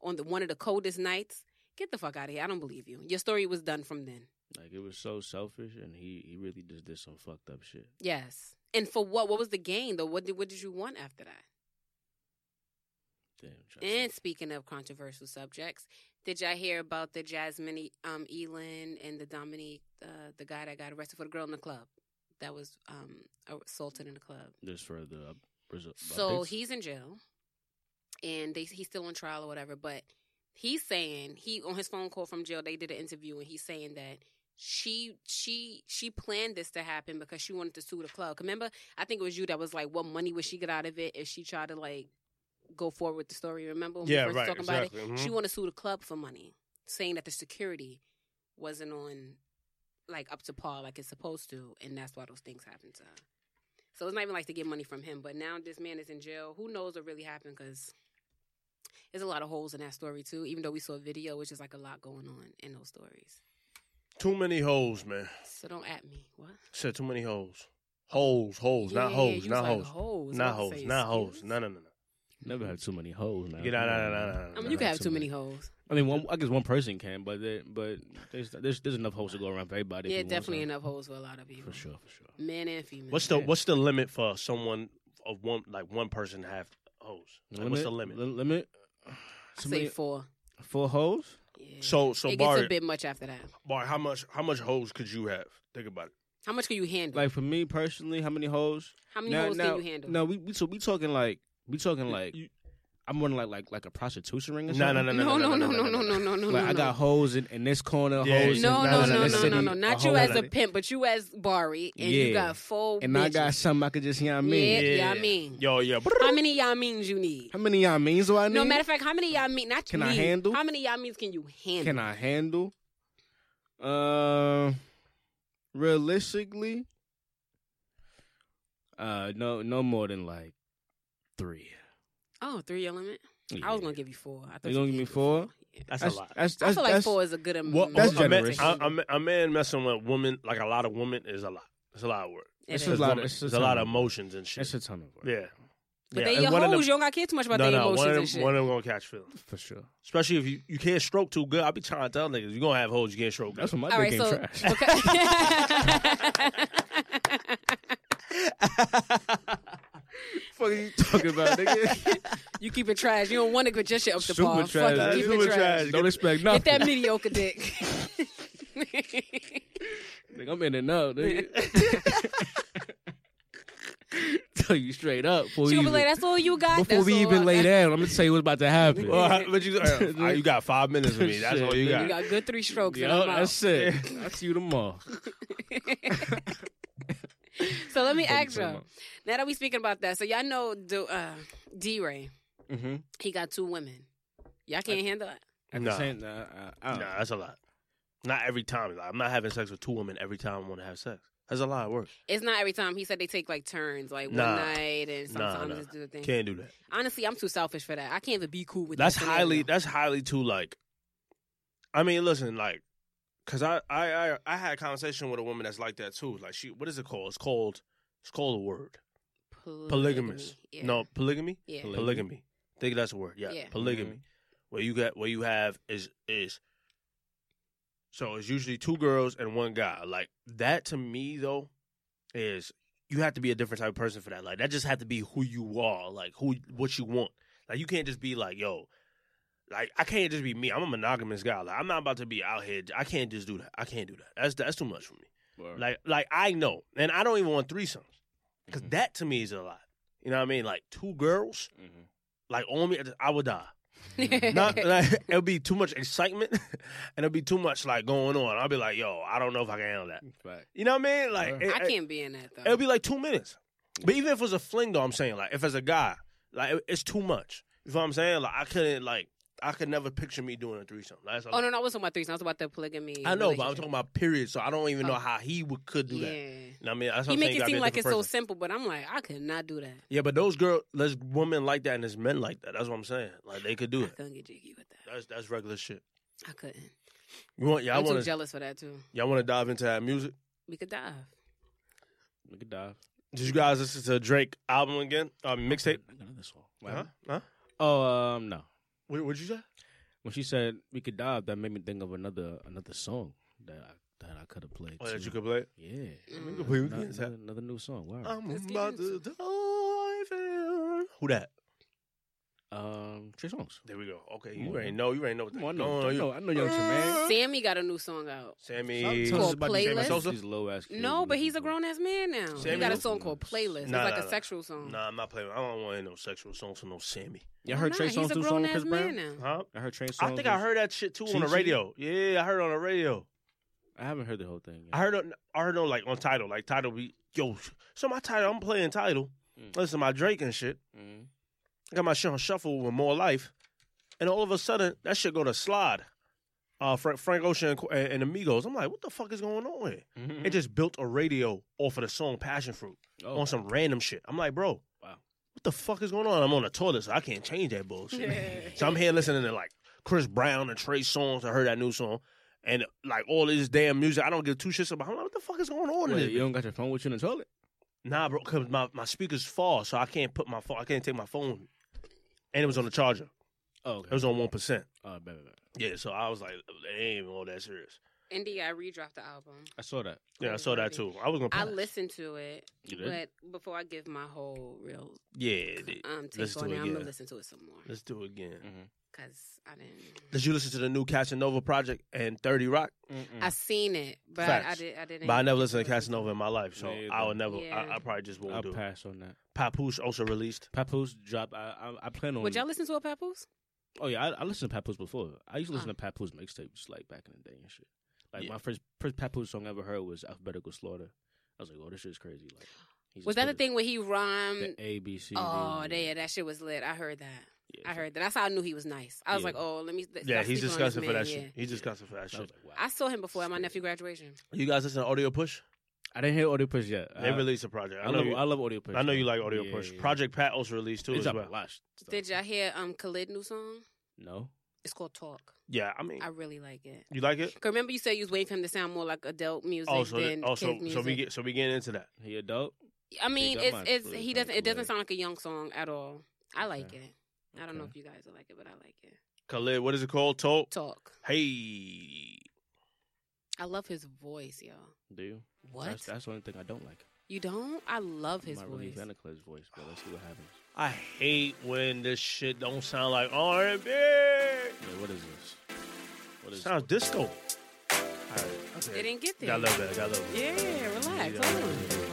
Speaker 2: on the one of the coldest nights, get the fuck out of here. I don't believe you. Your story was done from then.
Speaker 5: Like it was so selfish, and he he really just did some fucked up shit.
Speaker 2: Yes. And for what? What was the gain though? What did what did you want after that?
Speaker 5: Damn. Josh.
Speaker 2: And speaking of controversial subjects, did y'all hear about the Jasmine um Elin and the Dominique, uh, the guy that got arrested for the girl in the club that was um assaulted in the club?
Speaker 5: just for the up- result.
Speaker 2: So
Speaker 5: updates.
Speaker 2: he's in jail, and they he's still on trial or whatever. But he's saying he on his phone call from jail. They did an interview, and he's saying that she she she planned this to happen because she wanted to sue the club. Remember, I think it was you that was like, "What money would she get out of it if she tried to like go forward with the story?" Remember when we first talking about it? She
Speaker 3: Mm-hmm.
Speaker 2: wanted to sue the club for money, saying that the security wasn't on like up to par like it's supposed to, and that's why those things happened to her. So it's not even like to get money from him, but now this man is in jail. Who knows what really happened? Because there's a lot of holes in that story too. Even though we saw a video, which is like a lot going on in those stories.
Speaker 3: Too many hoes, man.
Speaker 2: So don't at me. What?
Speaker 3: Said too many hoes. Hoes, hoes, not
Speaker 2: Yeah,
Speaker 3: hoes,
Speaker 2: you
Speaker 3: not
Speaker 2: was
Speaker 3: hoes.
Speaker 2: like, hoes. I
Speaker 3: Not
Speaker 2: was about to
Speaker 3: hoes,
Speaker 2: say,
Speaker 3: not hoes.
Speaker 2: excuse?
Speaker 3: No, no, no, no.
Speaker 5: never have too many hoes. Now.
Speaker 3: Yeah, nah, nah, nah, nah, nah.
Speaker 2: I mean,
Speaker 5: Never
Speaker 2: you can
Speaker 5: had
Speaker 2: have too many hoes.
Speaker 5: I mean, one, I guess one person can, but they, but there's, there's there's enough hoes to go around for everybody. if
Speaker 2: Yeah,
Speaker 5: you want
Speaker 2: definitely
Speaker 5: some.
Speaker 2: enough hoes for a lot of people.
Speaker 5: For sure, for sure.
Speaker 2: Men and females.
Speaker 3: What's the what's the limit for someone of one like one person to have hoes? Like, what's the limit?
Speaker 5: Li- limit.
Speaker 2: I
Speaker 5: Somebody-
Speaker 2: say four.
Speaker 5: four hoes.
Speaker 2: Yeah.
Speaker 3: So so
Speaker 2: Mm. it
Speaker 3: Bart,
Speaker 2: gets a bit much after that.
Speaker 3: Bart, how much how much hoes could you have? Think about it.
Speaker 2: How much can you handle?
Speaker 5: Like for me personally, how many hoes?
Speaker 2: How many
Speaker 5: Now-
Speaker 2: hoes
Speaker 5: now-
Speaker 2: can you handle?
Speaker 5: No, we, we so we talking like we talking
Speaker 3: You-
Speaker 5: like
Speaker 3: you-
Speaker 5: I'm running like like like a prostitution ring or
Speaker 3: No,
Speaker 5: something.
Speaker 3: no, no, no,
Speaker 2: no, no, no, no, no, no, no.
Speaker 5: Like I got hoes in, in this corner,
Speaker 3: Yeah.
Speaker 5: hoes.
Speaker 2: No,
Speaker 5: in,
Speaker 2: no,
Speaker 5: hoes in
Speaker 2: no,
Speaker 5: this
Speaker 2: no,
Speaker 5: city,
Speaker 2: no, no. Not
Speaker 5: hoe
Speaker 2: you as
Speaker 5: in
Speaker 2: a
Speaker 5: that-
Speaker 2: pimp, but you as Bari, and you
Speaker 5: Yeah.
Speaker 2: got four.
Speaker 5: And I got
Speaker 2: bitches.
Speaker 5: something I could just, you know what I mean?
Speaker 2: Yeah, yeah, I mean.
Speaker 3: Yo, yeah.
Speaker 2: How many y'all means you need?
Speaker 5: How many y'all means do I need?
Speaker 2: No matter of fact, how many y'all mean? Not
Speaker 5: Can
Speaker 2: you
Speaker 5: I
Speaker 2: need,
Speaker 5: handle?
Speaker 2: How many y'all means can you handle?
Speaker 5: Can I handle? Um, realistically, uh, no, no more than like three.
Speaker 2: Oh, three element. I was gonna give you four. I thought
Speaker 5: You gonna
Speaker 2: you
Speaker 5: give me
Speaker 2: could do
Speaker 5: four?
Speaker 2: Yeah.
Speaker 3: That's,
Speaker 5: That's
Speaker 3: a lot.
Speaker 5: That's,
Speaker 2: I
Speaker 5: that's,
Speaker 2: feel like
Speaker 5: that's-
Speaker 2: four is a good amount.
Speaker 3: What,
Speaker 5: That's
Speaker 3: a man-
Speaker 5: generous.
Speaker 3: A, a man, a man messing with women like a lot of women is a lot. It's a lot of work.
Speaker 2: It
Speaker 5: It's
Speaker 2: is.
Speaker 5: a lot.
Speaker 3: Women-
Speaker 5: It's a
Speaker 3: there's a lot
Speaker 5: ton.
Speaker 3: of emotions and shit.
Speaker 5: That's a ton of work.
Speaker 3: yeah.
Speaker 2: But
Speaker 3: yeah.
Speaker 2: they
Speaker 3: and
Speaker 2: your
Speaker 3: one of
Speaker 2: hoes.
Speaker 3: them-
Speaker 2: you don't gotta care too much about
Speaker 3: no,
Speaker 2: their
Speaker 3: no,
Speaker 2: emotions
Speaker 3: one of
Speaker 2: and
Speaker 3: them,
Speaker 2: shit.
Speaker 3: one of them gonna catch feelings.
Speaker 5: for sure.
Speaker 3: Especially if you, you can't stroke too good. I be trying to tell niggas you gonna have hoes. You can't stroke.
Speaker 5: That's
Speaker 3: Good.
Speaker 5: what my
Speaker 2: All right,
Speaker 5: dick
Speaker 2: so
Speaker 5: ain't trash. What the fuck are you talking about, nigga?
Speaker 2: you keep it trash. You don't want to get your shit up to
Speaker 5: Super
Speaker 2: par.
Speaker 5: trash.
Speaker 2: Fuck it, keep
Speaker 5: Super
Speaker 2: it trash.
Speaker 5: trash. Don't expect nothing.
Speaker 2: Get that mediocre dick.
Speaker 5: Nigga, I'm in and out. Nigga. tell you straight up. Before
Speaker 2: She
Speaker 5: we
Speaker 2: gonna be
Speaker 5: even,
Speaker 2: like, "That's all you got."
Speaker 5: before
Speaker 2: That's
Speaker 5: we
Speaker 2: all
Speaker 5: even
Speaker 2: I
Speaker 5: lay
Speaker 2: got."
Speaker 5: down, I'm gonna tell you what's about to happen.
Speaker 3: Well, how- but you, uh, uh, you got five minutes with me. That's all you
Speaker 2: You
Speaker 3: got.
Speaker 2: got good three strokes. and
Speaker 5: Yup,
Speaker 2: I'm out.
Speaker 5: that's it. I'll see you tomorrow.
Speaker 2: so let me ask
Speaker 5: Talking
Speaker 2: y'all. Now that we speaking about that, so y'all know D- uh, D Ray.
Speaker 5: Mm-hmm.
Speaker 2: He got two women. Y'all can't handle it.
Speaker 3: Nah.
Speaker 5: nah, I, I
Speaker 3: Nah,
Speaker 5: don't-
Speaker 3: that's a lot. Not every time. Like, I'm not having sex with two women every time I want to have sex. That's a lot of work.
Speaker 2: It's not every time. He said they take like turns, like
Speaker 3: Nah.
Speaker 2: one night, and
Speaker 3: Nah,
Speaker 2: sometimes
Speaker 3: nah.
Speaker 2: just do the thing.
Speaker 3: Can't do that.
Speaker 2: Honestly, I'm too selfish for that. I can't even be cool with.
Speaker 3: that's
Speaker 2: that
Speaker 3: highly
Speaker 2: scenario.
Speaker 3: that's highly too like i mean listen like because I, I i i had a conversation with a woman that's like that too like she what is it called it's called it's called a word polygamous
Speaker 2: Yeah.
Speaker 3: no polygamy
Speaker 2: Yeah.
Speaker 5: Polygamy.
Speaker 3: polygamy I think that's a word yeah,
Speaker 2: Yeah.
Speaker 3: polygamy where you got where you have is is so it's usually two girls and one guy like that to me though is you have to be a different type of person for that like that just have to be who you are like who what you want like you can't just be like yo like I can't just be me I'm a monogamous guy like I'm not about to be out here I can't just do that I can't do that that's that's too much for me
Speaker 5: Word.
Speaker 3: like like I know and I don't even want threesomes because
Speaker 2: Mm-hmm.
Speaker 5: Mhm.
Speaker 3: that to me is a lot you know what I mean like two girls
Speaker 2: Mm-hmm.
Speaker 5: Mhm.
Speaker 3: like on me I would die not like, it'll be too much excitement and it'll be too much like going on. I'll be like, yo, I don't know if I can handle that.
Speaker 5: Fact.
Speaker 3: You know what I mean? Like
Speaker 5: Sure.
Speaker 3: it,
Speaker 2: I can't be in that though.
Speaker 3: will be like two minutes. But even if it's a fling though, I'm saying, like, if it's a guy, like it- it's too much. You know what I'm saying? Like I couldn't like I could never picture me doing a threesome. Like, that's a-
Speaker 2: oh no, no, I wasn't about threes. I was about the polygamy.
Speaker 3: I know, but I'm
Speaker 2: relationship.
Speaker 3: talking about period, so I don't even know
Speaker 2: Oh.
Speaker 3: how he would could do
Speaker 2: yeah.
Speaker 3: that. You know what I mean? That's what
Speaker 2: He
Speaker 3: I'm
Speaker 2: make
Speaker 3: saying,
Speaker 2: it
Speaker 3: gotta be
Speaker 2: seem
Speaker 3: a
Speaker 2: like it's
Speaker 3: different
Speaker 2: so
Speaker 3: person.
Speaker 2: simple, but I'm like, I could not do that.
Speaker 3: Yeah, but those girls there's women like that and there's men like that. That's what I'm saying. Like they could do
Speaker 2: I
Speaker 3: it.
Speaker 2: couldn't get jiggy with that.
Speaker 3: That's that's regular shit.
Speaker 2: I couldn't.
Speaker 3: You want y'all
Speaker 2: I'm too
Speaker 3: wanna
Speaker 2: jealous for that too.
Speaker 3: y'all wanna dive into that music?
Speaker 2: We could dive.
Speaker 5: We could dive.
Speaker 3: Did you guys listen to Drake album again? Uh, mixtape?
Speaker 5: I got another song.
Speaker 3: Huh? Huh?
Speaker 5: Oh, um, no.
Speaker 3: What would you say?
Speaker 5: When she said we could dive, that made me think of another another song that I, that I could have played.
Speaker 3: Oh, that
Speaker 5: too.
Speaker 3: you could play.
Speaker 5: Yeah.
Speaker 2: Mm.
Speaker 3: play with
Speaker 5: Another,
Speaker 3: kids, huh?
Speaker 5: another, another new song. Wow.
Speaker 3: I'm
Speaker 2: Let's get
Speaker 3: about
Speaker 2: into
Speaker 3: to
Speaker 2: it.
Speaker 3: dive in. Who that?
Speaker 5: um, three songs.
Speaker 3: There we go. Okay,
Speaker 5: Come
Speaker 3: you
Speaker 5: on,
Speaker 3: already
Speaker 5: man.
Speaker 3: know. You already know what the
Speaker 5: Come on, I
Speaker 3: going
Speaker 5: know, I
Speaker 3: on.
Speaker 5: know,
Speaker 3: You-
Speaker 5: I know young
Speaker 3: Mm.
Speaker 5: Tremaine.
Speaker 2: Sammy got a new song out.
Speaker 3: Sammy.
Speaker 2: Tell us about
Speaker 3: Sammy
Speaker 2: playlist?
Speaker 3: Sosa?
Speaker 5: These low ass.
Speaker 2: No, but he's a grown ass man now. he
Speaker 3: Sammy
Speaker 2: got a
Speaker 3: Sosa.
Speaker 2: song called Playlist.
Speaker 3: Nah,
Speaker 2: it's like
Speaker 3: nah,
Speaker 2: a
Speaker 3: nah.
Speaker 2: sexual song.
Speaker 3: Nah, I'm not playing. I don't want any no sexual songs from no Sammy.
Speaker 5: You
Speaker 2: Why
Speaker 5: heard
Speaker 2: not?
Speaker 5: Trey
Speaker 2: He's
Speaker 5: Songz
Speaker 2: a
Speaker 5: do a
Speaker 2: grown
Speaker 5: song with
Speaker 2: ass
Speaker 5: Chris
Speaker 2: man
Speaker 5: Brown?
Speaker 2: now.
Speaker 3: Huh?
Speaker 5: I heard Trey Songz.
Speaker 3: I think I
Speaker 5: was-
Speaker 3: heard that shit too on the
Speaker 5: Chi-Chi?
Speaker 3: radio. Yeah, I heard it on the radio.
Speaker 5: I haven't heard the whole thing. Yet.
Speaker 3: I heard on, I heard on like on title, like title be yo. So my title, I'm playing title.
Speaker 5: Mm.
Speaker 3: Listen, to my Drake and shit.
Speaker 5: Mhm.
Speaker 3: I got my shit on shuffle with more life, and all of a sudden that shit go to slide. Uh, Frank, Frank Ocean and, Qu- and, and Amigos. I'm like, what the fuck is going on here?
Speaker 5: Mm.
Speaker 3: It just built a radio off of the song Passion Fruit
Speaker 5: Oh,
Speaker 3: on some random shit. I'm like, bro,
Speaker 5: Wow.
Speaker 3: what the fuck is going on? I'm on the toilet, so I can't change that bullshit.
Speaker 2: Yeah.
Speaker 3: So I'm here listening to like Chris Brown and Trey Songz. I heard that new song, and like all this damn music. I don't give two shits about. I'm like, what the fuck is going on in
Speaker 5: Oh, Wait,
Speaker 3: this?
Speaker 5: you
Speaker 3: bitch?
Speaker 5: don't got your phone with you in the toilet?
Speaker 3: Nah, bro, because my, my speakers fall, so I can't put my phone. I can't take my phone. with me. And it was on the charger.
Speaker 5: Oh,
Speaker 3: It was on one percent.
Speaker 5: Oh, bad, bad, bad.
Speaker 3: Yeah, so I was like, it ain't even all that serious.
Speaker 2: Indy, I redropped the album.
Speaker 5: I saw that.
Speaker 3: Yeah, I saw that too. I was gonna.
Speaker 2: I
Speaker 3: Pass.
Speaker 2: listened to it,
Speaker 5: You did?
Speaker 2: but before I give my whole real
Speaker 3: yeah, it-
Speaker 2: um take
Speaker 3: Listen
Speaker 2: on
Speaker 3: to
Speaker 2: it,
Speaker 3: it
Speaker 2: I'm gonna
Speaker 3: again.
Speaker 2: listen to it some more
Speaker 3: let's do it again.
Speaker 2: because I didn't.
Speaker 3: Did you listen to the new Casanova project and Thirty Rock?
Speaker 2: I seen it, but I
Speaker 3: Mm. Facts.
Speaker 2: did. I didn't.
Speaker 3: But I never listened to Casanova in my life, so
Speaker 5: Me either.
Speaker 3: I would never. I,
Speaker 2: Yeah.
Speaker 3: I probably just
Speaker 5: I'll
Speaker 3: won't do it.
Speaker 5: pass on that.
Speaker 3: Papoose also released.
Speaker 5: Papoose drop. I, I I plan on.
Speaker 2: Would y'all listen to a Papoose?
Speaker 5: Oh yeah, I, I listened to Papoose before. I used to listen
Speaker 2: Oh.
Speaker 5: to Papoose mixtapes like back in the day and shit. Like
Speaker 3: Yeah.
Speaker 5: my first first Papoose song I ever heard was Alphabetical Slaughter. I was like, oh, this shit's crazy. Like, he just
Speaker 2: Was that the
Speaker 5: put it-
Speaker 2: thing where he
Speaker 5: The
Speaker 2: rhymed?
Speaker 5: A B C.
Speaker 2: Oh,
Speaker 5: D, E,
Speaker 2: yeah, that shit was lit. I heard that.
Speaker 5: yeah,
Speaker 2: I
Speaker 5: so
Speaker 2: heard that. That's how I knew he was nice. I was
Speaker 5: Yeah.
Speaker 2: like, oh, let me. let-
Speaker 3: Yeah,
Speaker 2: let's
Speaker 3: he's
Speaker 2: sleep on this
Speaker 3: disgusting for
Speaker 2: man,
Speaker 3: that
Speaker 2: yeah.
Speaker 3: shit. He's disgusting for that
Speaker 5: I was
Speaker 3: shit.
Speaker 5: like, wow.
Speaker 2: I saw him before at my nephew graduation.
Speaker 3: You guys listen to Audio Push?
Speaker 5: I didn't hear Audio Push yet.
Speaker 3: They
Speaker 5: I-
Speaker 3: released a project.
Speaker 5: I,
Speaker 3: Uh, I know.
Speaker 5: love
Speaker 3: you,
Speaker 5: I love Audio Push.
Speaker 3: I know you
Speaker 5: though.
Speaker 3: like Audio
Speaker 5: Yeah,
Speaker 3: Push.
Speaker 5: yeah.
Speaker 3: Project Pat also released too
Speaker 5: They
Speaker 3: as
Speaker 5: dropped
Speaker 3: well.
Speaker 5: a lot. of stuff.
Speaker 2: Did y'all hear um Khalid new song?
Speaker 5: No.
Speaker 2: It's called Talk.
Speaker 3: Yeah, I mean,
Speaker 2: I really like it.
Speaker 3: you like it?
Speaker 2: 'Cause Remember, you said you was waiting for him to sound more like adult music
Speaker 3: Oh, so,
Speaker 2: than
Speaker 3: that- oh, so,
Speaker 2: kids music.
Speaker 3: so we get so we getting into that.
Speaker 5: He adult.
Speaker 2: I mean,
Speaker 5: that
Speaker 2: it's
Speaker 5: might
Speaker 2: it's
Speaker 5: really
Speaker 2: he
Speaker 5: kinda
Speaker 2: doesn't it
Speaker 5: cool,
Speaker 2: doesn't
Speaker 5: yeah.
Speaker 2: sound like a young song at all. I like
Speaker 5: Okay.
Speaker 2: it. I don't know
Speaker 5: Okay.
Speaker 2: if you guys will like it, but I like it.
Speaker 3: Khalid, what is it called? Talk.
Speaker 2: Talk.
Speaker 3: Hey,
Speaker 2: I love his voice, y'all.
Speaker 5: Do you?
Speaker 2: What
Speaker 5: That's, that's the only thing I don't like.
Speaker 2: you don't? I love his
Speaker 5: I'm not really a
Speaker 2: voice.
Speaker 5: fan of Clay's voice, but let's see what happens.
Speaker 3: I hate when this shit don't sound like R and B.
Speaker 5: Yeah, what is this? What is
Speaker 3: Sounds disco. All right,
Speaker 2: It
Speaker 3: okay.
Speaker 2: didn't get there.
Speaker 3: Got a little bit. Got a little bit.
Speaker 2: Yeah, relax.
Speaker 3: Yeah.
Speaker 2: Hold on.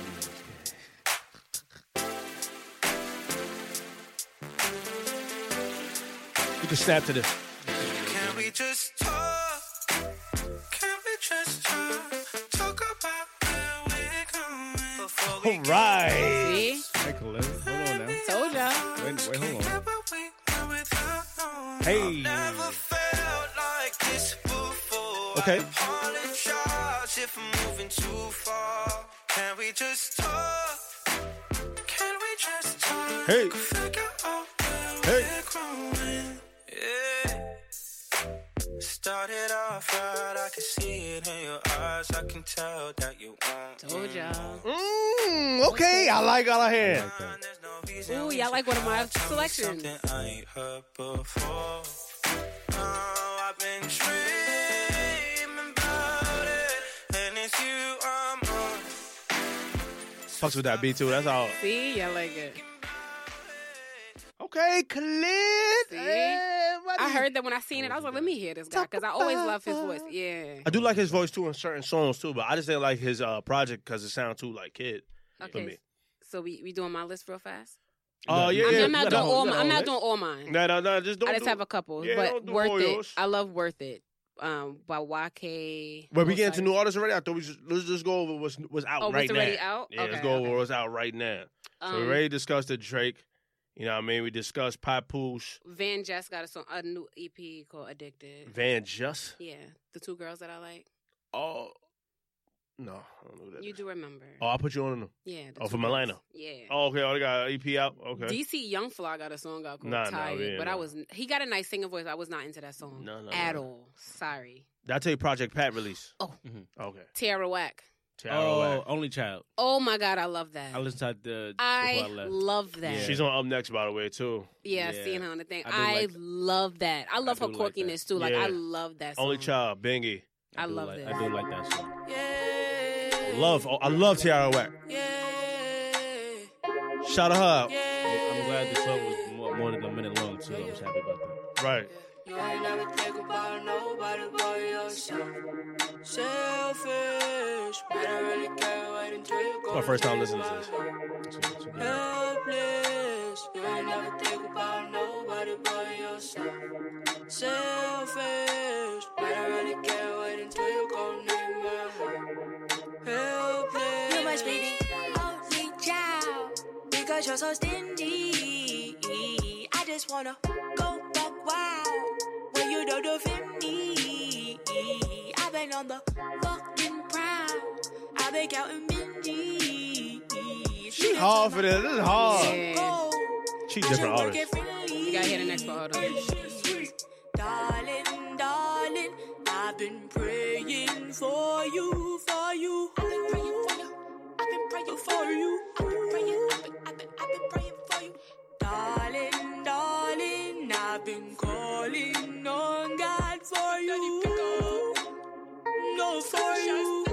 Speaker 3: can snap to this.
Speaker 5: Can we just talk? Can we just talk? Talk about where we're going before we
Speaker 3: All right.
Speaker 2: See?
Speaker 6: Michael, hold on now.
Speaker 2: Told y'all.
Speaker 6: Wait, wait, hold on.
Speaker 5: get what we know without knowing.
Speaker 3: Hey.
Speaker 5: Never felt like this before.
Speaker 3: Okay.
Speaker 5: I apologize if I'm moving too far. Can we just talk? Can we just talk?
Speaker 3: Hey.
Speaker 5: Figure out where
Speaker 3: Hey.
Speaker 5: we're growing. Yeah. Started off right, I can see it in your eyes. I can tell that you want.
Speaker 2: Told y'all.
Speaker 3: Mm, okay, I like all I had.
Speaker 5: And there's no reason
Speaker 2: Ooh,
Speaker 5: we
Speaker 2: y'all like one of my
Speaker 5: Tell me
Speaker 2: selections.
Speaker 5: Something I ain't heard before. Oh, I've been dreaming about it, and it's you I'm on.
Speaker 3: Fucks with that beat too. That's all.
Speaker 2: See, y'all like it.
Speaker 3: Okay, Khalid.
Speaker 2: See?
Speaker 3: Everybody.
Speaker 2: I heard that when I seen it, I was like, let me hear this guy because I always love his voice. Yeah.
Speaker 3: I do like his voice too in certain songs too, but I just didn't like his uh, project because it sounded too like kid.
Speaker 2: Okay.
Speaker 3: me.
Speaker 2: So we, we doing my list real fast.
Speaker 3: Oh yeah,
Speaker 2: I'm,
Speaker 3: yeah.
Speaker 2: I'm not
Speaker 3: you got
Speaker 2: doing
Speaker 3: a whole-
Speaker 2: all.
Speaker 3: you got a
Speaker 2: My,
Speaker 3: whole
Speaker 2: I'm not
Speaker 3: list?
Speaker 2: doing all mine.
Speaker 3: No, no, no. Just don't.
Speaker 2: I just
Speaker 3: do-
Speaker 2: have a couple,
Speaker 3: Yeah, don't
Speaker 2: but
Speaker 3: do
Speaker 2: worth
Speaker 3: all
Speaker 2: it.
Speaker 3: yours.
Speaker 2: I love worth it. Um, by YK.
Speaker 3: But we
Speaker 2: Osiris.
Speaker 3: getting to new artists already. I thought we just let's just go over what's what's out
Speaker 2: Oh,
Speaker 3: right
Speaker 2: what's
Speaker 3: now.
Speaker 2: already out?
Speaker 3: Yeah, let's
Speaker 2: Okay,
Speaker 3: go
Speaker 2: okay.
Speaker 3: over what's out right now. So we
Speaker 2: Um,
Speaker 3: already discussed the Drake. You know what I mean? We discussed Papoose,
Speaker 2: Van Jess got a song, a new EP called Addicted.
Speaker 3: Van Just.
Speaker 2: yeah, the two girls that I like.
Speaker 3: Oh no, I don't know who that
Speaker 2: You
Speaker 3: is.
Speaker 2: do remember?
Speaker 3: Oh, I put you on them.
Speaker 2: yeah. the
Speaker 3: oh,
Speaker 2: two
Speaker 3: from
Speaker 2: girls.
Speaker 3: Atlanta.
Speaker 2: Yeah.
Speaker 3: Oh, okay. Oh, they got an EP out. Okay.
Speaker 2: DC Young Fly got a song out called
Speaker 3: Nah, nah,
Speaker 2: Tired,
Speaker 3: yeah,
Speaker 2: but
Speaker 3: nah.
Speaker 2: I was he got a nice singing voice. I was not into that song
Speaker 3: No, no,
Speaker 2: at
Speaker 3: no.
Speaker 2: all. Sorry,
Speaker 3: Did I tell you Project Pat release? Mm-hmm.
Speaker 2: Oh.
Speaker 6: Mhm.
Speaker 3: Okay.
Speaker 2: Tierra Whack.
Speaker 6: Oh, only child.
Speaker 2: Oh my God, I love that.
Speaker 6: I listened to the.
Speaker 2: I
Speaker 6: before I left.
Speaker 2: love that.
Speaker 6: Yeah.
Speaker 3: She's on Up Next, by the way, too.
Speaker 2: yeah,
Speaker 6: Yeah.
Speaker 2: seeing her on the thing.
Speaker 6: I do
Speaker 2: I,
Speaker 6: like that.
Speaker 2: love that. I love
Speaker 6: I
Speaker 2: her
Speaker 6: do like that.
Speaker 2: quirkiness too. Like
Speaker 3: Yeah.
Speaker 2: I love that. Song.
Speaker 3: Only child, Bingy.
Speaker 2: I
Speaker 6: do
Speaker 2: love
Speaker 6: like,
Speaker 2: this.
Speaker 6: I do like that song.
Speaker 5: Yeah.
Speaker 3: Love. Oh, I love Tiara Wack.
Speaker 5: Yeah.
Speaker 3: Shout out her out.
Speaker 6: I'm glad the song was more, more than a minute long, so I was happy about that.
Speaker 3: Right.
Speaker 5: You ain't never think about nobody but yourself. Selfish, but I really care what until you go.
Speaker 3: My first time listening to this.
Speaker 6: It's a- it's a good one.
Speaker 5: Helpless, you ain't never think about nobody but yourself. Selfish, but I really care what until you go need my help. Helpless.
Speaker 4: You must be the only child because you're so stingy. I just wanna go back wild when you don't defend me. I've been on the fucking prowl. I've been counting Mindy.
Speaker 3: She hard for this. This is hard.
Speaker 2: Yeah.
Speaker 3: She different artist.
Speaker 2: You gotta hear the next part. Hold on.
Speaker 4: Darling, darling, I've been praying for you, for you. I've been praying for you. I've been praying for you. I've been praying, I've been, I've been, I've been praying for you. Darling, darling, I've been calling on God for you. No, for you.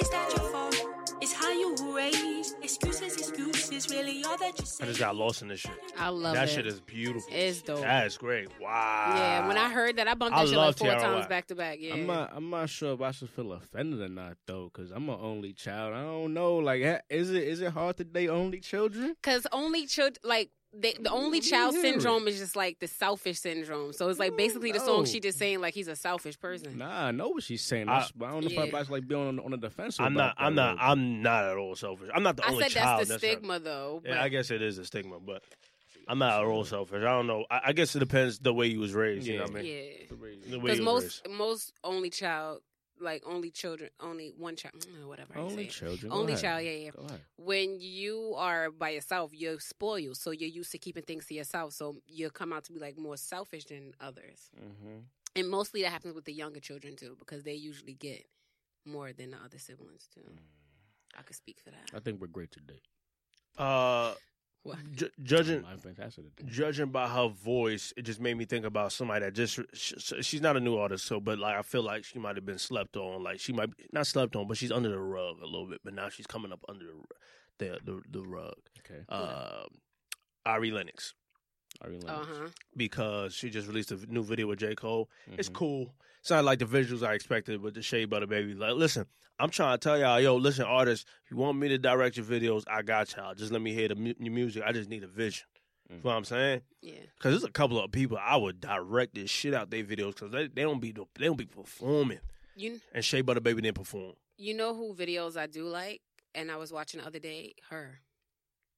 Speaker 4: It's not your fault. It's how you were raised. Excuses, excuses, really all that you say.
Speaker 3: I just got lost in this shit.
Speaker 2: I love
Speaker 3: That
Speaker 2: it.
Speaker 3: shit is beautiful.
Speaker 2: It's dope.
Speaker 3: That is great. Wow.
Speaker 2: yeah, when I heard that, I bumped
Speaker 3: I
Speaker 2: that shit
Speaker 3: love
Speaker 2: like four
Speaker 3: Tierra
Speaker 2: times
Speaker 3: Whack.
Speaker 2: back to back. Yeah,
Speaker 5: uh,
Speaker 6: I'm not. I'm not sure if I should feel offended or not though, because I'm an only child. I don't know. Like, ha- is it is it hard to date only children?
Speaker 2: Because only child, like they, the only child syndrome is just like the selfish syndrome. So it's like basically the
Speaker 6: no.
Speaker 2: song she just saying like he's a selfish person.
Speaker 6: Nah, I know what she's saying.
Speaker 3: I-
Speaker 6: I, but I don't know if
Speaker 2: Yeah.
Speaker 6: I should like be on on the defensive.
Speaker 3: I'm not.
Speaker 6: about that,
Speaker 3: I'm not.
Speaker 6: like-
Speaker 3: I'm not at all selfish. I'm not the
Speaker 2: I
Speaker 3: only
Speaker 2: said
Speaker 3: child.
Speaker 2: that's the
Speaker 3: right.
Speaker 2: stigma though. But
Speaker 3: Yeah, I guess it is a stigma, but I'm not at all selfish. I don't know. I, I guess it depends the way you was raised. You know what I mean?
Speaker 2: yeah,
Speaker 3: The way
Speaker 2: because
Speaker 3: you was
Speaker 2: most
Speaker 3: raised.
Speaker 2: most only child, like only children, only one child, mm, whatever. I
Speaker 6: Only
Speaker 2: say.
Speaker 6: children.
Speaker 2: Only
Speaker 6: Go ahead.
Speaker 2: child, yeah, yeah.
Speaker 6: Go ahead.
Speaker 2: When you are by yourself, you're spoiled, so you're used to keeping things to yourself. So you come out to be like more selfish than others, and mostly that happens with the younger children too, because they usually get more than the other siblings too.
Speaker 3: Mm.
Speaker 2: I could speak for that.
Speaker 6: I think we're great today.
Speaker 3: Uh,
Speaker 2: What?
Speaker 3: ju- judging
Speaker 6: I'm fantastic today.
Speaker 3: judging by her voice, it just made me think about somebody that just sh sh- she's not a new artist, so but like I feel like she might have been slept on, like she might be, not slept on, but she's under the rug a little bit, but now she's coming up under the the the, the rug.
Speaker 6: Okay.
Speaker 3: Uh, Ari Lennox
Speaker 6: Are you
Speaker 2: Uh huh.
Speaker 3: because she just released a new video with J Cole. It's
Speaker 5: Mm-hmm.
Speaker 6: Mhm.
Speaker 3: cool. It's not like the visuals I expected with the Shea Butter Baby. Like, listen, I'm trying to tell y'all, yo, listen, artists, if you want me to direct your videos, I got y'all. Just let me hear the mu- your music. I just need a vision. You know what I'm saying?
Speaker 2: Yeah.
Speaker 3: Cause there's a couple of people I would direct this shit out their videos because they, they don't be they don't be performing.
Speaker 2: You
Speaker 3: And Shea Butter Baby didn't perform,
Speaker 2: you know who videos I do like, and I was watching the other day her.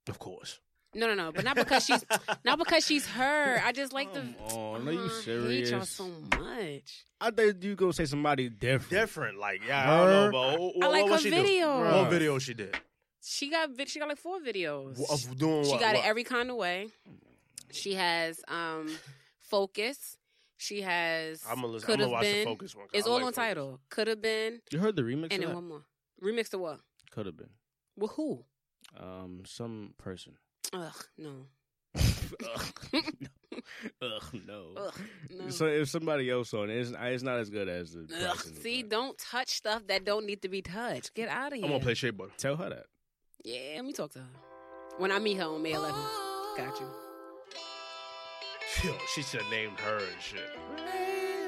Speaker 3: of course.
Speaker 2: No, no, no, but not because she's not because she's her. I just like
Speaker 5: Come
Speaker 2: the.
Speaker 5: on, are you
Speaker 2: Oh, I hate y'all
Speaker 5: serious?
Speaker 2: so much.
Speaker 5: I think you gonna say somebody different.
Speaker 3: Different, like yeah, I don't know, but what,
Speaker 2: I
Speaker 3: what-
Speaker 2: like
Speaker 3: what
Speaker 2: her
Speaker 3: she do?
Speaker 2: videos.
Speaker 3: What video she did?
Speaker 2: She got vid- she got like four videos.
Speaker 3: Wh- Of doing
Speaker 2: She
Speaker 3: what?
Speaker 2: got
Speaker 3: what?
Speaker 2: it every kind of way. She has um focus. She has.
Speaker 3: I'm gonna, listen, I'm
Speaker 2: could
Speaker 3: gonna
Speaker 2: have
Speaker 3: watch the
Speaker 2: been.
Speaker 3: focus one. 'cause
Speaker 2: It's
Speaker 3: I
Speaker 2: all
Speaker 3: like
Speaker 2: on
Speaker 3: Focus.
Speaker 2: title. Could have been,
Speaker 5: You heard the remix?
Speaker 2: and then one more remix to what?
Speaker 5: Could have been
Speaker 2: With who?
Speaker 5: um some person.
Speaker 2: Ugh, no.
Speaker 5: Ugh. Ugh, no.
Speaker 2: Ugh, no.
Speaker 5: So if somebody else on it, it's, it's not as good as the.
Speaker 2: Ugh,
Speaker 5: person,
Speaker 2: see,
Speaker 5: but
Speaker 2: don't touch stuff that don't need to be touched. Get out of here.
Speaker 3: I'm gonna play Shea Butter.
Speaker 5: tell her that.
Speaker 2: Yeah, let me talk to her. When I meet her on May 11th. Got you.
Speaker 3: Yo, she should have named her and shit.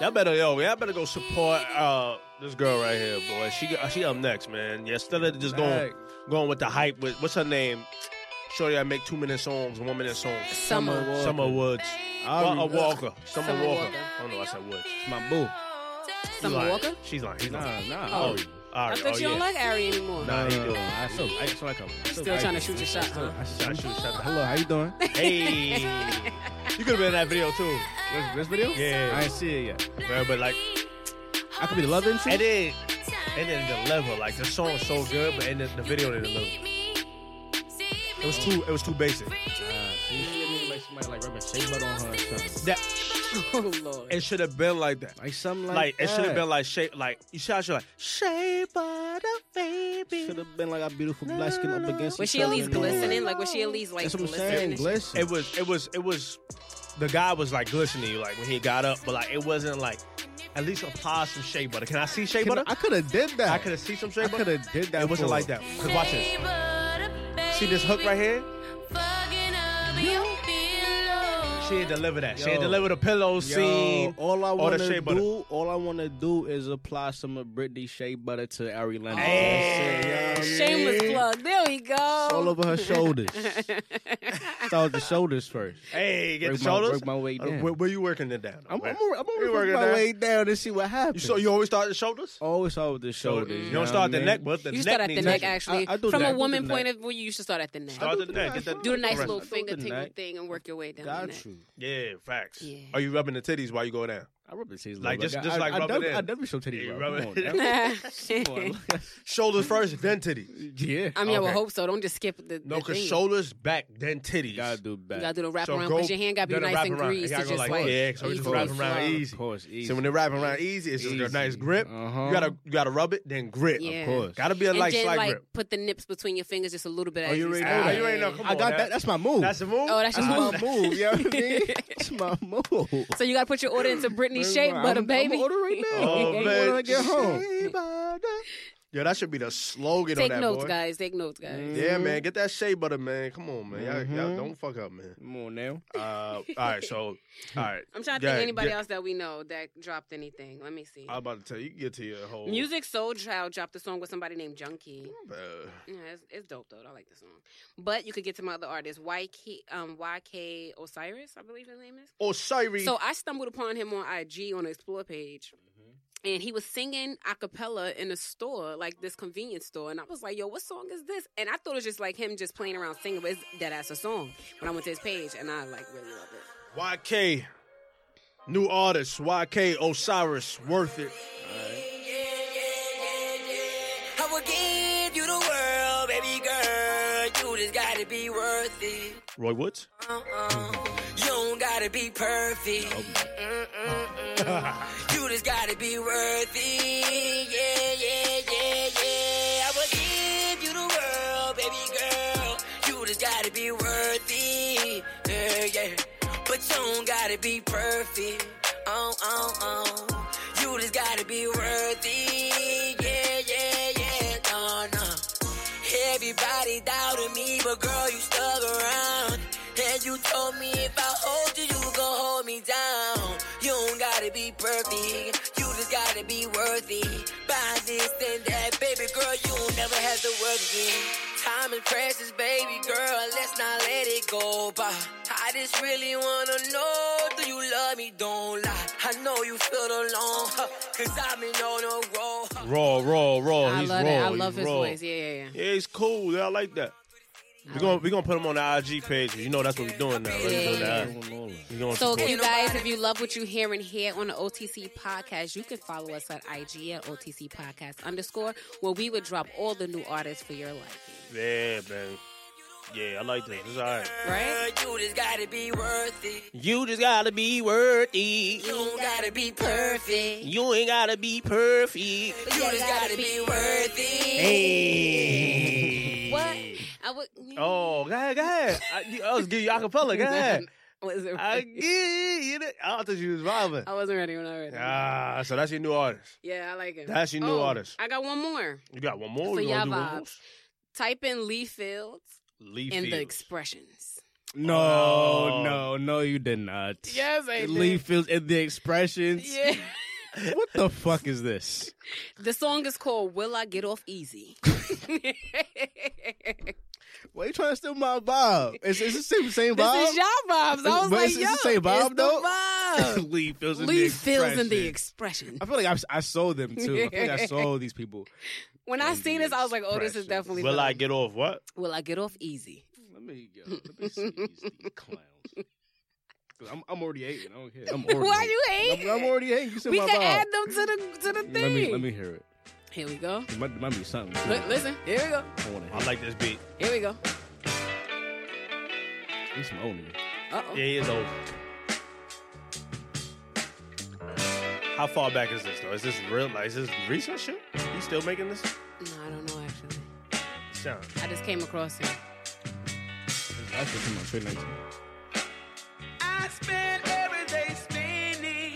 Speaker 3: Y'all better yo, y'all better go support uh this girl right here, boy. She uh, she up next, man. Yeah, instead of just going going with the hype with what's her name? Shorty, I make two minute songs, one minute songs.
Speaker 2: Summer.
Speaker 3: Summer Woods,
Speaker 5: I
Speaker 3: Wa- uh,
Speaker 5: re-
Speaker 3: Walker, Summer
Speaker 2: Summer
Speaker 3: Walker.
Speaker 2: Walker.
Speaker 3: I don't know, I said Woods.
Speaker 5: It's my boo.
Speaker 2: Summer
Speaker 3: lying.
Speaker 2: Walker?
Speaker 3: She's lying. He's lying.
Speaker 5: Nah, nah.
Speaker 2: Oh.
Speaker 5: Ari.
Speaker 3: All
Speaker 2: I
Speaker 3: right,
Speaker 2: thought
Speaker 3: oh
Speaker 2: you don't
Speaker 3: yeah.
Speaker 2: like Ari anymore.
Speaker 3: Nah, he doing.
Speaker 5: I still, I still like him. I
Speaker 2: Still
Speaker 5: like
Speaker 2: trying
Speaker 5: him.
Speaker 2: to shoot your shot,
Speaker 5: Still-
Speaker 2: huh?
Speaker 5: I
Speaker 3: Shot,
Speaker 5: still-
Speaker 3: shoot, shot.
Speaker 5: Hello, how you doing?
Speaker 3: Hey, you could have been in that video too.
Speaker 5: This, this video?
Speaker 3: Yeah.
Speaker 5: I ain't see it yet.
Speaker 3: Yeah, but like,
Speaker 5: I could be the love interest.
Speaker 3: and then and then the level, like the song's so good, but and then the video didn't look. It was too it was too basic.
Speaker 5: Nah, see, she look like somebody like rubbing shea butter on her or something.
Speaker 3: That
Speaker 2: Oh, Lord.
Speaker 3: it should have been like that.
Speaker 5: Like something like,
Speaker 3: Like it should have
Speaker 5: that.
Speaker 3: been like shape like you should have like shape butter baby.
Speaker 5: Should have been like a beautiful black skin up against
Speaker 2: Was she
Speaker 5: each
Speaker 2: at
Speaker 5: other
Speaker 2: least
Speaker 5: and all that.
Speaker 2: glistening? Like, was she at least, like,
Speaker 5: That's what I'm
Speaker 2: glistening?
Speaker 5: saying.
Speaker 2: and shit?
Speaker 5: Glisten.
Speaker 3: It was it was it was the guy was like glistening like when he got up, but like it wasn't like at least apply some shea butter. Can I see shea
Speaker 5: Can I-
Speaker 3: butter?
Speaker 5: I could have did that.
Speaker 3: I could have see some shea
Speaker 5: I
Speaker 3: butter.
Speaker 5: could have did that.
Speaker 3: It wasn't
Speaker 5: for
Speaker 3: like
Speaker 5: her.
Speaker 3: that. Cause watch this. See this hook right here? She didn't deliver that. She
Speaker 5: Yo.
Speaker 3: didn't deliver the pillow
Speaker 5: Yo,
Speaker 3: scene.
Speaker 5: all I
Speaker 3: the
Speaker 5: want
Speaker 3: shea
Speaker 5: to
Speaker 3: butter.
Speaker 5: do, all I want to do is apply some of Britney shea butter to Ari Lennox.
Speaker 3: Oh, Hey.
Speaker 5: That's it, yo.
Speaker 2: Shameless plug. There we go.
Speaker 5: All over her shoulders. Start with the shoulders first.
Speaker 3: Hey, get
Speaker 5: Work
Speaker 3: the
Speaker 5: my-
Speaker 3: shoulders.
Speaker 5: work my way
Speaker 3: Uh,
Speaker 5: down.
Speaker 3: Where, where you working it down?
Speaker 5: I'm, I'm,
Speaker 3: Where-
Speaker 5: gonna- I'm
Speaker 3: You
Speaker 5: gonna
Speaker 3: working
Speaker 5: work my
Speaker 3: that?
Speaker 5: way down and see what
Speaker 3: You
Speaker 5: happens.
Speaker 3: so you always start the shoulders.
Speaker 5: always start with the Oh, shoulders.
Speaker 3: You
Speaker 5: know
Speaker 3: don't start
Speaker 5: what I
Speaker 3: the
Speaker 5: mean?
Speaker 3: neck, but the
Speaker 2: you
Speaker 3: neck
Speaker 2: start at the
Speaker 3: needs
Speaker 2: neck,
Speaker 3: attention.
Speaker 2: actually.
Speaker 5: I- I do
Speaker 2: From
Speaker 5: the neck, I
Speaker 2: a
Speaker 5: do
Speaker 2: woman
Speaker 5: the
Speaker 2: point of view, you should start at the neck.
Speaker 3: Start the neck. Get
Speaker 5: I
Speaker 3: that-
Speaker 2: Do the nice
Speaker 3: Correct.
Speaker 2: little
Speaker 5: I do the
Speaker 2: finger tingle
Speaker 5: neck.
Speaker 2: thing and work your way down. the neck.
Speaker 5: Got you.
Speaker 3: Yeah, facts.
Speaker 2: Yeah.
Speaker 3: Are you rubbing the titties while you go down?
Speaker 5: I rub the titties.
Speaker 3: Like,
Speaker 5: a little
Speaker 3: just-
Speaker 5: bit.
Speaker 3: just
Speaker 5: I,
Speaker 3: like
Speaker 5: I,
Speaker 3: rub it
Speaker 5: dub-
Speaker 3: in.
Speaker 5: I definitely show titty
Speaker 3: Yeah,
Speaker 5: rub.
Speaker 3: rub
Speaker 5: Come
Speaker 3: it
Speaker 5: on,
Speaker 3: in.
Speaker 5: now.
Speaker 3: Shoulders first, then titties.
Speaker 5: yeah.
Speaker 2: I mean, I would
Speaker 3: Okay.
Speaker 2: hope so. Don't just skip the.
Speaker 3: No,
Speaker 2: the
Speaker 3: because
Speaker 2: thing.
Speaker 3: shoulders back, then titties.
Speaker 5: You gotta do back.
Speaker 2: You gotta do the wrap
Speaker 3: So
Speaker 2: around
Speaker 3: go-
Speaker 2: because your hand gotta be
Speaker 3: gotta
Speaker 2: nice
Speaker 3: wrap
Speaker 2: and
Speaker 3: around. It
Speaker 2: greased.
Speaker 3: gotta
Speaker 2: to
Speaker 3: go
Speaker 2: just
Speaker 3: like-
Speaker 2: like
Speaker 3: yeah, so it just
Speaker 2: easy
Speaker 3: wrap around
Speaker 2: flow.
Speaker 3: easy.
Speaker 5: Of course, easy.
Speaker 3: So when they wrap around easy, it's just a
Speaker 5: Easy.
Speaker 3: nice grip.
Speaker 5: Uh-huh.
Speaker 3: You gotta you gotta rub it, then grip.
Speaker 2: Yeah. Of
Speaker 5: course.
Speaker 3: Gotta be a
Speaker 2: And
Speaker 3: light
Speaker 2: then
Speaker 3: slight
Speaker 2: like
Speaker 3: grip.
Speaker 2: put the nips between your fingers just a little bit.
Speaker 3: Oh,
Speaker 2: as
Speaker 3: you already
Speaker 2: start.
Speaker 5: know that.
Speaker 2: Yeah.
Speaker 5: You
Speaker 3: already know. Come
Speaker 5: I
Speaker 3: on,
Speaker 5: got
Speaker 3: that-
Speaker 5: that. That's my move.
Speaker 3: That's the move.
Speaker 2: Oh, that's your
Speaker 3: Uh-huh.
Speaker 5: That's
Speaker 2: move.
Speaker 5: my move. You know what I mean? That's my move.
Speaker 2: So you gotta put your order into Britney Shea
Speaker 5: I'm-
Speaker 2: Butter,
Speaker 5: I'm
Speaker 2: baby.
Speaker 5: order right now.
Speaker 3: Oh,
Speaker 5: When
Speaker 3: man.
Speaker 5: I get home.
Speaker 3: Shea butter. Yo, that should be the slogan
Speaker 2: Take
Speaker 3: on that
Speaker 2: notes,
Speaker 3: boy. Mm.
Speaker 2: guys. Take notes, guys.
Speaker 3: Yeah,
Speaker 5: Mm-hmm.
Speaker 3: man, get that shea butter, man. Come on, man. Y'all, y'all
Speaker 5: Mhm.
Speaker 3: don't fuck up, man.
Speaker 5: Come on now.
Speaker 3: Uh, all right, so all right.
Speaker 2: I'm trying to
Speaker 3: Yeah,
Speaker 2: think of anybody
Speaker 3: yeah.
Speaker 2: else that we know that dropped anything. Let me see.
Speaker 3: I'm about to tell you, you can get to your whole
Speaker 2: Music Soul Child dropped a song with somebody named Junkie.
Speaker 3: Uh,
Speaker 2: Yeah, it's, it's dope though. I like the song. But you could get to my other artist, YK, um, YK Osiris, I believe his name is.
Speaker 3: Osiris.
Speaker 2: So I stumbled upon him on IG on the Explore page. And he was singing a cappella in a store, like this convenience store. And I was like, yo, what song is this? And I thought it was just like him just playing around singing, but it's dead ass a song. When I went to his page, and I like really love it.
Speaker 3: YK, new artist YK Osiris, worth it.
Speaker 7: I will give you the world, baby girl. You just gotta be worth it.
Speaker 3: Roy Woods.
Speaker 7: Uh-uh. You don't gotta be perfect. Mm-mm-mm. you just gotta be worthy. Yeah, yeah, yeah, yeah. I will give you the world, baby girl. You just gotta be worthy. Yeah, yeah. But you don't gotta be perfect. Oh, oh, oh. You just gotta be worthy. Yeah, yeah, yeah. No, no. Everybody doubted me, but girl, you stuck around. And you told me if I hold you, you gon' hold me down. You don't gotta be perfect, you just gotta be worthy. Buy this and that, baby girl, you don't never have to work again.
Speaker 8: Time is precious, baby girl. Let's not let it go by. I just really wanna know, do you love me? Don't lie. I know you feel alone, huh, cause I've been on the road. huh.
Speaker 3: Raw, raw, raw.
Speaker 2: I
Speaker 3: he's
Speaker 2: love
Speaker 3: raw.
Speaker 2: it. I
Speaker 3: He's
Speaker 2: love his
Speaker 3: raw.
Speaker 2: voice. Yeah, yeah, yeah.
Speaker 3: Yeah, he's cool. Yeah, I like that. We're gonna we're gonna put him on the IG page. 'cause You know that's what we're doing now. Right? We're doing
Speaker 2: Yeah.
Speaker 3: that. We're going
Speaker 2: So,
Speaker 3: to
Speaker 2: if you guys, if you love what you hearing here on the OTC podcast, you can follow us at IG at OTC podcast underscore, where we would drop all the new artists for your liking.
Speaker 3: yeah, man. Yeah, I like that. It's all right.
Speaker 2: Right?
Speaker 8: Girl, You just gotta be worth it.
Speaker 3: You just gotta be worthy.
Speaker 8: You don't gotta be perfect.
Speaker 3: You ain't gotta be perfect.
Speaker 8: You just gotta be worth it.
Speaker 3: Hey.
Speaker 2: What? I would.
Speaker 3: Oh, go ahead, go ahead. I, I was giving you acapella. Go ahead.
Speaker 2: wasn't
Speaker 3: I
Speaker 2: ready.
Speaker 3: give you. The, I thought you was vibing.
Speaker 2: I wasn't ready when I read that.
Speaker 3: Ah, so that's your new artist.
Speaker 2: Yeah, I like it.
Speaker 3: That's your new
Speaker 2: Oh,
Speaker 3: artist.
Speaker 2: I got one more.
Speaker 3: You got one more.
Speaker 2: For
Speaker 3: you wanna
Speaker 2: y'all
Speaker 3: do one
Speaker 2: vibes.
Speaker 3: more?
Speaker 2: Type in Lee Fields
Speaker 3: Lee
Speaker 2: and the
Speaker 3: Fields.
Speaker 2: expressions.
Speaker 5: No,
Speaker 3: Oh.
Speaker 5: no, no, you did not.
Speaker 2: I
Speaker 5: Lee Fields and the expressions.
Speaker 2: Yeah.
Speaker 5: What the fuck is this?
Speaker 2: The song is called Will I Get Off Easy?
Speaker 4: Why you trying to steal my vibe? It's, it's the same, same
Speaker 2: This
Speaker 4: vibe.
Speaker 2: is y'all vibes. I
Speaker 4: But
Speaker 2: was like,
Speaker 4: it's-
Speaker 2: yo,
Speaker 4: it's the same vibe,
Speaker 2: it's the
Speaker 4: though?
Speaker 2: vibe.
Speaker 5: Lee Fields and
Speaker 2: Lee
Speaker 5: the
Speaker 2: Fields and the
Speaker 5: Expressions.
Speaker 2: expression.
Speaker 5: I feel like I've, I saw them too. I feel like I saw these people.
Speaker 2: When I
Speaker 5: and
Speaker 2: seen
Speaker 5: the
Speaker 2: this, I was like, oh, this is
Speaker 5: expressions.
Speaker 2: definitely.
Speaker 3: Will
Speaker 2: for
Speaker 3: I
Speaker 2: them.
Speaker 3: get off what?
Speaker 2: Will I get off easy?
Speaker 5: Let me go. Let me see these, these clowns. 'Cause I'm, I'm already hating. I don't care. I'm already.
Speaker 2: Why you hate?
Speaker 5: I'm, I'm already hating. You said
Speaker 2: we
Speaker 5: my
Speaker 2: can
Speaker 5: vibe.
Speaker 2: add them to the to the thing.
Speaker 5: Let me let me hear it.
Speaker 2: Here we go.
Speaker 5: It might, it might be something. to
Speaker 2: Li-
Speaker 5: it.
Speaker 2: listen, here we go.
Speaker 5: I want to hear.
Speaker 3: I like this beat.
Speaker 2: Here we go.
Speaker 5: it. He's some old nigga.
Speaker 2: Uh oh.
Speaker 3: Yeah, he is old. How far back is this though? Is this real? Like, is this recent shit? He's still making this
Speaker 2: No, I don't know actually.
Speaker 3: sound.
Speaker 2: I just came across it.
Speaker 5: I should come on straight next to me.
Speaker 8: I spend every day spinning,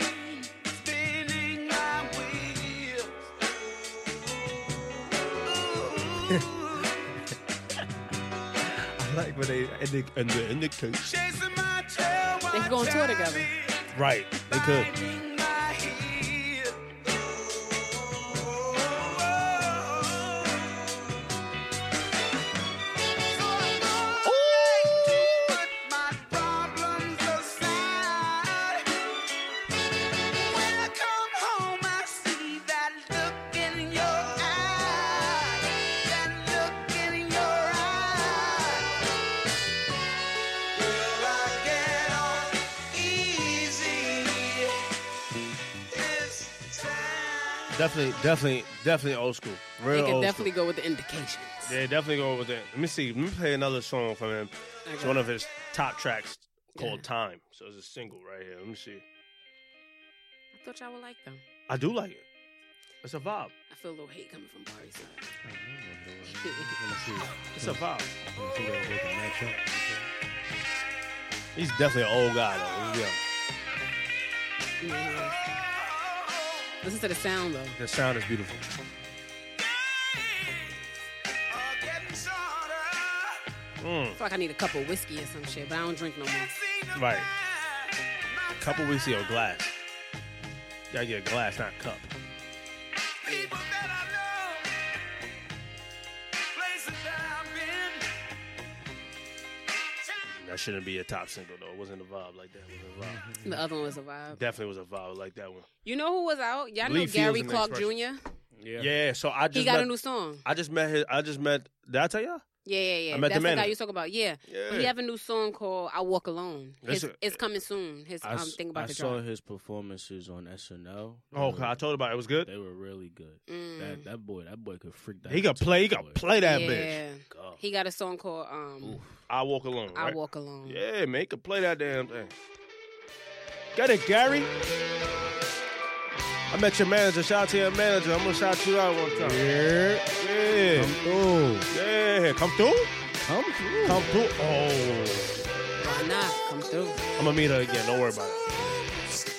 Speaker 8: spinning my wheels.
Speaker 3: I like when they and they and the indicate.
Speaker 8: Chasing my tail
Speaker 2: They
Speaker 8: while
Speaker 2: could go on tour together.
Speaker 3: Right, they could.
Speaker 8: driving my heel. So I know I put my problems aside. When I come home, I see that look in your eye. That look in your eye. Will I get off easy this time?
Speaker 3: Definitely, definitely, definitely old school. Real
Speaker 2: They could
Speaker 3: old
Speaker 2: definitely
Speaker 3: school.
Speaker 2: go with the indications.
Speaker 3: Yeah, definitely go with that. Let me see. Let me play another song from him. It's
Speaker 2: Okay.
Speaker 3: one of his top tracks called "Time." So it's a single right here. Let me see.
Speaker 2: I thought y'all would like them.
Speaker 3: I do like it. It's a vibe.
Speaker 2: I feel a little hate coming from Bari's side.
Speaker 3: It's a vibe. He's definitely an old guy though. Yeah.
Speaker 2: Yeah. Listen to the sound though.
Speaker 3: The sound is beautiful.
Speaker 8: Are getting shorter.
Speaker 3: Mm.
Speaker 2: I feel like I need a cup of whiskey or some shit, but I don't drink no more.
Speaker 8: See the
Speaker 3: Right.
Speaker 8: time.
Speaker 3: Couple weeks ago, glass. Gotta get a glass, not cup.
Speaker 8: People that I know, places that I've been.
Speaker 3: That shouldn't be a top single though. It wasn't a vibe like that. It was a
Speaker 2: The other one was a
Speaker 3: vibe.
Speaker 2: vibe.
Speaker 3: Definitely was a vibe like that one.
Speaker 2: You know who was out? Y'all
Speaker 3: Lee
Speaker 2: know
Speaker 3: Fields
Speaker 2: Gary
Speaker 3: and the
Speaker 2: Clark
Speaker 3: Expressions.
Speaker 2: Jr.
Speaker 5: Yeah.
Speaker 3: Yeah. So I just
Speaker 2: He got
Speaker 3: met,
Speaker 2: a new song.
Speaker 3: I just met his. I just met. Did I tell y'all?
Speaker 2: Yeah, yeah, yeah.
Speaker 3: I met the
Speaker 2: That's the, guy
Speaker 3: manager.
Speaker 2: you talk about. Yeah.
Speaker 3: Yeah.
Speaker 2: He have a new song called "I Walk Alone." His,
Speaker 3: Listen.
Speaker 2: it's coming soon. His
Speaker 5: I,
Speaker 2: um,
Speaker 5: s-
Speaker 2: thing about
Speaker 5: I
Speaker 2: the
Speaker 5: saw
Speaker 2: drop.
Speaker 5: his performances on SNL.
Speaker 3: Oh, okay. I told about it. It was good.
Speaker 5: They were really good.
Speaker 2: Mm.
Speaker 5: That that boy, that boy could freak that.
Speaker 3: He could play. He could play that bitch.
Speaker 2: yeah.
Speaker 5: God.
Speaker 2: He got a song called um,
Speaker 3: I walk alone.
Speaker 2: "I
Speaker 3: right?
Speaker 2: Walk Alone."
Speaker 3: Yeah, man. He could play that damn thing. Got it, Gary. I met your manager. Shout out to your manager. I'm gonna shout you out one time.
Speaker 5: Yeah.
Speaker 3: Yeah.
Speaker 5: Oh,
Speaker 3: Yeah. Come through.
Speaker 5: come through.
Speaker 3: Come through. Oh.
Speaker 2: Why not? Come through.
Speaker 3: I'm gonna meet her again. Don't worry about it.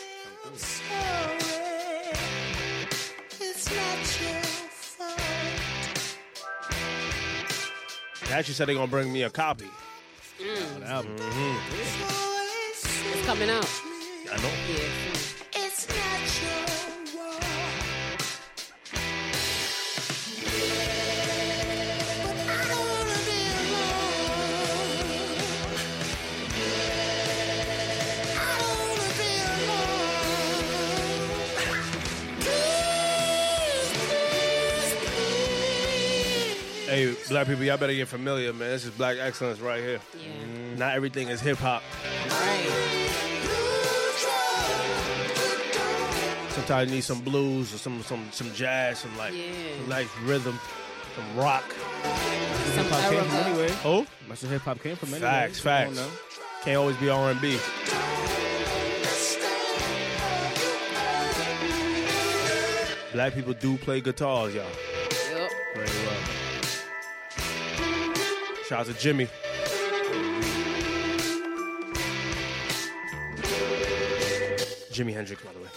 Speaker 3: They actually said they're gonna bring me a copy. Mm-hmm.
Speaker 2: Mm.
Speaker 5: Album.
Speaker 2: It's coming out.
Speaker 3: I know.
Speaker 2: Yeah. soon.
Speaker 9: I wanna be
Speaker 3: Hey, black people, y'all better get familiar, man. This is black excellence right here.
Speaker 2: Yeah.
Speaker 5: Mm.
Speaker 3: Not everything is hip hop.
Speaker 2: Right.
Speaker 3: Sometimes you need some blues or some some some jazz, some like
Speaker 2: Yeah.
Speaker 3: some nice rhythm, some rock.
Speaker 2: Some uh,
Speaker 5: Hip-hop came from
Speaker 2: Erica.
Speaker 5: anyway.
Speaker 3: Oh,
Speaker 5: That's where hip hop came from anyway.
Speaker 3: facts,
Speaker 5: Come on
Speaker 3: facts.
Speaker 5: now.
Speaker 3: Can't always be R and B. Black people do play guitars, y'all.
Speaker 2: Yup.
Speaker 3: Very well. Shout out to Jimmy. Jimi Hendrix, by the way.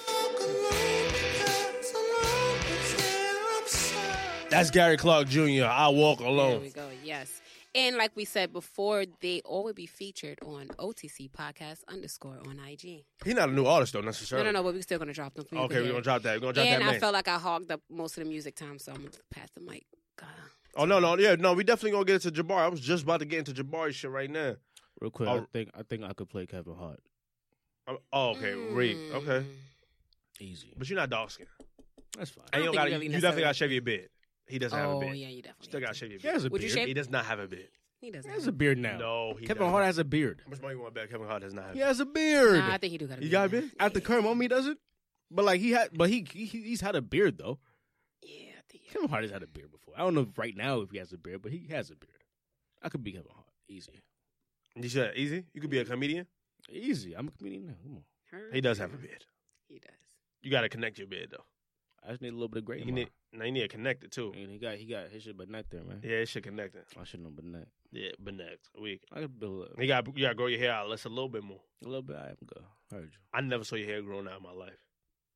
Speaker 3: That's Gary Clark Jr. I Walk
Speaker 2: There
Speaker 3: Alone.
Speaker 2: we go. Yes. And like we said before, they all would be featured on OTC podcast underscore on IG.
Speaker 3: He's not a new artist, though,
Speaker 2: No,
Speaker 3: necessarily.
Speaker 2: no, no, but we're still going to drop them. for you
Speaker 3: Okay,
Speaker 2: to
Speaker 3: we're
Speaker 2: hear.
Speaker 3: going to drop that. We're going to drop
Speaker 2: And
Speaker 3: that
Speaker 2: I
Speaker 3: name.
Speaker 2: felt like I hogged up most of the music time, so I'm going to pass the mic. God.
Speaker 3: oh, no, no. Yeah, no, we definitely going to get into Jabari. I was just about to get into Jabari shit right now.
Speaker 5: Real quick, I
Speaker 3: Alright.
Speaker 5: think I think I could play Kevin Hart.
Speaker 3: Oh, Oh, okay. Reed.
Speaker 2: Mm.
Speaker 3: Okay.
Speaker 5: Easy.
Speaker 3: But you're not dark skinned.
Speaker 5: That's fine.
Speaker 3: And you, don't
Speaker 2: don't think
Speaker 3: gotta,
Speaker 2: you really
Speaker 3: you definitely
Speaker 2: necessarily-
Speaker 3: got to shave your beard. He doesn't have a
Speaker 2: Oh,
Speaker 3: beard.
Speaker 2: yeah, you definitely.
Speaker 3: Still got to
Speaker 2: have to.
Speaker 3: shave your
Speaker 5: He
Speaker 3: beard.
Speaker 5: has a
Speaker 2: Would you
Speaker 5: beard.
Speaker 2: shave-
Speaker 3: He does not have a beard.
Speaker 2: He doesn't.
Speaker 5: He has a beard now.
Speaker 3: No, he
Speaker 5: Kevin
Speaker 3: doesn't.
Speaker 5: Hart has a beard.
Speaker 3: How much money you want to bet Kevin Hart does not have?
Speaker 4: He has a beard.
Speaker 2: Nah, I think he do got a
Speaker 3: You
Speaker 2: beard.
Speaker 3: got a
Speaker 2: now.
Speaker 3: beard?
Speaker 4: At the current moment, he doesn't.
Speaker 5: But like he had, but he, he he's had a beard though.
Speaker 2: Yeah, I think yeah.
Speaker 5: Kevin Hart has had a beard before. I don't know right now if he has a beard, but he has a beard. I could be Kevin Hart. Easy.
Speaker 3: You said easy. You could be a comedian.
Speaker 5: Easy. I'm a comedian now. Come on.
Speaker 2: Her?
Speaker 3: He does have a beard.
Speaker 2: He does.
Speaker 3: You got to connect your beard though.
Speaker 5: I just need a little bit of gray.
Speaker 3: You
Speaker 5: in my-
Speaker 3: need, now you need to connect it too.
Speaker 5: And he got he got his shit but not there, man.
Speaker 3: Yeah, it should connect it.
Speaker 5: I should know but not.
Speaker 3: Yeah, but next week
Speaker 5: I could build up
Speaker 3: you got you got to grow your hair out less a little bit more.
Speaker 5: a little bit. I am go. Heard
Speaker 3: I never saw your hair grown out in my life.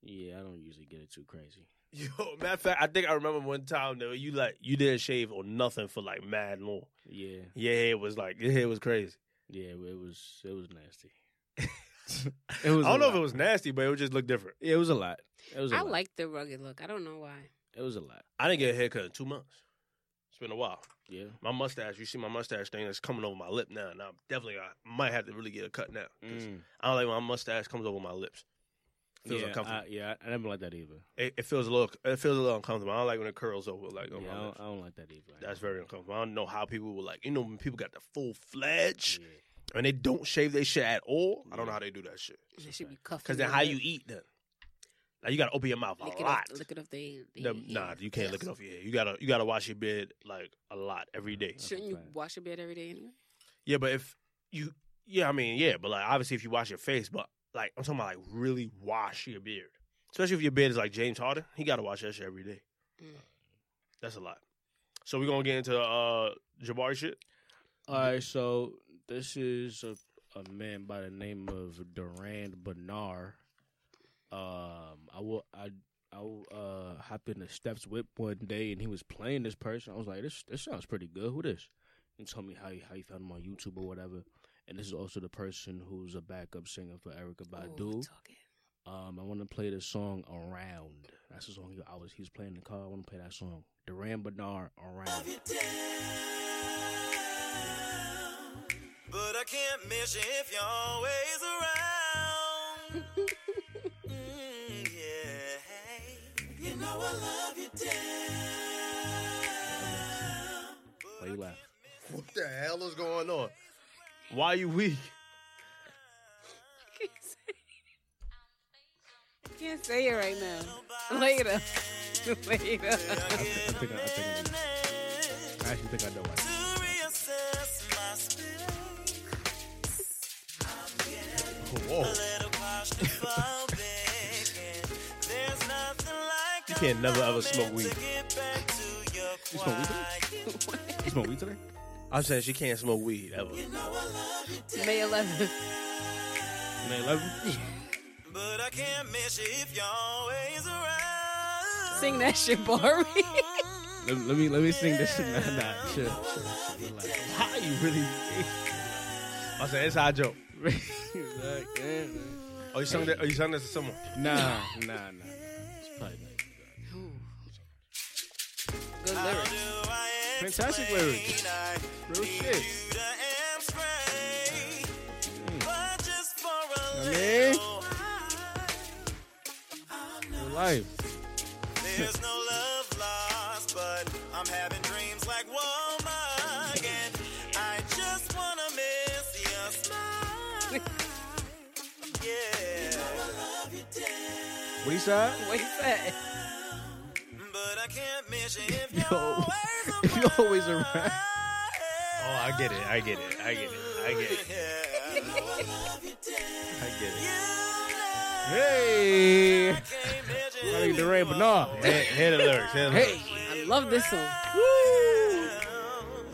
Speaker 5: you. Yeah, I don't usually get it too crazy.
Speaker 3: Yo, matter of fact, I think I remember one time though you like you didn't shave or nothing for like mad long.
Speaker 5: Yeah,
Speaker 3: Your hair was like your hair was crazy.
Speaker 5: yeah. It was it was nasty.
Speaker 3: I
Speaker 5: was a
Speaker 3: don't know if
Speaker 5: lot.
Speaker 3: it was nasty, but it would just look different.
Speaker 5: Yeah, it was a lot. It was. I
Speaker 2: I
Speaker 5: lot. like.
Speaker 2: like the rugged look. I don't know why.
Speaker 5: It was a lot.
Speaker 3: I didn't get a haircut in two months. It's been a while.
Speaker 5: Yeah.
Speaker 3: My mustache, you see my mustache thing that's coming over my lip now, and I'm definitely I might have to really get a cut now. 'cause
Speaker 5: Mm.
Speaker 3: I don't like when my mustache comes over my lips. Feels
Speaker 5: yeah,
Speaker 3: uncomfortable.
Speaker 5: I, yeah, I, I never like that either.
Speaker 3: it, it feels a little. It feels a little uncomfortable. I don't like when it curls over like on
Speaker 5: yeah, I
Speaker 3: my
Speaker 5: don't,
Speaker 3: lips.
Speaker 5: I don't like that either.
Speaker 3: That's very uncomfortable. I don't know how people will like. You know when people got the full fledged
Speaker 5: Yeah.
Speaker 3: and they don't shave their shit at all. I don't know
Speaker 5: Yeah.
Speaker 3: how they do that shit.
Speaker 2: It should be cuffed.
Speaker 3: Because then how you eat then? Like you got to open your mouth
Speaker 2: Lick
Speaker 3: a
Speaker 2: it
Speaker 3: lot.
Speaker 2: up. Lick it up. They, they,
Speaker 3: The- nah, you can't lick it off your head. You gotta you gotta wash your beard like a lot every day.
Speaker 2: Shouldn't you
Speaker 5: Right.
Speaker 2: wash your beard every day anyway?
Speaker 3: Yeah, but if you, yeah, I mean, yeah, but like obviously if you wash your face, but like I'm talking about like really wash your beard, especially if your beard is like James Harden, he got to wash that shit every day.
Speaker 2: Mm.
Speaker 3: That's a lot. So we're gonna get into uh Jabari shit.
Speaker 5: All right, so this is a, a man by the name of Durand Bernard. Um, I will I I uh hopped in the steps whip one day and he was playing this person. I was like, this this sounds pretty good. Who this? And told me how you, how you found him on YouTube or whatever. And this is also the person who's a backup singer for Erica
Speaker 2: Oh,
Speaker 5: Badu.
Speaker 2: Ooh, talk it.
Speaker 5: Um, I want to play the song "Around." That's the song he, I was he was playing in the car. I want to play that song. Duran Bernard "Around."
Speaker 8: But I can't miss you if you're always around. Mm, yeah. You know I love you down.
Speaker 5: Why you laugh?
Speaker 3: What the hell is going on? Why you weak?
Speaker 2: Can't say- Can't say it right now. Later.
Speaker 5: I
Speaker 2: Later.
Speaker 5: think I, I think I, do. I actually think I know why.
Speaker 3: Whoa! you can't never ever smoke weed.
Speaker 5: You smoke weed today? you smoke weed today?
Speaker 3: I'm saying she can't smoke weed ever.
Speaker 2: May 11th.
Speaker 5: May 11?
Speaker 8: But I can't miss you if you're always around. Mm.
Speaker 2: Sing that shit, Barbie.
Speaker 5: Let, let me let me sing this shit. Nah, nah, chill, chill, chill, relax.
Speaker 3: How you really? I'm saying it's our joke.
Speaker 5: Relax, yeah, man.
Speaker 3: Oh, you sung that? Oh, you sung this to someone?
Speaker 5: Nah, nah, nah. nah. It's probably not.
Speaker 2: Ooh. Good lyrics.
Speaker 5: Fantastic lyrics. Real shit.
Speaker 8: Hmm.
Speaker 5: Yeah. Your life.
Speaker 8: There's no love lost, but I'm having dreams like what?
Speaker 5: Wayside.
Speaker 2: Wait a sec.
Speaker 5: Yo, you always around.
Speaker 3: Oh, I get it. I get it. I get it. I get it.
Speaker 5: Oh, I get it. Hey, I think Durant Bernard.
Speaker 3: Head, head alerts. Head alerts.
Speaker 5: Hey,
Speaker 2: I love this song.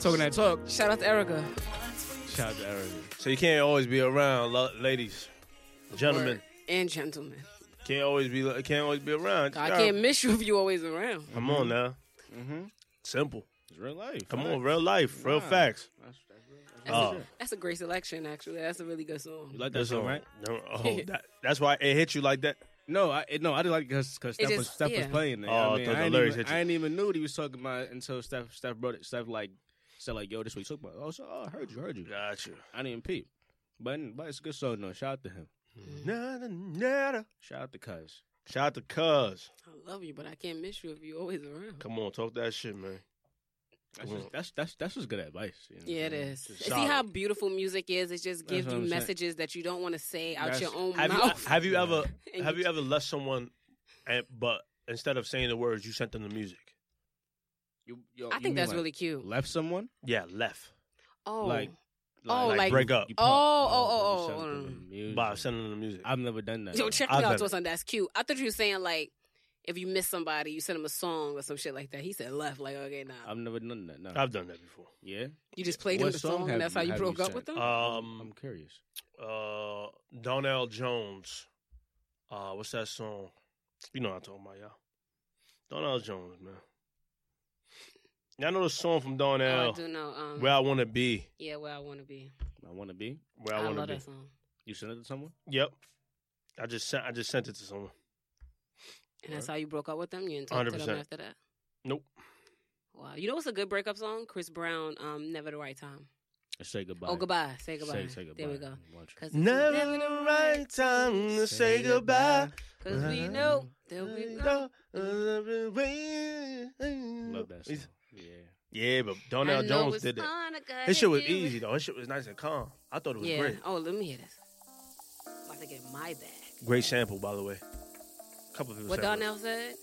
Speaker 5: talking that talk.
Speaker 2: Shout out to Erica.
Speaker 5: Shout out to Eric.
Speaker 3: So you can't always be around, lo- ladies, gentlemen.
Speaker 2: Word. And gentlemen.
Speaker 3: Can't always be. Can't always be around.
Speaker 2: I can't miss you if you always around.
Speaker 3: Come on now. Simple.
Speaker 5: It's real life.
Speaker 3: Come on, real life, real
Speaker 5: Mm-hmm. Nah.
Speaker 3: facts.
Speaker 2: That's,
Speaker 3: Oh.
Speaker 2: a, that's a great selection, actually. That's a really good song.
Speaker 5: You like that
Speaker 3: That's all
Speaker 5: song,
Speaker 3: right.
Speaker 5: right?
Speaker 3: No, oh, that, that's why it hit you like that.
Speaker 4: No, I no, I didn't like because because Steph, was,
Speaker 2: just-
Speaker 4: Steph was
Speaker 2: yeah.
Speaker 4: playing. It.
Speaker 3: Oh,
Speaker 4: I,
Speaker 3: I thought
Speaker 4: mean,
Speaker 3: the
Speaker 4: I, ain't
Speaker 3: lyrics
Speaker 4: even,
Speaker 3: hit you.
Speaker 4: I ain't even knew what he was talking about until Steph Steph brought it. Steph like said like, "Yo, this what you talking about." Oh, so, oh, I heard you, heard you.
Speaker 3: Gotcha.
Speaker 5: I didn't even peep. But, but it's a good song, though. Shout out to him.
Speaker 3: Nada, nada.
Speaker 5: Shout out to Cuz.
Speaker 3: Shout out to Cuz.
Speaker 2: I love you, but I can't miss you if you always around.
Speaker 3: Come on, talk that shit, man.
Speaker 5: That's,
Speaker 3: Well.
Speaker 5: just, that's, that's, that's just good advice. You know?
Speaker 2: Yeah, it is.
Speaker 3: Just
Speaker 2: See
Speaker 3: solid.
Speaker 2: how beautiful music is? It just gives
Speaker 5: what
Speaker 2: you
Speaker 5: I'm saying.
Speaker 2: messages that you don't want to say out
Speaker 5: That's-
Speaker 2: your own
Speaker 3: Have you
Speaker 2: mouth.
Speaker 3: have you ever
Speaker 2: And
Speaker 3: have
Speaker 2: you-
Speaker 3: you ever left someone, and but instead of saying the words, you sent them the music?
Speaker 5: You, yo,
Speaker 2: I
Speaker 5: you mean,
Speaker 2: think that's
Speaker 5: like,
Speaker 2: really cute.
Speaker 5: Left someone?
Speaker 3: Yeah, left.
Speaker 2: Oh,
Speaker 5: like-
Speaker 2: Oh, like-
Speaker 3: break up.
Speaker 5: you
Speaker 2: Oh,
Speaker 5: pop-
Speaker 2: oh,
Speaker 5: you
Speaker 2: oh,
Speaker 5: sent
Speaker 2: oh,
Speaker 5: them
Speaker 2: oh.
Speaker 5: the music.
Speaker 3: By sending them the music.
Speaker 5: I've never done that.
Speaker 2: yo, check
Speaker 3: I've
Speaker 2: me out
Speaker 3: done
Speaker 2: to
Speaker 3: it.
Speaker 2: something that's cute. I thought you were saying like if you miss somebody, you send them a song or some shit like that. He said left, like okay, nah.
Speaker 3: Uh,
Speaker 5: I've never done that. No.
Speaker 3: I've done that before.
Speaker 5: yeah.
Speaker 2: you just played them
Speaker 5: What
Speaker 2: the
Speaker 5: song
Speaker 2: song,
Speaker 5: have
Speaker 2: and that's
Speaker 5: you-
Speaker 2: how you
Speaker 5: have you
Speaker 2: broke up
Speaker 5: sent?
Speaker 2: with them.
Speaker 5: I'm
Speaker 3: Um,
Speaker 5: curious.
Speaker 3: uh, Donnell Jones. Uh, what's that song? You know what I'm talking about, y'all. Donnell Jones, man. Y'all know the song from
Speaker 2: Oh,
Speaker 3: Donnell,
Speaker 2: I do know. Um,
Speaker 3: "Where I Want to Be."
Speaker 2: yeah, where I want to be.
Speaker 5: I want to be.
Speaker 3: Where
Speaker 2: I,
Speaker 3: I, want to
Speaker 2: love
Speaker 3: be.
Speaker 2: that song.
Speaker 5: You sent it to someone?
Speaker 3: Yep. I just sent. I just sent it to someone.
Speaker 2: And that's how you broke up with them. You didn't talk to them
Speaker 3: 100%.
Speaker 2: after that.
Speaker 3: Nope.
Speaker 2: Wow. You know what's a good breakup song? Chris Brown, um, Never the Right Time.
Speaker 5: Say goodbye.
Speaker 2: Oh, goodbye. Say goodbye.
Speaker 5: Say, say goodbye.
Speaker 2: There we go.
Speaker 5: Watch.
Speaker 2: 'Cause it's
Speaker 3: Never the right time to say goodbye.
Speaker 2: Cause we know that we know.
Speaker 5: Love that song. Yeah.
Speaker 3: Yeah, but
Speaker 2: I
Speaker 3: Donnell
Speaker 2: know
Speaker 3: Oh, Jones
Speaker 2: it's
Speaker 3: did that.
Speaker 2: fun, I gotta
Speaker 3: His shit was
Speaker 2: do it.
Speaker 3: easy though. His shit was nice and calm. I thought it was
Speaker 2: Yeah.
Speaker 3: great.
Speaker 2: Oh, let me hear this. I'm about to get my bag.
Speaker 3: Great sample, by the way. couple of people. sampled
Speaker 2: What
Speaker 3: it.
Speaker 2: Donnell said?